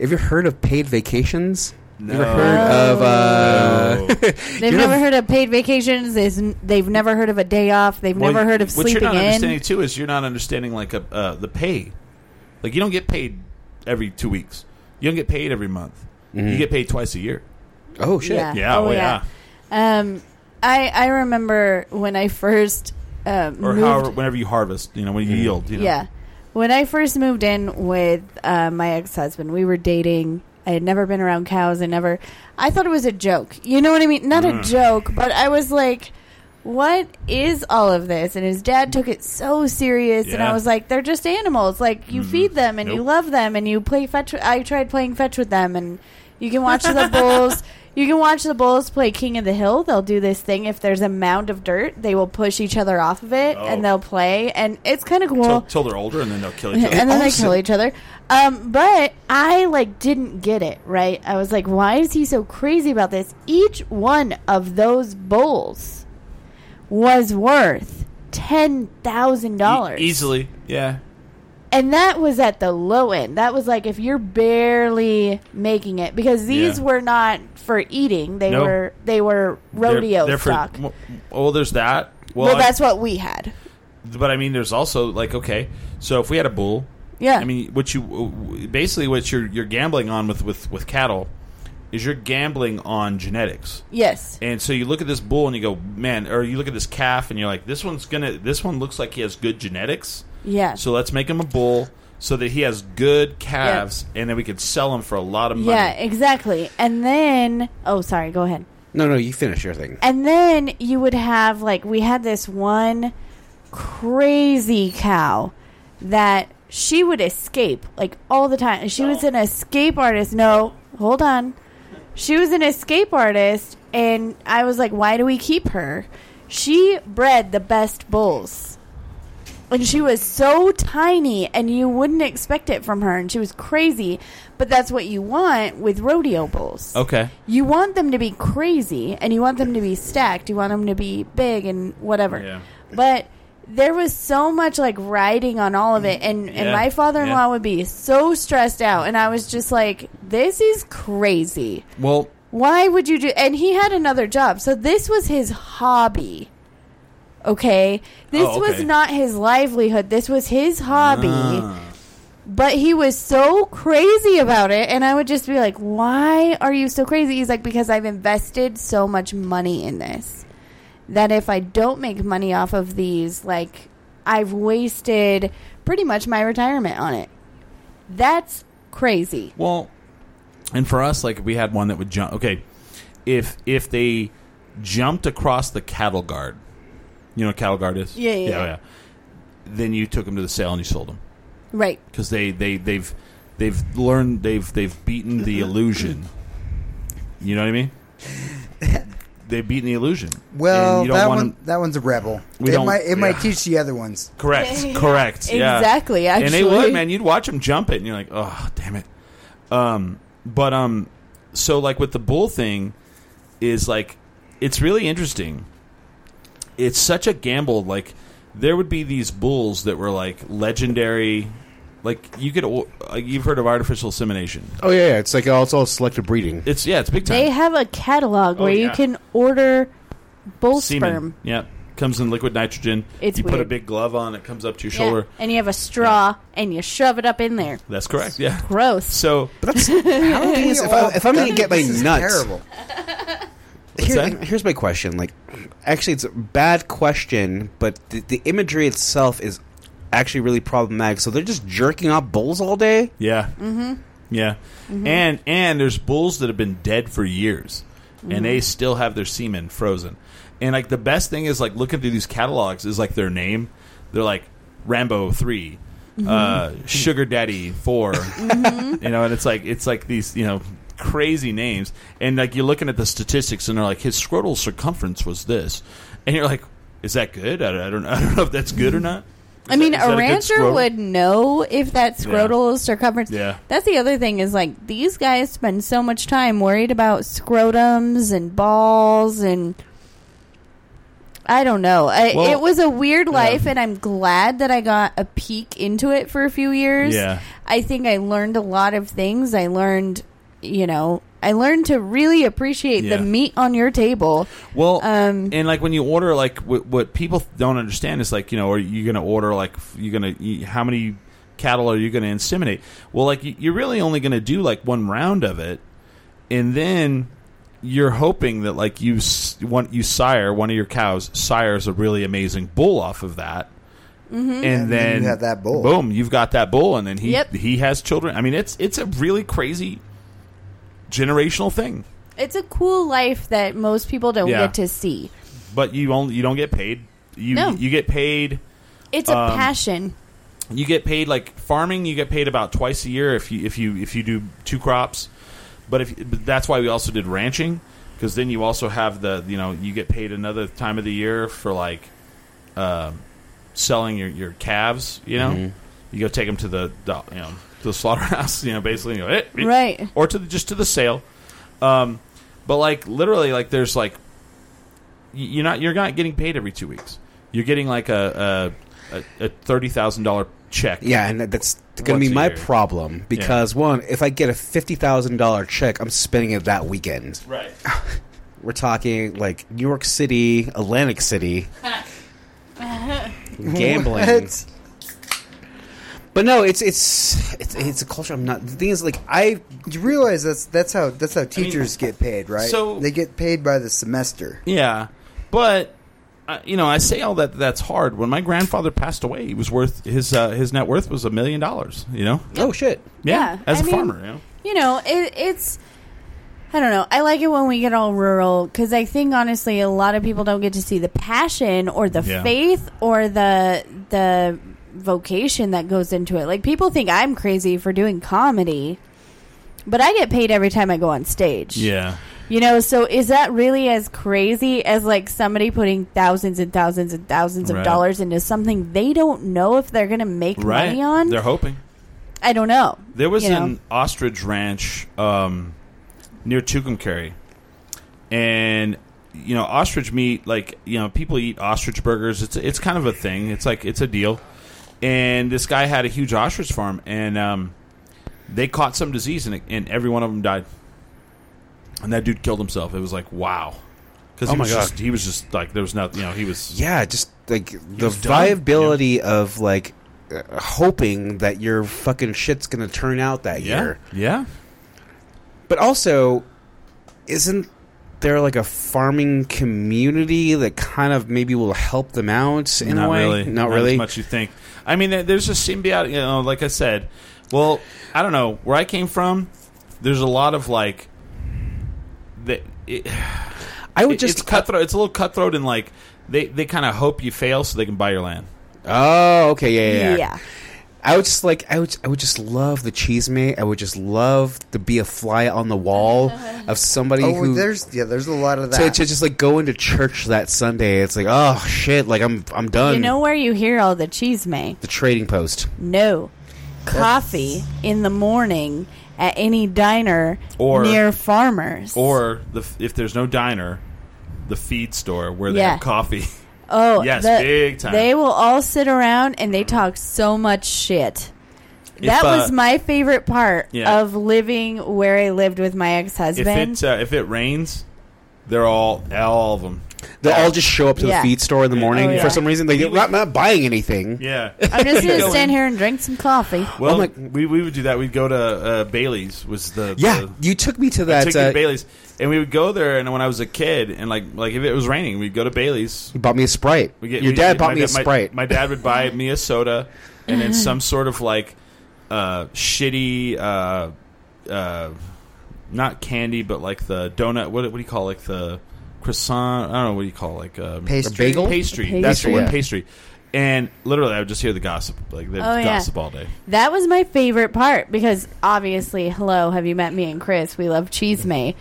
S4: Have you heard of paid vacations? No. You ever heard of? Uh,
S2: Oh.
S5: They've
S4: You're
S5: never
S4: not-
S5: heard of paid vacations. They've n- they've never heard of a day off. They've
S2: Well,
S5: never heard of
S2: what
S5: sleeping
S2: you're not understanding
S5: in.
S2: too is you're not understanding like a, uh, the pay. Like you don't get paid every two weeks. You don't get paid every month. You get paid twice a year.
S4: oh shit!
S5: Mm-hmm. Yeah. Oh, yeah. Um, I I remember when I first um,
S2: Or
S5: moved.
S2: however, whenever you harvest, you know, when you
S5: Mm-hmm.
S2: yield, you know.
S5: Yeah. When I first moved in with uh, my ex husband, we were dating. I had never been around cows. I never. I thought it was a joke. You know what I mean? Not a
S2: Mm.
S5: joke, but I was like, what is all of this? And his dad took it so serious. And
S2: Yeah. Mm-hmm.
S5: I was like, they're just animals. Like, you feed them and you
S2: Nope.
S5: love them and you play fetch. I tried playing fetch with them and you can watch the bulls. You can watch the bulls play King of the Hill. They'll do this thing. If there's a mound of dirt, they will push each other off of it
S2: Oh.
S5: and they'll play. And it's kind of cool
S2: Till, till they're older and then they'll kill each other.
S5: and then they
S4: also-
S5: kill each other. Um, but I like didn't get it right. I was like, why is he so crazy about this? Each one of those bowls was worth ten thousand dollars
S2: E- easily. Yeah.
S5: and that was at the low end. That was like if you're barely making it because these
S2: Yeah.
S5: were not for eating. They
S2: No.
S5: were they were rodeo
S2: They're- they're for-
S5: stock.
S2: w- well, there's that. Well,
S5: well,
S2: I-
S5: that's what we had.
S2: but I mean, there's also like okay, so if we had a bull,
S5: Yeah.
S2: I mean, what you basically what you're you're gambling on with with with cattle is you're gambling on genetics.
S5: Yes.
S2: And so you look at this bull and you go, man, or you look at this calf and you're like, this one's gonna, this one looks like he has good genetics.
S5: Yeah.
S2: So let's make him a bull so that he has good calves, and then we could sell him for a lot of money.
S5: yeah, exactly. And then oh sorry, go ahead.
S4: No, no, you finish your thing.
S5: And then you would have like we had this one crazy cow that she would escape like all the time. She was an escape artist. No, hold on. She was an escape artist and I was like, "Why do we keep her?" She bred the best bulls. And she was so tiny and you wouldn't expect it from her and she was crazy, but that's what you want with rodeo bulls
S2: Okay.
S5: you want them to be crazy and you want them to be stacked. You want them to be big and whatever.
S2: Yeah.
S5: But there was so much like riding on all of it and, and
S2: Yeah,
S5: my father in
S2: yeah.
S5: law would be so stressed out and I was just like, This is crazy.
S2: Well,
S5: Why would you do and he had another job. So this was his hobby. Okay? This
S2: Oh,
S5: was
S2: okay. Ah.
S5: not his livelihood. This was his hobby. But he was so crazy about it, and I would just be like, "Why are you so crazy?" He's like, "Because I've invested so much money in this that if I don't make money off of these, like, I've wasted pretty much my retirement on it." That's crazy.
S2: well, and for us, like we had one that would jump. Okay, if if they jumped across the cattle guard. You know what cattle guard is?
S5: Yeah, yeah, yeah.
S2: Then you took him to the sale and you sold him
S5: Right.
S2: because they they they've they've learned they've they've beaten the illusion. You know what I mean? They've beaten the illusion.
S3: Well,
S2: And you don't
S3: that
S2: wanna-
S3: one that one's a rebel.
S2: We
S3: it
S2: don't-
S3: might it might
S2: yeah.
S3: teach the other ones.
S2: Correct.
S5: Yeah, yeah,
S2: Correct. Yeah.
S5: Exactly,
S2: And they
S5: actually.
S2: would, man. You'd watch them jump it, and you're like, oh, damn it. Um, but um, so like with the bull thing, is like, it's really interesting. It's such a gamble. Like, there would be these bulls that were like legendary. Like you could, o- like, you've heard of artificial insemination.
S9: Oh yeah, yeah. It's like all, it's all selective breeding.
S2: It's yeah, it's big time.
S5: They have a catalog
S2: Oh,
S5: where you
S2: yeah.
S5: can order bull
S2: Semen.
S5: sperm.
S2: Yeah, comes in liquid nitrogen.
S5: It's
S2: you put a
S5: weird.
S2: big glove on. It comes up to your
S5: Yeah.
S2: shoulder.
S5: And you have a straw and you shove it up in there.
S2: That's correct. Yeah.
S5: Gross.
S2: So
S4: If, I, if I'm going to get my
S3: This is
S4: nuts,
S3: terrible.
S4: Here-
S2: that?
S4: here's my question. Like, actually, it's a bad question, but the, the imagery itself is actually really problematic. So they're just jerking off bulls all day.
S2: Yeah. Mm-hmm. Yeah.
S5: Mm-hmm.
S2: And and there's bulls that have been dead for years, and
S5: Mm-hmm.
S2: they still have their semen frozen. And like the best thing is like looking through these catalogs is like their name. They're like Rambo 3
S5: Mm-hmm.
S2: uh, Sugar Daddy 4 you know, and it's like it's like these you know crazy names, and like you're looking at the statistics, and they're like his scrotal circumference was this, and you're like, is that good? I, I don't I don't know if that's good or not.
S5: I mean,
S2: Is that- is
S5: a
S2: that good
S5: rancher
S2: scrotal-
S5: would know if that scrotal circumference.
S2: Yeah.
S5: That's the other thing is like these guys spend so much time worried about scrotums and balls and I don't know. I,
S2: Well,
S5: it was a weird life, and I'm glad that I got a peek into it for a few years.
S2: Yeah.
S5: I think I learned a lot of things. I learned, you know, I learned to really appreciate
S2: Yeah.
S5: the meat on your table.
S2: Well,
S5: Um,
S2: and like when you order, like what, what people don't understand is like you know, are you going to order like f- you're going to you, how many cattle are you going to inseminate? Well, like you, you're really only going to do like one round of it, and then you're hoping that like you s- one you sire one of your cows sires a really amazing bull off of that.
S5: Mm-hmm.
S2: And,
S3: then
S2: then,
S3: you have that bull.
S2: Boom, you've got that bull, and then he
S5: Yep.
S2: he has children. I mean, it's it's a really crazy generational thing.
S5: It's a cool life that most people don't
S2: Yeah.
S5: get to see.
S2: but you only you don't get paid. You
S5: No.
S2: you get paid.
S5: It's a
S2: Um,
S5: passion.
S2: You get paid like farming. You get paid about twice a year if you if you if you do two crops. But if but that's why we also did ranching because then you also have the you know you get paid another time of the year for like um selling your your calves. You know, you go take them to the, the you know to the slaughterhouse. You know, basically, you go, eh, eh,
S5: Right.
S2: or to the, just to the sale. Um, but like literally, like there's like y- you're not you're not getting paid every two weeks. You're getting like a a, a, a thirty thousand dollar check.
S4: Yeah, and that- that's going
S2: Once
S4: to be
S2: a
S4: my
S2: year.
S4: problem because one, if I get a fifty thousand dollar check, I'm spending it that weekend.
S2: right.
S4: We're talking like New York City, Atlantic City, gambling.
S3: What?
S4: But no, it's it's it's it's a culture. I'm not. The thing is, like I
S3: You realize that's that's how that's how teachers get paid, right?
S2: so-
S3: they get paid by the semester.
S2: Yeah, but uh, you know, I say all that. That's hard. When my grandfather passed away, he was worth his uh, his net worth was a million dollars. You know,
S4: oh shit.
S5: Yeah,
S2: as
S5: I
S2: a
S5: mean-
S2: farmer. You know?
S5: you know, it, it's. I don't know. I like it when we get all rural because I think honestly, a lot of people don't get to see the passion or the
S2: Yeah.
S5: faith or the the vocation that goes into it. Like people think I'm crazy for doing comedy, but I get paid every time I go on stage.
S2: Yeah,
S5: You know, so is that really as crazy as like somebody putting thousands and thousands and thousands
S2: Right.
S5: of dollars into something they don't know if they're going to make
S2: right.
S5: money on?
S2: They're hoping.
S5: I don't know.
S2: There was
S5: you know?
S2: an ostrich ranch um, near Tucumcari, and you know ostrich meat. Like you know, people eat ostrich burgers. It's it's kind of a thing. It's like it's a deal. And this guy had a huge ostrich farm, and um, they caught some disease, and, it, and every one of them died. And that dude killed himself. It was like wow, because
S4: Oh
S2: he
S4: my
S2: was
S4: God.
S2: just he was just like there was nothing. You know, he was
S4: Yeah, just like the
S2: was dumb,
S4: viability of like uh, hoping that your fucking shit's going to turn out that
S2: yeah
S4: year.
S2: yeah.
S4: But also, isn't there like a farming community that kind of maybe will help them out in
S2: not
S4: a way?
S2: really
S4: Not,
S2: as
S4: really.
S2: much you think i mean there- there's a symbiotic you know like i said well i don't know where i came from there's a lot of like that it,
S4: I would
S2: It-
S4: just uh,
S2: it's cutthroat. It's a little cutthroat, and like they they kind of hope you fail so they can buy your land.
S4: Oh, okay, yeah, yeah, yeah.
S5: Yeah.
S4: I would just like I would I would just love the cheese mate. I would just love to be a fly on the wall of somebody
S3: Oh,
S4: who
S3: there's yeah, there's a lot of
S4: to,
S3: that.
S4: to just like go into church that Sunday. It's like oh shit, like I'm I'm done.
S5: You know where you hear all the cheese made?
S4: the trading post.
S5: No. Coffee in the morning at any diner
S2: Or-
S5: near farmers.
S2: Or the f- if there's no diner, the feed store where they
S5: Yeah.
S2: have coffee.
S5: oh,
S2: yes,
S5: the-
S2: big time.
S5: They will all sit around and they talk so much shit. that
S2: uh,
S5: was my favorite part
S2: Yeah.
S5: of living where I lived with my
S2: if
S5: ex-husband.
S2: it uh, if it rains, they're all all of them.
S4: They'll all just show up to
S5: Yeah.
S4: the feed store in the morning
S5: Oh, yeah.
S4: for some reason. Like, they're not, not buying anything.
S2: Yeah.
S5: I'm just gonna
S2: Going.
S5: stand here and drink some coffee.
S2: Well,
S4: Oh my-
S2: we we would do that. We'd go to uh, Bailey's. Was the
S4: Yeah,
S2: the-
S4: you took me to
S2: I
S4: that.
S2: took you
S4: Uh,
S2: to Bailey's, and we would go there. And when I was a kid, and like like if it was raining, we'd go to Bailey's.
S4: you bought me a sprite.
S2: We get,
S4: Your
S2: we-
S4: dad
S2: my
S4: bought me a
S2: da- my-
S4: sprite.
S2: My, dad would buy me a soda, and
S5: Uh-huh.
S2: then some sort of like uh, shitty, uh, uh, not candy, but like the donut. What, what do you call like the croissant? I don't know what do you call like um,
S3: Pastry.
S4: A bagel?
S2: Pastry.
S5: Pastry,
S2: That's the word,
S4: yeah.
S2: pastry. And literally, I would just hear the gossip, like the
S5: Oh, yeah.
S2: gossip all day.
S5: That was my favorite part because obviously, hello, have you met me and Chris? We love Cheese May.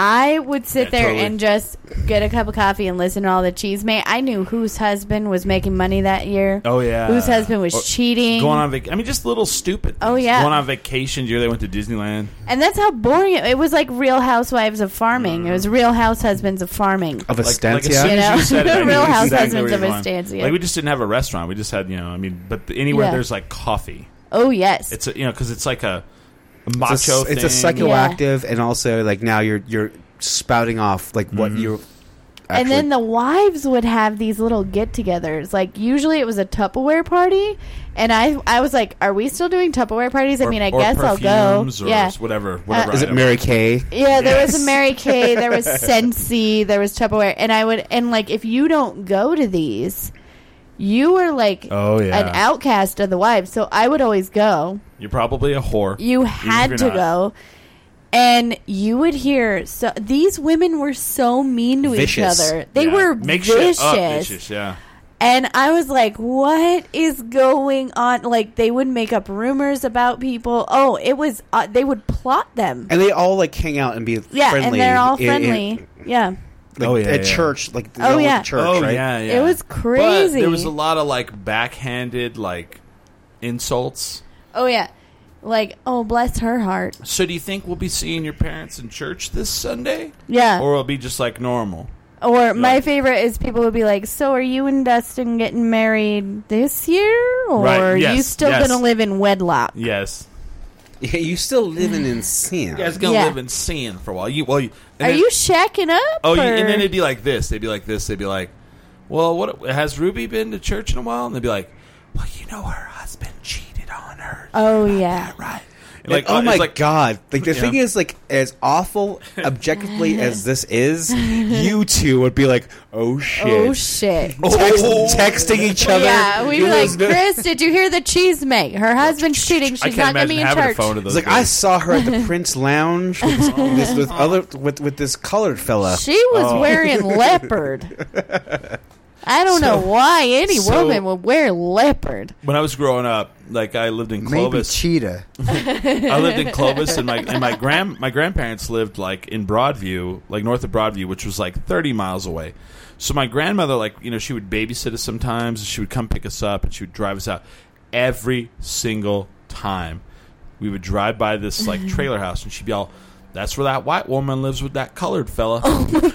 S5: I would sit
S2: Yeah,
S5: there
S2: totally.
S5: and just get a cup of coffee and listen to all the Cheese May. I knew whose husband was making money that year.
S2: Oh, yeah.
S5: Whose husband was
S2: Or
S5: cheating.
S2: Going on, vac- I mean, just little stupid.
S5: Oh,
S2: things.
S5: yeah.
S2: going on vacation. The year they went to Disneyland.
S5: and that's how boring it, it was like Real Housewives of Farming. It was
S2: Mm.
S5: Real House Husbands of Farming.
S4: of a
S2: Like-
S4: stanza.
S2: like, as soon
S5: You
S2: as
S5: know?
S2: you said it, I
S5: Real
S2: knew
S5: Housewives
S2: exactly where
S5: of
S2: you were going.
S5: Estancia.
S2: Like we just didn't have a restaurant. We just had you know, I mean, but anywhere
S5: Yeah.
S2: there's like coffee,
S5: Oh, yes.
S2: it's a, you know because it's like a, a
S4: It's a
S2: macho.
S4: s- It's a,
S2: thing.
S4: psychoactive, and also like now you're you're spouting off like what
S2: Mm-hmm.
S4: you're.
S5: and then the wives would have these little get-togethers. Like usually it was a Tupperware party, and I I was like, "Are we still doing Tupperware parties?" I
S2: Or-
S5: mean, I
S2: or
S5: guess I'll go.
S2: perfumes Or
S5: yeah, Uh,
S2: whatever. Whatever.
S4: is it
S2: item.
S4: Mary Kay?
S5: yeah. There was a Mary Kay, there was Sensi, there was Tupperware, and I would and like if you don't go to these, you were like
S2: Oh, yeah.
S5: an outcast of the wives. So I would always go.
S2: You're probably a whore.
S5: You
S2: Even if
S5: had
S2: you're
S5: to
S2: not.
S5: go. And you would hear so these women were so mean to
S4: Vicious.
S5: each other. They
S2: Yeah.
S5: were
S2: Make
S5: vicious.
S2: Shit up, vicious. Yeah.
S5: And I was like, what is going on? Like, they would make up rumors about people. Oh, it was, uh, they would plot them.
S4: And they all like hang out and be
S5: yeah,
S4: friendly.
S5: and they're all
S4: in- in-
S5: friendly. yeah.
S4: like,
S2: Oh, yeah,
S4: at
S2: yeah.
S4: church. Like they
S5: Oh,
S4: all went to
S5: yeah.
S4: church.
S2: oh
S4: right?
S2: yeah, yeah.
S5: It was crazy.
S2: But there was a lot of like backhanded like insults.
S5: Oh, yeah. Like, oh, bless her heart.
S2: So do you think we'll be seeing your parents in church this Sunday,
S5: Yeah.
S2: or it'll be just like normal?
S5: Or my favorite is people would be like, "So are you and Dustin getting married this year, or
S2: Right,
S5: are you
S2: yes,
S5: still
S2: yes.
S5: gonna live in wedlock?"
S2: Yes.
S4: Yeah, you still living in sin.
S2: You guys gonna
S5: Yeah.
S2: live in sin for a while. You well, you, and
S5: Are
S2: then-
S5: you shacking up?
S2: Oh, you,
S5: or-
S2: and then it'd be like this. They'd be like this. They'd be like, "Well, what has Ruby been to church in a while?" And they'd be like, "Well, you know, her husband cheated on her,
S5: oh yeah,
S2: right?" And
S4: Like,
S2: uh,
S4: oh
S2: it's
S4: my
S2: like,
S4: god! Like the
S2: Yeah.
S4: thing is, like as awful objectively as this is, you two would be like, "Oh shit!"
S5: oh shit.
S4: Text- texting each other.
S5: Yeah, we'd be
S4: It
S5: like,
S4: was no-
S5: Chris, did you hear the cheese make? Her husband's cheating.
S2: I
S5: She's
S2: can't
S5: not going to
S2: imagine
S5: be in
S2: having
S5: church.
S2: a phone to those.
S4: It's like I
S2: days.
S4: saw her at the Prince Lounge with this, this- with other with with this colored fella.
S5: She was
S2: Oh.
S5: wearing leopard. I don't know why any
S2: so-
S5: woman would wear leopard.
S2: when I was growing up, like I lived in
S3: Maybe
S2: Clovis.
S3: cheetah.
S2: I lived in Clovis, and my and my grand my grandparents lived like in Broadview, like north of Broadview, which was like thirty miles away. So my grandmother, like you know, she would babysit us sometimes. And she would come pick us up, and she would drive us out every single time. We would drive by this like trailer house, and she'd be all, "That's where that white woman lives with that colored fella."
S5: Oh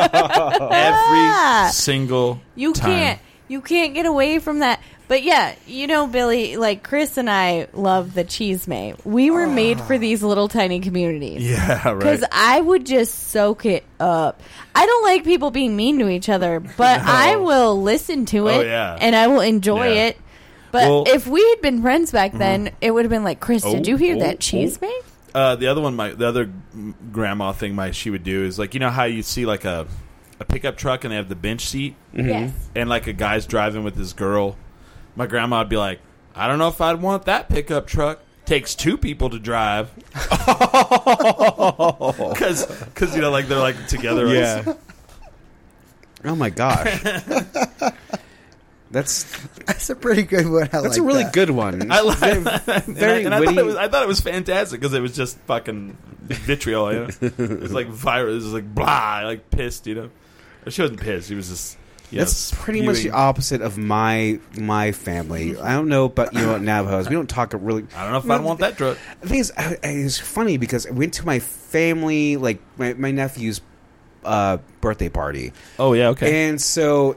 S2: every single
S5: Ah. You
S2: time.
S5: can't. You can't get away from that. But yeah, you know, Billy, like Chris and I love the cheese may. We were made
S2: Ah.
S5: for these little tiny communities.
S2: Yeah, right.
S5: Because I would just soak it up. I don't like people being mean to each other, but I will listen to it
S2: Oh, yeah.
S5: and I will enjoy
S2: Yeah.
S5: it. But
S2: Well-
S5: if we had been friends back then, it would have been like, Chris, did
S2: Oh,
S5: you hear
S2: oh,
S5: that cheese
S2: oh.
S5: mate?
S2: Uh, the other one, my the other mm, grandma thing, my she would do is like you know how you see like a a pickup truck and they have the bench seat
S5: Yes.
S2: and like a guy's driving with his girl. My grandma would be like, I don't know if I'd want that pickup truck. takes two people to drive. Because, you know, like they're like together.
S9: Yeah.
S4: Oh my gosh. That's
S3: That's a pretty good one. I
S4: that's a really good one.
S2: I, like, and I-
S4: very
S2: and I, thought
S4: witty.
S2: it was, I thought it was fantastic because it was just fucking vitriol. You know? it was like viral. It was like blah, like pissed. You know, she wasn't pissed. She was just. You know,
S4: That's pretty much the
S2: spewing-
S4: opposite of my my family. I don't know about you know Navajos. We don't talk really.
S2: I don't know if I'd want that drug.
S4: The thing is, I, I, it's funny because I went to my family, like my, my nephew's uh, birthday party,
S2: Oh yeah, okay.
S4: and so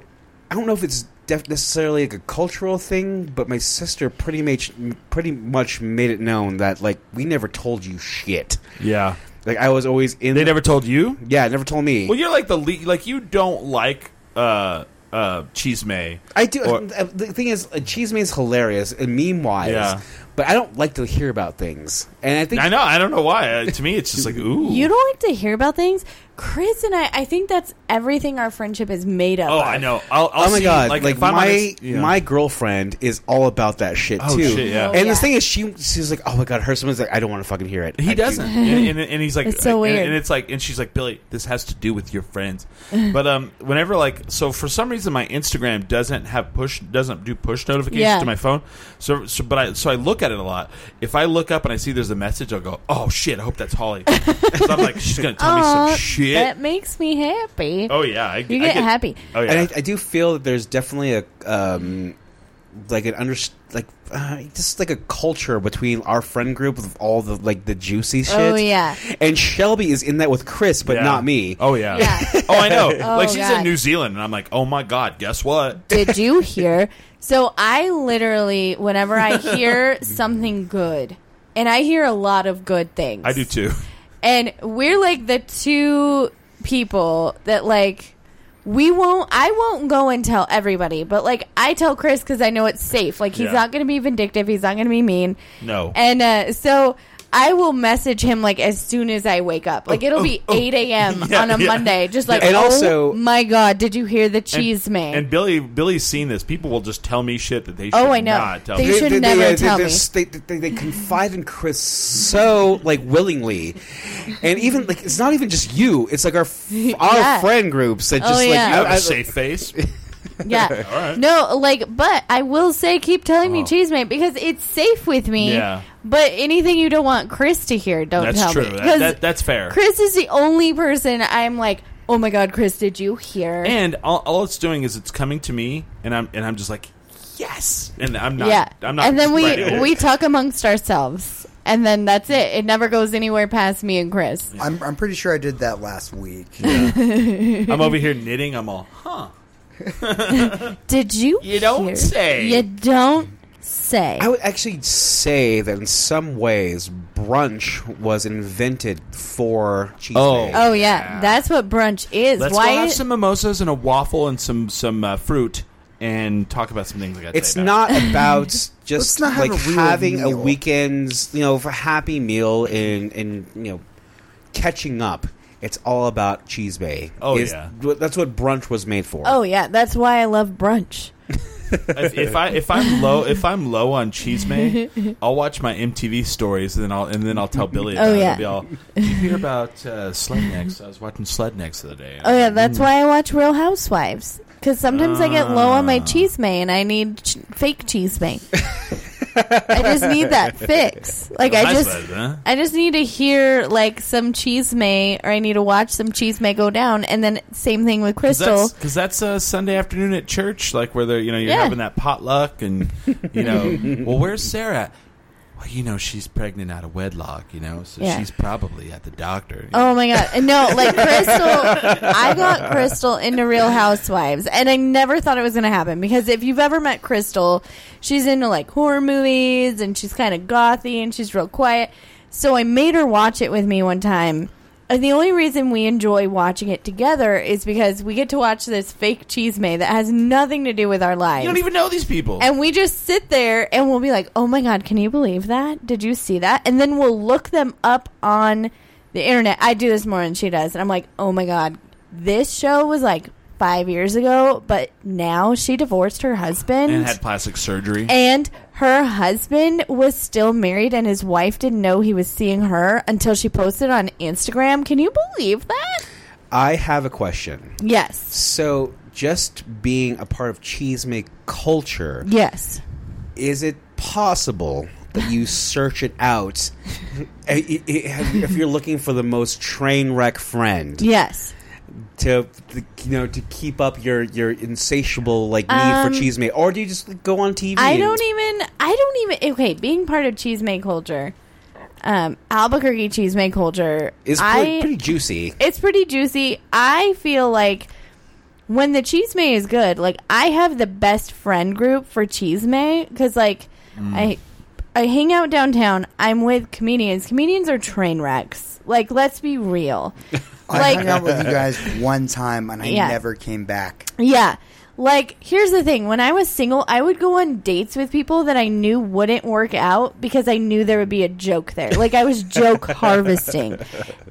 S4: I don't know if it's def- necessarily like a cultural thing, but my sister pretty much pretty much made it known that like we never told you shit.
S2: yeah,
S4: Like I was always in.
S2: they never told you.
S4: yeah, never told me.
S2: Well, you're like the le- like you don't like uh uh cheese may.
S4: I do.
S2: Or-
S4: uh, the thing is, uh, cheese me is hilarious and meme wise,
S2: Yeah.
S4: but I don't like to hear about things. And I think
S2: I know. I don't know why. Uh, to me, it's just like ooh.
S5: You don't like to hear about things. Chris and I, I think that's everything our friendship is made of.
S2: Oh, I know. I'll, I'll
S4: oh my
S2: see,
S4: god! Like,
S2: Like, if I'm
S4: my
S2: honest- yeah.
S4: my girlfriend is all about that shit
S2: Oh,
S4: too.
S2: shit, yeah.
S5: Oh,
S4: And
S5: yeah.
S4: the thing is, she she's like, oh my god, her someone's like, I don't want to fucking hear it.
S2: He
S4: I do-
S2: doesn't, and, and, and he's like,
S5: It's so
S2: and-
S5: weird.
S2: and it's like, and she's like, Billy, this has to do with your friends. But um, whenever like, so for some reason my Instagram doesn't have push, doesn't do push notifications
S5: Yeah.
S2: to my phone. So, so but I, so I look at it a lot. If I look up and I see there's a message, I'll go, oh shit, I hope that's Holly. 'Cause I'm like, she's gonna tell me
S5: Aw,
S2: some shit.
S5: That makes me happy.
S2: oh yeah, I,
S5: you
S2: I
S5: get happy.
S2: Oh yeah,
S4: And I, I do feel that there's definitely a um, like an under like uh, just like a culture between our friend group of all the like the juicy shit.
S5: Oh, yeah.
S4: And Shelby is in that with Chris, but
S2: Yeah.
S4: not me.
S2: Oh yeah.
S5: Yeah.
S2: oh, I know.
S5: Oh,
S2: like she's in
S5: God.
S2: New Zealand, and I'm like, oh my god, guess what?
S5: Did you hear? So I literally, whenever I hear something good, and I hear a lot of good things.
S2: I do too.
S5: and we're like the two people that like we won't i won't go and tell everybody but like i tell chris because i know it's safe like he's
S2: Yeah.
S5: not gonna be vindictive he's not gonna be mean
S2: No.
S5: and uh, so i will message him like as soon as i wake up like it'll be 8 a.m
S2: Oh, Yeah,
S5: on a
S2: yeah.
S5: monday just like
S4: And
S5: oh
S4: also-
S5: my god did you hear the
S2: And-
S5: cheese man
S2: And Billy, Billy's seen this. People will just tell me shit that they should
S5: Oh, I know.
S2: not tell
S5: They
S2: me.
S5: should never
S4: they,
S5: tell
S4: they,
S5: me.
S4: They, they, they confide in Chris so like willingly, and even like it's not even just you. It's like our f- our
S5: Yeah.
S4: friend groups that
S5: Oh,
S4: just like
S5: yeah.
S4: you-
S2: Have
S4: I-
S2: a safe face.
S5: Yeah.
S2: All right. Oh.
S5: No, like, but I will say, keep telling me cheese mate because it's safe with me.
S2: Yeah.
S5: But anything you don't want Chris to hear, don't
S2: That's
S5: tell
S2: true.
S5: me.
S2: That-
S5: 'Cause
S2: that- that's fair.
S5: Chris is the only person I'm like, oh my god, Chris, did you hear?
S2: and all, all it's doing is it's coming to me, and I'm and I'm just like, yes. And I'm not.
S5: yeah.
S2: I'm not.
S5: and then we
S2: right.
S5: we talk amongst ourselves, and then that's it. It never goes anywhere past me and Chris.
S3: I'm, I'm pretty sure I did that last week.
S2: I'm over here knitting. I'm all, huh?
S5: Did you?
S2: You don't
S5: hear?
S2: say.
S5: You don't say.
S4: I would actually say that in some ways, brunch was invented for cheese.
S2: Oh.
S4: Day.
S5: oh yeah. that's what brunch is.
S2: Let's
S5: Why?
S2: go have some mimosas and a waffle and some some uh, fruit and talk about some things. I got.
S4: It's not about just
S3: Let's not have
S4: like
S3: a real
S4: having a
S3: meal.
S4: weekend's you know a happy meal and and you know catching up. It's all about cheese bay.
S2: Oh,
S4: It's-
S2: yeah.
S4: wh- that's what brunch was made for.
S5: oh yeah, that's why I love brunch.
S2: if, if I if I'm low if I'm low on cheese may, I'll watch my MTV stories and then I'll and then I'll tell Billy. About
S5: Oh,
S2: it.
S5: yeah.
S2: I'll be all, "Did you hear about uh, Slednecks? I was watching Slednecks the other day.
S5: Oh yeah, that's why I watch Real Housewives because sometimes I get low on my cheese may and I need ch- fake cheese may. I just need that fix. Like I
S2: Nice
S5: just,
S2: bud, huh?
S5: I just need to hear like some cheese may, or I need to watch some cheese may go down, and then same thing with Crystal.
S2: Because that's a Sunday afternoon at church, like where they're you know you're
S5: Yeah.
S2: having that potluck and you know well where's Sarah? Well, you know she's pregnant out of wedlock, you know, so
S5: Yeah.
S2: she's probably at the doctor.
S5: Oh my god! And No, like Crystal, I got Crystal into Real Housewives, and I never thought it was going to happen because if you've ever met Crystal, she's into like horror movies and she's kind of gothy and she's real quiet. So I made her watch it with me one time, and the only reason we enjoy watching it together is because we get to watch this fake cheese may that has nothing to do with our lives.
S2: You don't even know these people.
S5: And we just sit there and we'll be like, oh my God, can you believe that? Did you see that? And then we'll look them up on the internet. I do this more than she does. And I'm like, oh my God, this show was like five years ago, but now she divorced her husband.
S2: and had plastic surgery.
S5: And her husband was still married, and his wife didn't know he was seeing her until she posted on Instagram. Can you believe that?
S4: I have a question.
S5: Yes.
S4: So, just being a part of cheesemake culture,
S5: Yes.
S4: is it possible that you search it out i- i- i- if you're looking for the most train wreck friend
S5: Yes.
S4: to to, you know to keep up your your insatiable like need for cheesemake, or do you just like, go on TV?
S5: Um, I
S4: and-
S5: don't e-, even. I don't even. Okay, being part of cheesemake culture, um, Albuquerque cheesemake culture
S4: It's
S5: I,
S4: pretty, pretty juicy.
S5: It's pretty juicy. I feel like when the cheese may is good, like I have the best friend group for cheese may because like
S4: Mm.
S5: I I hang out downtown. I'm with comedians. Comedians are train wrecks. Like let's be real.
S3: I
S5: like
S3: hung out with you guys one time and I
S5: Yeah.
S3: never came back.
S5: yeah. Like, here's the thing. When I was single, I would go on dates with people that I knew wouldn't work out because I knew there would be a joke there. Like, I was joke harvesting.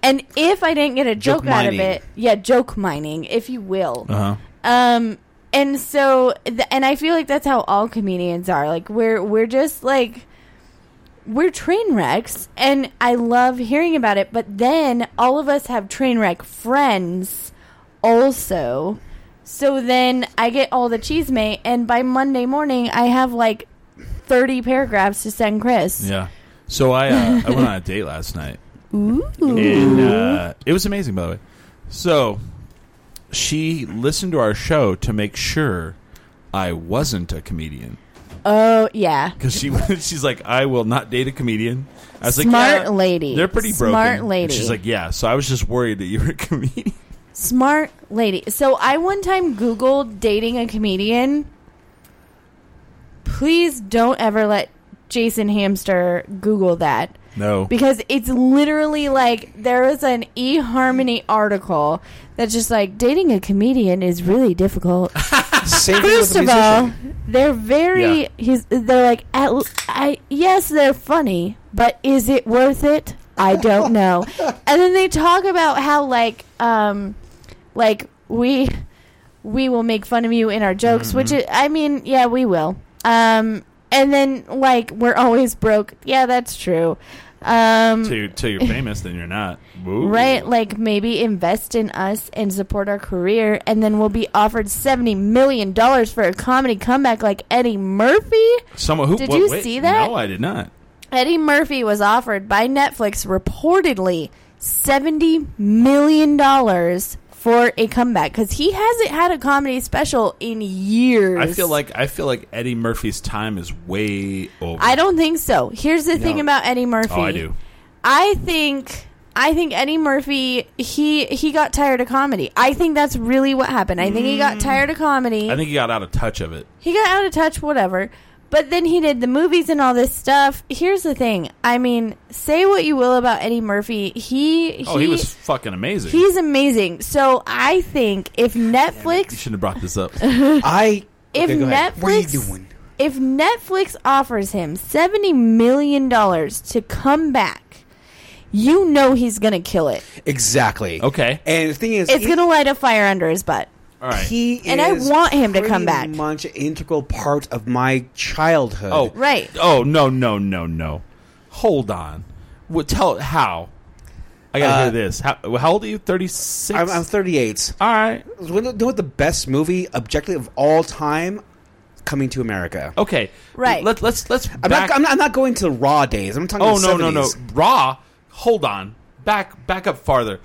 S5: And if I didn't get a
S4: Joke
S5: joke, out of
S4: mining.
S5: it, yeah, joke mining, if you will.
S2: Uh-huh.
S5: Um, and so, th- and I feel like that's how all comedians are. Like, we're, we're just like, we're train wrecks, and I love hearing about it. But then all of us have train wreck friends also. So then I get all the cheese mate, and by Monday morning, I have like 30 paragraphs to send Chris.
S2: Yeah. So I uh, I went on a date last night. And uh, it was amazing, by the way. So she listened to our show to make sure I wasn't a comedian
S5: Oh, yeah.
S2: because she she's like I will not date a comedian. I was like
S5: Smart
S2: yeah,
S5: lady.
S2: They're pretty
S5: Smart
S2: broken. And
S5: lady.
S2: she's like yeah. So I was just worried that you were a comedian.
S5: Smart lady. So I one time Googled dating a comedian. Please don't ever let Jason Hamster Google that.
S2: No.
S5: because it's literally like there was an eHarmony article that's just like dating a comedian is really difficult.
S4: Same thing with
S5: First
S4: the
S5: of all,
S4: musician.
S5: they're very
S2: Yeah.
S5: he's they're like at, l- I yes they're funny, but is it worth it? I don't know. and then they talk about how like um like we we will make fun of you in our jokes, which is, I mean, yeah, we will. Um and then like we're always broke. Yeah, that's true. Um
S2: till you're, till you're famous, then you're not. Ooh.
S5: Right, like maybe invest in us and support our career, and then we'll be offered seventy million dollars for a comedy comeback, like Eddie Murphy.
S2: Someone who
S5: Did
S2: what-
S5: you
S2: wait,
S5: see that?
S2: No, I did not.
S5: Eddie Murphy was offered by Netflix reportedly seventy million dollars for a comeback because he hasn't had a comedy special in years.
S2: I feel like I feel like Eddie Murphy's time is way over.
S5: I don't think so. Here's the thing
S4: No.
S5: about Eddie Murphy.
S2: Oh, I do.
S5: I think I think Eddie Murphy he he got tired of comedy. I think that's really what happened. I think he got tired of comedy.
S2: I think he got out of touch of it.
S5: he got out of touch whatever. But then he did the movies and all this stuff. Here's the thing. I mean, say what you will about Eddie Murphy, he
S2: Oh, he, was fucking amazing.
S5: he's amazing. So I think if
S2: you
S5: Netflix
S2: shouldn't have brought this up.
S4: I
S5: if
S4: Okay, go ahead.
S5: Netflix
S3: What are you doing?
S5: if Netflix offers him seventy million dollars to come back, you know he's gonna kill it.
S4: exactly
S2: Okay.
S4: And the thing is,
S5: It's
S4: he-
S5: gonna light a fire under his butt.
S2: All right.
S4: He
S5: And I
S4: is
S5: want him to
S4: pretty
S5: come back.
S4: Much an integral part of my childhood.
S2: oh,
S5: Right.
S2: Oh no no no no. Hold on. What? Tell how. I gotta
S4: Uh,
S2: hear this. How, how old are you? Thirty six.
S4: I'm, I'm 38.
S2: All right.
S4: You know what the best movie, objectively of all time, Coming to America.
S2: Okay.
S5: Right.
S2: Let, let's let's.
S4: I'm,
S2: Oh, back-
S4: not, I'm, not, I'm not going to the raw days. I'm talking.
S2: Oh
S4: the
S2: no no no.
S4: 70s.
S2: Raw. Hold on. Back back up farther.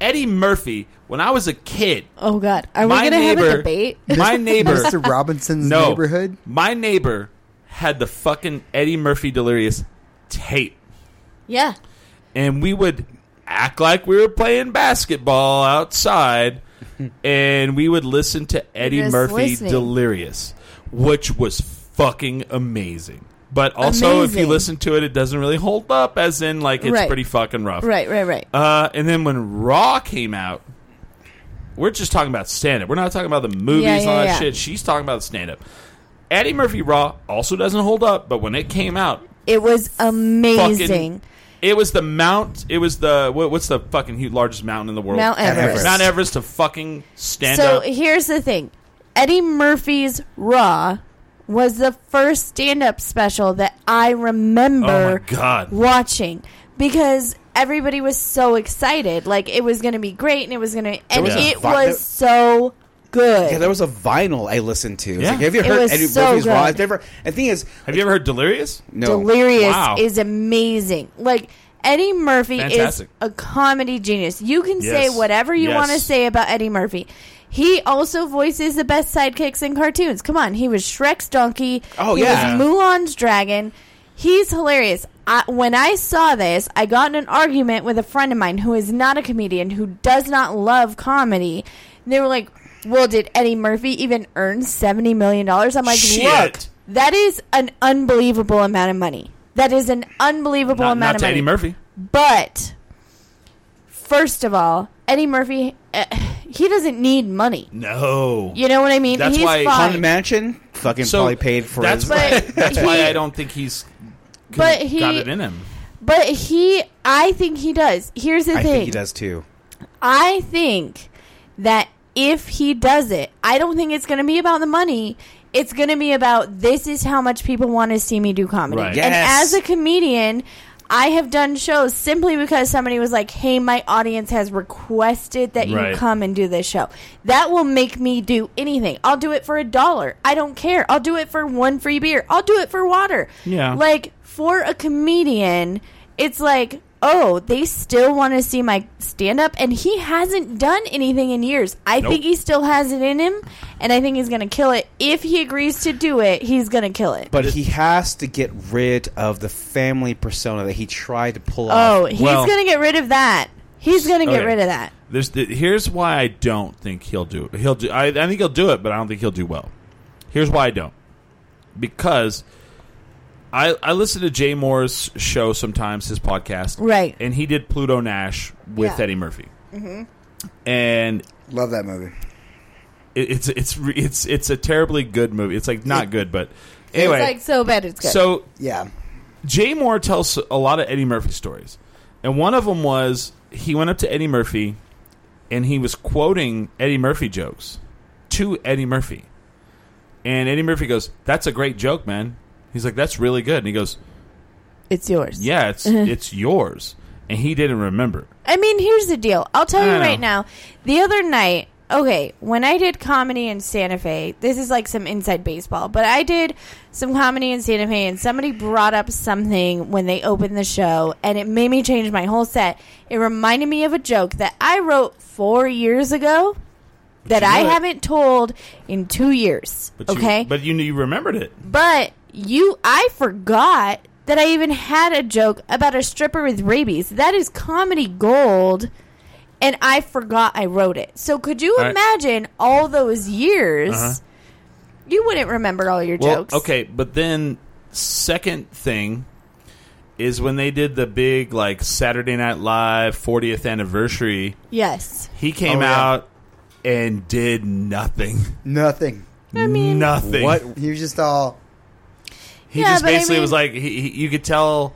S2: Eddie Murphy. When I was a kid,
S5: Oh God, are
S2: my
S5: we gonna
S2: neighbor,
S5: have a debate?
S2: my neighbor,
S3: Mr. Robinson's
S2: no,
S3: neighborhood?
S2: My neighbor had the fucking Eddie Murphy Delirious tape.
S5: yeah,
S2: and we would act like we were playing basketball outside and we would listen to Eddie
S5: Just
S2: Murphy
S5: listening.
S2: Delirious, which was fucking amazing. But also, if you
S5: Amazing.
S2: listen to it, it doesn't really hold up, as in, like, it's
S5: Right.
S2: pretty fucking rough.
S5: right, right, right.
S2: Uh, and then when Raw came out, we're just talking about stand up. We're not talking about the movies
S5: Yeah,
S2: and
S5: yeah,
S2: all that
S5: yeah.
S2: shit. She's talking about stand up. Eddie Murphy Raw also doesn't hold up, but when it came out,
S5: It was amazing.
S2: Fucking, It was the mount. It was the what, what's the fucking huge, largest mountain in the world?
S5: Mount Everest.
S2: Mount Everest to fucking stand
S5: so
S2: up.
S5: here's the thing Eddie Murphy's Raw was the first stand up special that I remember
S2: Oh my God.
S5: watching because everybody was so excited. Like, it was going to be great and it was going to, and
S4: was a
S5: it
S4: vi- there-
S5: was so good.
S4: Yeah, there was a vinyl I listened to. It's
S2: Yeah.
S4: like, have you
S5: It
S4: heard
S5: was
S4: Eddie
S5: so
S4: Murphy's Raw?
S5: good.
S4: I've never. And the thing is,
S2: Have you ever heard Delirious?
S4: no.
S5: Delirious
S2: Wow.
S5: is amazing. Like Eddie Murphy
S2: Fantastic.
S5: is a comedy genius. You can
S2: Yes.
S5: say whatever you
S2: Yes.
S5: want to say about Eddie Murphy. He also voices the best sidekicks in cartoons. Come on, he was Shrek's donkey.
S4: Oh,
S5: he
S4: yeah.
S5: was Mulan's dragon. He's hilarious. I, when I saw this, I got in an argument with a friend of mine who is not a comedian who does not love comedy. And they were like, "Well, did Eddie Murphy even earn seventy million dollars?" I'm like,
S2: Shit.
S5: "Look, that is an unbelievable amount of money. That is an unbelievable
S2: Not,
S5: amount
S2: not
S5: of
S2: to
S5: money.
S2: Eddie Murphy.
S5: But first of all, Eddie Murphy, uh, he doesn't need money.
S2: No.
S5: You know what I mean?
S2: That's
S5: He's
S2: why-
S5: fine.
S4: Haunted Mansion fucking probably paid for
S2: that's
S4: his-
S2: why,
S5: But
S2: that's
S5: he-
S2: why I don't think he's
S5: But
S2: got
S5: he-
S2: it in him.
S5: But he, I think he does. Here's the
S4: I
S5: thing.
S4: think he does too.
S5: I think that if he does it, I don't think it's going to be about the money. It's going to be about this is how much people want to see me do comedy.
S2: Right.
S5: And
S4: Yes.
S5: as a comedian, I have done shows simply because somebody was like, "Hey, my audience has requested that
S2: Right.
S5: you come and do this show." That will make me do anything. I'll do it for a dollar. I don't care. I'll do it for one free beer. I'll do it for water.
S2: Yeah.
S5: Like for a comedian, it's like, oh, they still want to see my stand up and he hasn't done anything in years. I
S2: Nope.
S5: think he still has it in him and I think he's going to kill it. If he agrees to do it, he's going to kill it.
S4: But he has to get rid of the family persona that he tried to pull
S5: oh,
S4: off.
S5: he's
S2: uh, Well-
S5: going to get rid of that. He's going to get
S2: Okay.
S5: rid of that.
S2: There's the, here's why I don't think he'll do it. He'll do. I, I think he'll do it, but I don't think he'll do well. Here's why I don't. Because I I listen to Jay Moore's show sometimes, his podcast,
S5: Right.
S2: And he did Pluto Nash with
S5: Yeah.
S2: Eddie Murphy, mm-hmm. and
S3: Love that movie.
S2: it, it's it's re- it's it's a terribly good movie. It's like not good, but anyway.
S5: It's like so bad it's good.
S2: so
S3: Yeah.
S2: Jay Moore tells a lot of Eddie Murphy stories, and one of them was he went up to Eddie Murphy, and he was quoting Eddie Murphy jokes to Eddie Murphy, and Eddie Murphy goes, "That's a great joke, man." He's like, "That's really good," and he goes,
S5: it's yours.
S2: "Yeah, it's it's yours," and he didn't remember.
S5: I mean, here's the deal. I'll tell
S2: I
S5: you
S2: know.
S5: right now. The other night, okay, when I did comedy in Santa Fe, this is like some inside baseball, but I did some comedy in Santa Fe, and somebody brought up something when they opened the show, and it made me change my whole set. It reminded me of a joke that I wrote four years ago that
S2: you
S5: I
S2: wrote it.
S5: haven't told in two years.
S2: But
S5: okay,
S2: you, but you knew you remembered it.
S5: but you, I forgot that I even had a joke about a stripper with rabies. That is comedy gold, and I forgot I wrote it. So could you
S2: All right. Uh-huh.
S5: imagine all those years? You wouldn't remember all your jokes.
S2: Okay, but then second thing is when they did the big like Saturday Night Live 40th anniversary.
S5: Yes.
S2: He came
S3: Oh, yeah.
S2: out and did nothing.
S3: Nothing.
S2: nothing.
S4: What?
S3: He was just all.
S2: He
S5: Yeah,
S2: just
S5: but I
S2: basically
S5: mean-
S2: was like, he, he, you could tell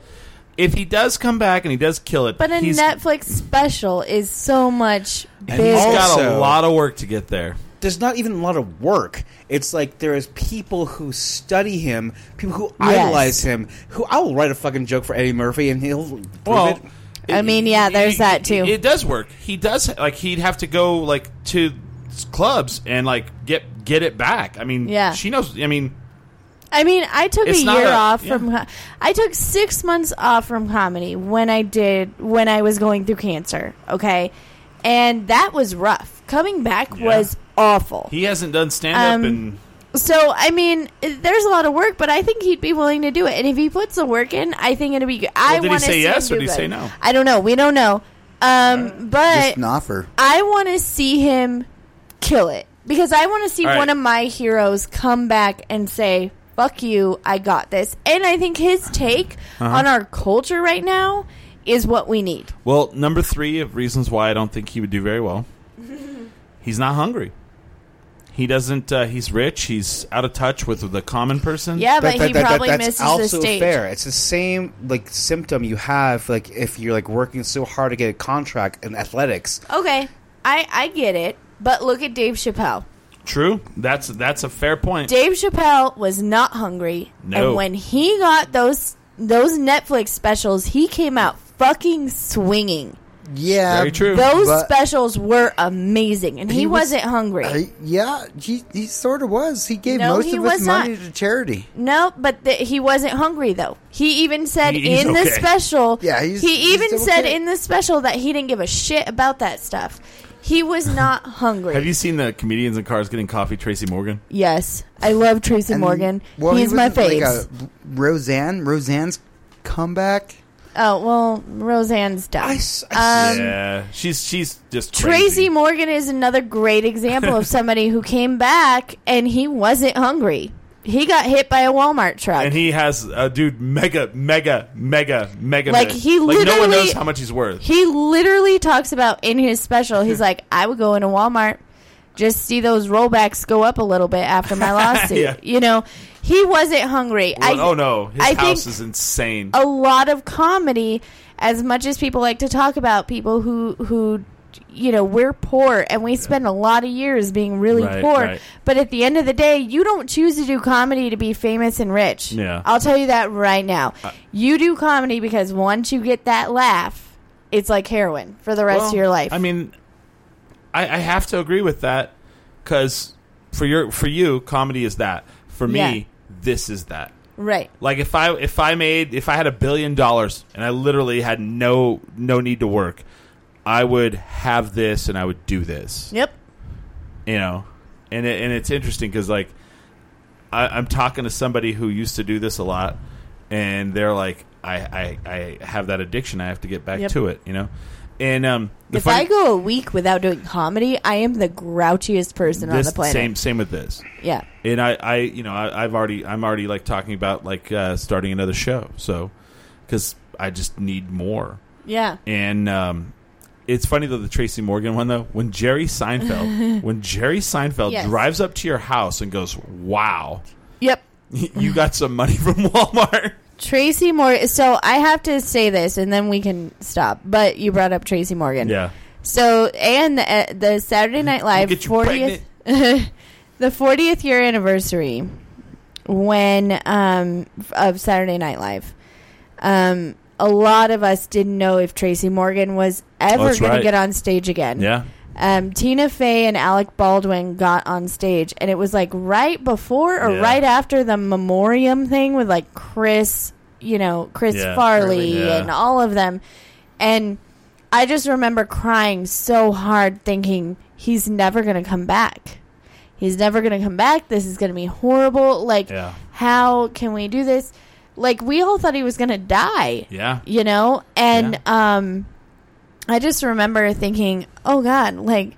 S2: if he does come back and he does kill it.
S5: But a
S2: he's,
S5: Netflix special is so much
S4: he's
S5: bigger.
S2: he's got a
S4: Also-
S2: lot of work to get there.
S4: There's not even a lot of work. It's like there is people who study him, people who
S5: Yes.
S4: idolize him. Who I will write a fucking joke for Eddie Murphy, and he'll prove
S2: Well,
S4: it.
S5: I mean, yeah, there's that, too.
S2: It, does work. He does like he'd have to go like to s- clubs and like get get it back. I mean,
S5: Yeah.
S2: she knows. I mean,
S5: I mean, I took
S2: It's
S5: a
S2: not
S5: year
S2: a-
S5: off
S2: yeah.
S5: from. co- I took six months off from comedy when I did when I was going through cancer. Okay, and that was rough. Coming back
S2: Yeah.
S5: was awful.
S2: he hasn't done stand up
S5: Um,
S2: and
S5: so I mean, i- there's a lot of work, but I think he'd be willing to do it. And if he puts the work in, I think it'll be. good. I
S2: did he
S5: want to
S2: say
S5: see
S2: yes,
S5: him
S2: or
S5: do
S2: did he
S5: good.
S2: say no?
S5: I don't know. We don't know. Um, but
S3: Just an offer.
S5: I want to see him kill it because I want to see
S2: All right.
S5: one of my heroes come back and say, "Fuck you, I got this." And I think his take
S2: Uh-huh.
S5: on our culture right now is what we need.
S2: Well, number three of reasons why I don't think he would do very well. He's not hungry. He doesn't. Uh, he's rich. He's out of touch with the common person.
S4: that's also fair. It's the same like symptom you have like if you're like working so hard to get a contract in athletics.
S5: Okay, I I get it, but look at Dave Chappelle.
S2: True. That's that's a fair point.
S5: Dave Chappelle was not hungry,
S2: No.
S5: and when he got those those Netflix specials, he came out fucking swinging.
S3: Yeah, Very true.
S5: Those
S3: but-
S5: specials were amazing, and he,
S3: He
S5: was,
S3: was-
S5: not hungry.
S3: Uh, yeah, he, he sort of was. He gave
S5: No,
S3: most
S5: he
S3: of his
S5: was
S3: money
S5: not.
S3: to charity.
S5: No, but th- he wasn't hungry though. He even said
S3: He- he's
S5: in the
S3: okay.
S5: special.
S3: Yeah, he's-
S5: he
S3: he's
S5: even
S3: still
S5: said
S3: okay.
S5: in the special that he didn't give a shit about that stuff. He was not hungry.
S2: Have you seen the comedians in cars getting coffee? Tracy Morgan.
S5: yes, I love Tracy Morgan. He's
S3: he
S5: my
S3: was, like,
S5: fave.
S3: a- Roseanne, Roseanne's comeback.
S5: oh well, Roseanne's done. um,
S2: yeah, she's she's just
S5: Tracy
S2: crazy.
S5: Morgan is another great example of somebody who came back and he wasn't hungry. He got hit by a Walmart truck.
S2: And he has a dude mega mega mega mega
S5: Like,
S2: man. like
S5: he
S2: no one
S5: literally-
S2: knows how much he's worth.
S5: He literally talks about in his special, he's like, I would go into Walmart, just see those rollbacks go up a little bit after my lawsuit.
S2: Yeah.
S5: You know, he wasn't hungry.
S2: Well,
S5: I,
S2: oh no, his
S5: I
S2: house
S5: think
S2: is insane.
S5: a lot of comedy, as much as people like to talk about people who, who, you know, we're poor and we spend a lot of years being really
S2: Right,
S5: poor.
S2: right.
S5: But at the end of the day, you don't choose to do comedy to be famous and rich.
S2: Yeah. Uh,
S5: I'll tell you that right now. you do comedy because once you get that laugh, it's like heroin for the rest
S2: Well,
S5: of your life.
S2: I mean, I, I have to agree with that because for your for you, comedy is that. For me,
S5: Yeah.
S2: this is that.
S5: right.
S2: Like if I if I made if I had a billion dollars and I literally had no no need to work, I would have this and I would do this.
S5: Yep.
S2: You know, and it, and it's interesting because like I, I'm talking to somebody who used to do this a lot, and they're like, I I, I have that addiction. I have to get back
S5: Yep.
S2: to it. You know, and um, the
S5: If
S2: funny-
S5: I go a week without doing comedy, I am the grouchiest person on
S2: this-
S5: the planet.
S2: Same same with this.
S5: Yeah.
S2: and I, I you know I, I've already I'm already like talking about like uh, starting another show so because I just need more
S5: Yeah.
S2: and um, it's funny though the Tracy Morgan one though when Jerry Seinfeld when Jerry Seinfeld
S5: Yes.
S2: drives up to your house and goes wow
S5: Yep.
S2: you got some money from Walmart
S5: Tracy Morgan. So I have to say this, and then we can stop. But you brought up Tracy Morgan. So and the, uh, the Saturday Night Live
S2: get you
S5: 40th, the 40th year anniversary when um, f- of Saturday Night Live. Um, a lot of us didn't know if Tracy Morgan was ever
S2: Oh, that's
S5: going
S2: right.
S5: to get on stage again.
S2: yeah
S5: Um, Tina Fey and Alec Baldwin got on stage, and it was like right before or
S2: Yeah.
S5: right after the memoriam thing with like Chris, you know, Chris
S2: Yeah,
S5: Farley
S2: Farley, yeah.
S5: and all of them. And I just remember crying so hard, thinking he's never going to come back. He's never going to come back. This is going to be horrible. Like,
S2: Yeah.
S5: how can we do this? Like, we all thought he was going to die
S2: yeah
S5: you know and um i just remember thinking oh god like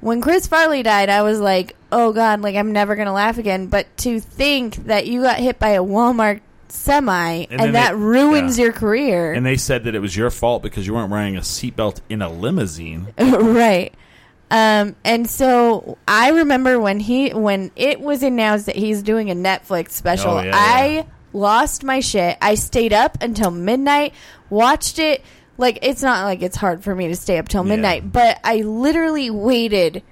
S5: when chris farley died i was like oh god like i'm never gonna laugh again but to think that you got hit by a walmart semi
S2: And
S5: and,
S2: then
S5: that
S2: they-
S5: ruins
S2: yeah.
S5: your career
S2: and they said that it was your fault because you weren't wearing a seatbelt in a limousine
S5: right um and so i remember when he when it was announced that he's doing a netflix special
S10: Oh, yeah,
S5: i
S10: yeah.
S5: lost my shit i stayed up until midnight watched it like it's not like it's hard for me to stay up till midnight but i literally waited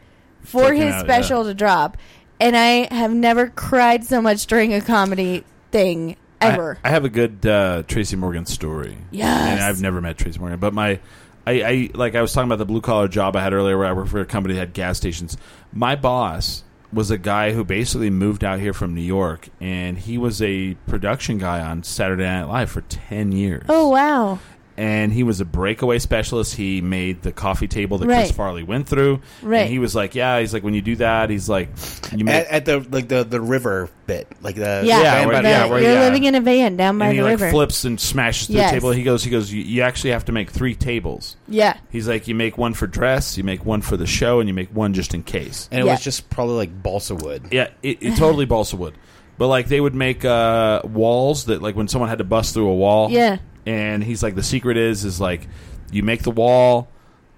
S5: for
S10: Checking
S5: his
S10: out,
S5: special to drop and i have never cried so much during a comedy thing ever
S2: I, I have a good uh, Tracy Morgan story.
S5: Yes.
S2: And I've never met Tracy Morgan, but my, I, I like I was talking about the blue collar job I had earlier, where I worked for a company that had gas stations. My boss was a guy who basically moved out here from New York, and he was a production guy on Saturday Night Live for ten years
S5: oh wow
S2: and he was a breakaway specialist. He made the coffee table that Chris
S4: Right.
S2: Farley went through.
S4: Right.
S2: And he was like, yeah, he's like, when you do that, he's like, you make.
S4: At, at the like the, the river bit, like the
S5: yeah,
S2: yeah, where-
S5: The-
S2: yeah, where-
S5: you're
S2: yeah.
S5: living in a van down by
S2: and he
S5: the
S2: like
S5: river
S2: flips and smashes the
S5: Yes.
S2: table. He goes, he goes. You, you actually have to make three tables.
S5: Yeah.
S2: He's like, you make one for dress, you make one for the show, and you make one just in case.
S4: and it was just probably like balsa wood.
S2: Yeah, it, it totally balsa wood. But like they would make uh, walls that like when someone had to bust through a wall.
S4: Yeah.
S2: And he's like, the secret is is like you make the wall,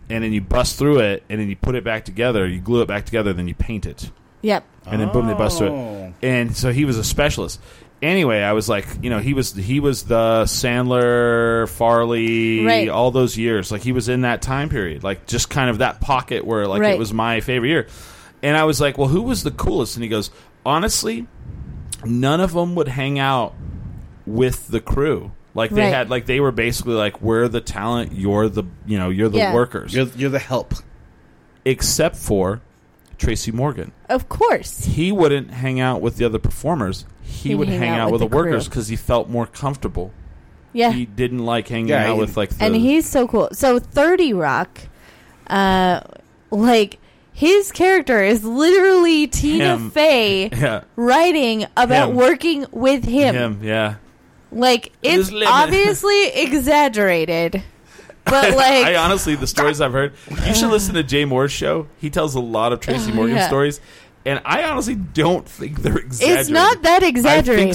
S2: and then you bust through it, and then you put it back together. You glue it back together, then you paint it.
S11: Yep.
S2: and then boom, they bust through
S4: Oh.
S2: it. And so he was a specialist. Anyway, I was like, you know, he was he was the Sandler, Farley,
S11: Right.
S2: all those years. Like he was in that time period, like just kind of that pocket where like
S11: Right.
S2: it was my favorite year. And I was like, well, who was the coolest? And he goes, honestly, none of them would hang out with the crew. Like they
S11: Right.
S2: had, like they were basically like, we're the talent, you're the, you know, you're the
S11: Yeah.
S2: workers,
S4: You're, you're the help.
S2: except for Tracy Morgan
S11: Of course.
S2: he wouldn't hang out with the other performers. He
S11: He'd
S2: would hang, out, with the,
S11: crew.
S2: workers because he felt more comfortable.
S11: Yeah.
S2: He didn't like hanging
S4: Yeah,
S2: out
S4: he-
S2: with like the
S5: and he's so cool. So Thirty Rock, uh, like his character is literally Tina
S2: Him.
S5: Fey
S2: yeah
S5: writing about
S2: Him.
S5: working with him.
S2: him yeah.
S5: Like it's
S2: Just lemon.
S5: obviously exaggerated, but like
S2: I honestly the stories I've heard. You should listen to Jay Moore's show. He tells a lot of Tracy
S5: Oh,
S2: Morgan
S5: yeah.
S2: stories, and I honestly don't think they're exaggerated.
S5: it's not that
S2: I
S5: exaggerated.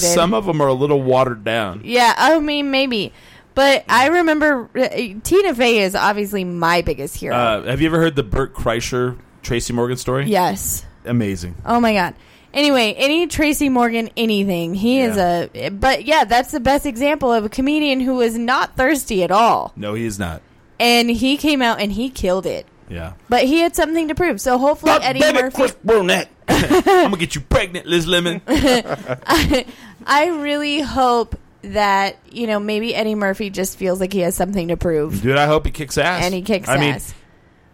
S2: think some of them are a little watered down.
S5: Yeah, I mean maybe, but I remember uh, Tina Fey is obviously my biggest hero.
S2: Uh, have you ever heard the Burt Kreischer Tracy Morgan story?
S5: yes.
S2: amazing.
S5: Oh my god. Anyway, any Tracy Morgan anything. He
S2: Yeah.
S5: is a but yeah, that's the best example of a comedian who was not thirsty at all.
S2: No, he is not.
S5: And he came out and he killed it.
S2: Yeah,
S5: But he had something to prove. So hopefully Eddie Murphy
S2: I'm gonna get you pregnant, Liz Lemon.
S5: I really hope that, you know, maybe Eddie Murphy just feels like he has something to prove.
S2: Dude, I hope he kicks ass.
S5: And he kicks
S2: I mean,
S5: ass.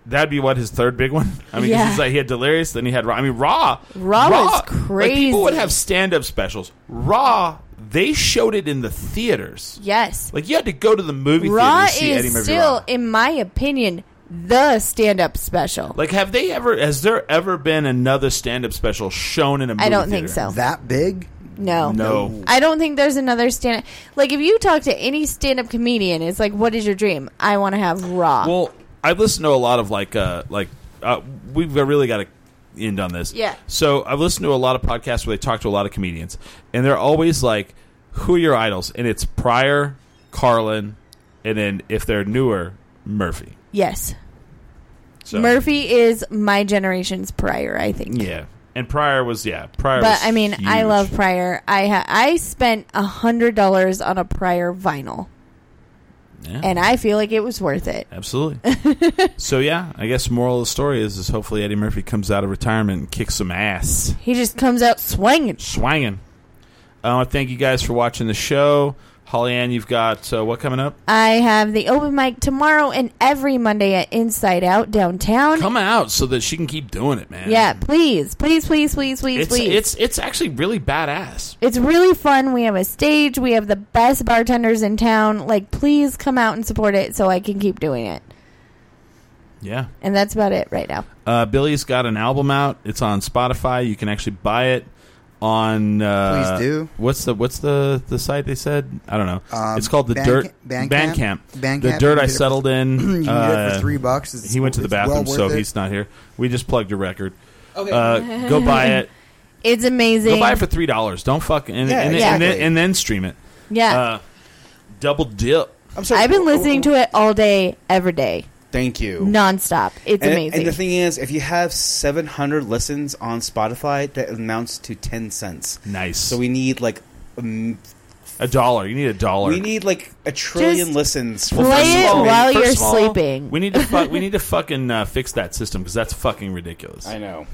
S2: that'd be what his third big one. I mean, 'cause
S5: Yeah.
S2: he's like he had Delirious, then he had Raw. I mean, Raw,
S5: Raw was
S2: Like, people would
S5: crazy.
S2: have stand-up specials. Raw, they showed it in the theaters.
S5: Yes.
S2: Like you had to go to the movie
S5: Raw
S2: theater to see Eddie
S5: is
S2: Murphy.
S5: still,
S2: Raw.
S5: in my opinion, the stand up special.
S2: Like, have they ever? Has there ever been another stand-up special shown in a movie?
S5: I don't think
S2: theater?
S5: so.
S3: That big?
S5: No.
S2: No.
S5: I don't think there's another stand Like, if you talk to any stand up comedian, it's like, what is your dream? I want to have Raw.
S2: Well, I've listened to a lot of like, uh, like uh, we've really got to end on this.
S5: Yeah.
S2: So I've listened to a lot of podcasts where they talk to a lot of comedians, and they're always like, "Who are your idols?" And it's Pryor, Carlin, and then if they're newer, Murphy.
S5: yes.
S2: So,
S5: Murphy is my generation's prior, I think.
S2: Yeah, and Pryor was yeah Pryor.
S5: But
S2: was
S5: I mean, I
S2: huge.
S5: love Pryor. I ha- I spent a hundred dollars on a Pryor vinyl,
S2: Yeah,
S5: and I feel like it was worth it.
S2: absolutely. so yeah, I guess moral of the story is is hopefully Eddie Murphy comes out of retirement and kicks some ass.
S5: He just comes out swinging.
S2: swanging. I want to thank you guys for watching the show. Holly Ann, you've got uh, what coming up?
S5: I have the open mic tomorrow and every Monday at Inside Out downtown.
S2: Come out so that she can keep doing it, man.
S5: yeah, please, please, please, please, please,
S2: it's
S5: please.
S2: it's it's actually really badass.
S5: It's really fun. We have a stage. We have the best bartenders in town. Like, please come out and support it so I can keep doing it.
S2: Yeah,
S5: And that's about it right now.
S2: uh, Billy's got an album out. It's on Spotify. You can actually buy it on. Uh,
S3: Please do.
S2: What's the what's the the site they said? I don't know.
S3: Um,
S2: it's called the
S3: Bandca-
S2: Dirt
S3: Bandcamp?
S2: Bandcamp.
S3: Bandcamp,
S2: The Dirt I
S3: you can get it for-
S2: settled in.
S3: Mm, you can get it
S2: uh,
S3: for three bucks. It's-
S2: He went to the
S3: it's well
S2: bathroom,
S3: worth
S2: so
S3: it.
S2: he's not here. We just plugged your record. Okay. Uh, go buy it.
S5: It's amazing.
S2: Go buy it for three dollars. Don't fuck and,
S4: Yeah,
S2: and, and,
S4: exactly.
S2: then, and then stream it.
S5: yeah.
S2: Uh, double dip.
S4: I'm sorry.
S5: I've been listening to it all day, every day,
S4: Thank you.
S5: nonstop. It's
S4: and,
S5: amazing.
S4: And the thing is, if you have 700 listens on Spotify, that amounts to 10 cents.
S2: Nice.
S4: So we need like um,
S2: a dollar. You need a dollar.
S4: we need like a trillion
S5: Just
S4: listens.
S5: play it
S4: first of all-
S5: while
S2: first
S5: you're
S2: of all,
S5: sleeping.
S2: We need to fu- we need to fucking uh, fix that system because that's fucking ridiculous.
S4: I know.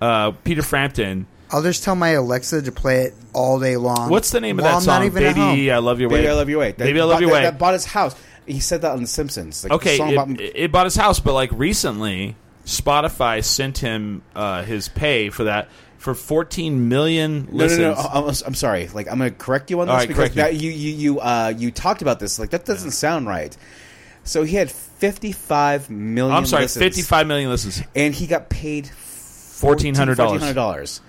S2: Uh, Peter Frampton.
S3: I'll just tell my Alexa to play it all day long.
S2: What's the name of
S3: while
S2: that
S3: I'm
S2: song?
S3: Not even at
S2: Baby,
S3: home.
S2: I love your way.
S4: Baby, I love your way. That
S2: Baby, I love
S4: bought-
S2: your
S4: that,
S2: way.
S4: That bought his house. He said that on The Simpsons. Like, the
S2: okay,
S4: song
S2: it,
S4: about-
S2: it bought his house, but like recently, Spotify sent him uh, his pay for that for 14 million
S4: no, Oh, no,
S2: listens.
S4: no, I- I'm, I'm sorry. Like, I'm going to correct you on this
S2: All right,
S4: because
S2: correct me.
S4: that, you, you, you, uh, you talked about this. Like, that doesn't sound right. So he had 55 million.
S2: I'm sorry,
S4: listens,
S2: 55 million listens.
S4: and he got paid
S2: Fourteen hundred dollars.
S4: $1,400.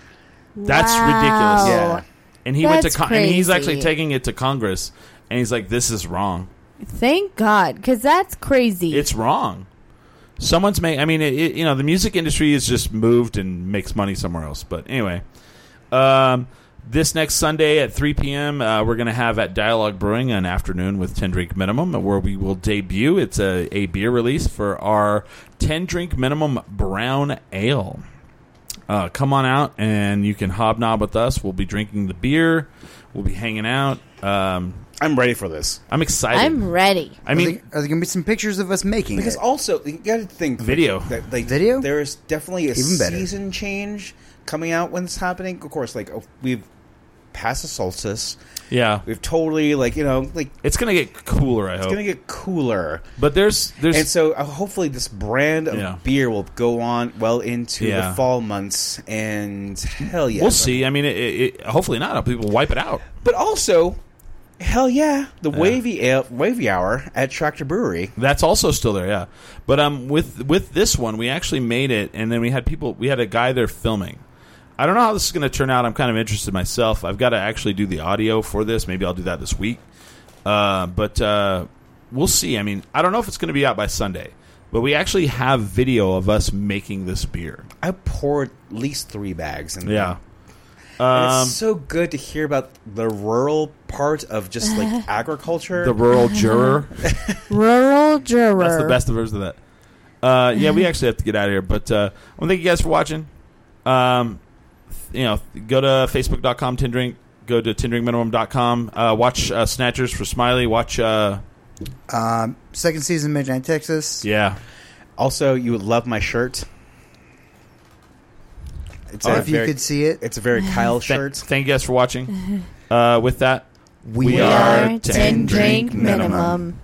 S2: That's
S5: Wow.
S2: ridiculous.
S4: Yeah.
S2: And he went to
S5: That's
S2: con- and he's
S5: crazy.
S2: actually taking it to Congress and he's like this is wrong.
S5: Thank God, because that's crazy.
S2: It's wrong. Someone's made I mean it, it- you know the music industry is just moved and makes money somewhere else. But anyway, um this next Sunday at 3 p.m., uh, we're going to have at Dialogue Brewing an afternoon with 10 Drink Minimum, where we will debut. It's a, a beer release for our 10 Drink Minimum Brown Ale. Uh, come on out and you can hobnob with us. We'll be drinking the beer. We'll be hanging out. Um,
S4: I'm ready for this.
S2: I'm excited.
S5: I'm ready.
S2: I mean,
S3: are there, going to be some pictures of us making
S4: Because
S3: it?
S4: also you got to think
S2: Video.
S4: That, like
S3: Video?
S4: There is definitely a
S3: Even better.
S4: season change coming out when it's happening. Of course, like oh, we've passed the solstice.
S2: yeah,
S4: We've totally like you know like
S2: it's gonna get cooler. I
S4: it's
S2: hope.
S4: gonna get cooler.
S2: but there's there's
S4: and so uh, hopefully this brand of
S2: Yeah.
S4: beer will go on well into
S2: Yeah.
S4: the fall months and hell yeah
S2: we'll see. I mean, it, it, it- hopefully not. People wipe it out.
S4: but also hell yeah the wavy ale, wavy hour at tractor brewery
S2: That's also still there, yeah. But um, with with this one, we actually made it, and then we had people. We had a guy there filming. I don't know how this is going to turn out. I'm kind of interested myself. I've got to actually do the audio for this. Maybe I'll do that this week. Uh, but uh, we'll see. I mean, I don't know if it's going to be out by Sunday, but we actually have video of us making this beer.
S4: i poured at least three bags in there.
S2: Yeah.
S4: And
S2: Um,
S4: it's so good to hear about the rural part of just like agriculture
S2: the rural juror.
S5: Rural juror.
S2: That's the best version of that. Uh, yeah, we actually have to get out of here. But uh, I want to thank you guys for watching. Um, th- you know, th- go to facebook.com, Tindrink. Go to tindrinkminimum.com. Uh, watch uh, Snatchers for Smiley. Watch, uh,
S3: Um, second season, Midnight Texas.
S2: yeah.
S4: also you would love my shirt it's
S3: Or
S4: a
S3: if you
S4: very,
S3: could see it,
S4: it's a very kyle
S2: Th-
S4: shirt
S2: Thank you guys for watching. Uh, with that,
S3: we,
S5: We
S2: are
S5: are 10 drink minimum.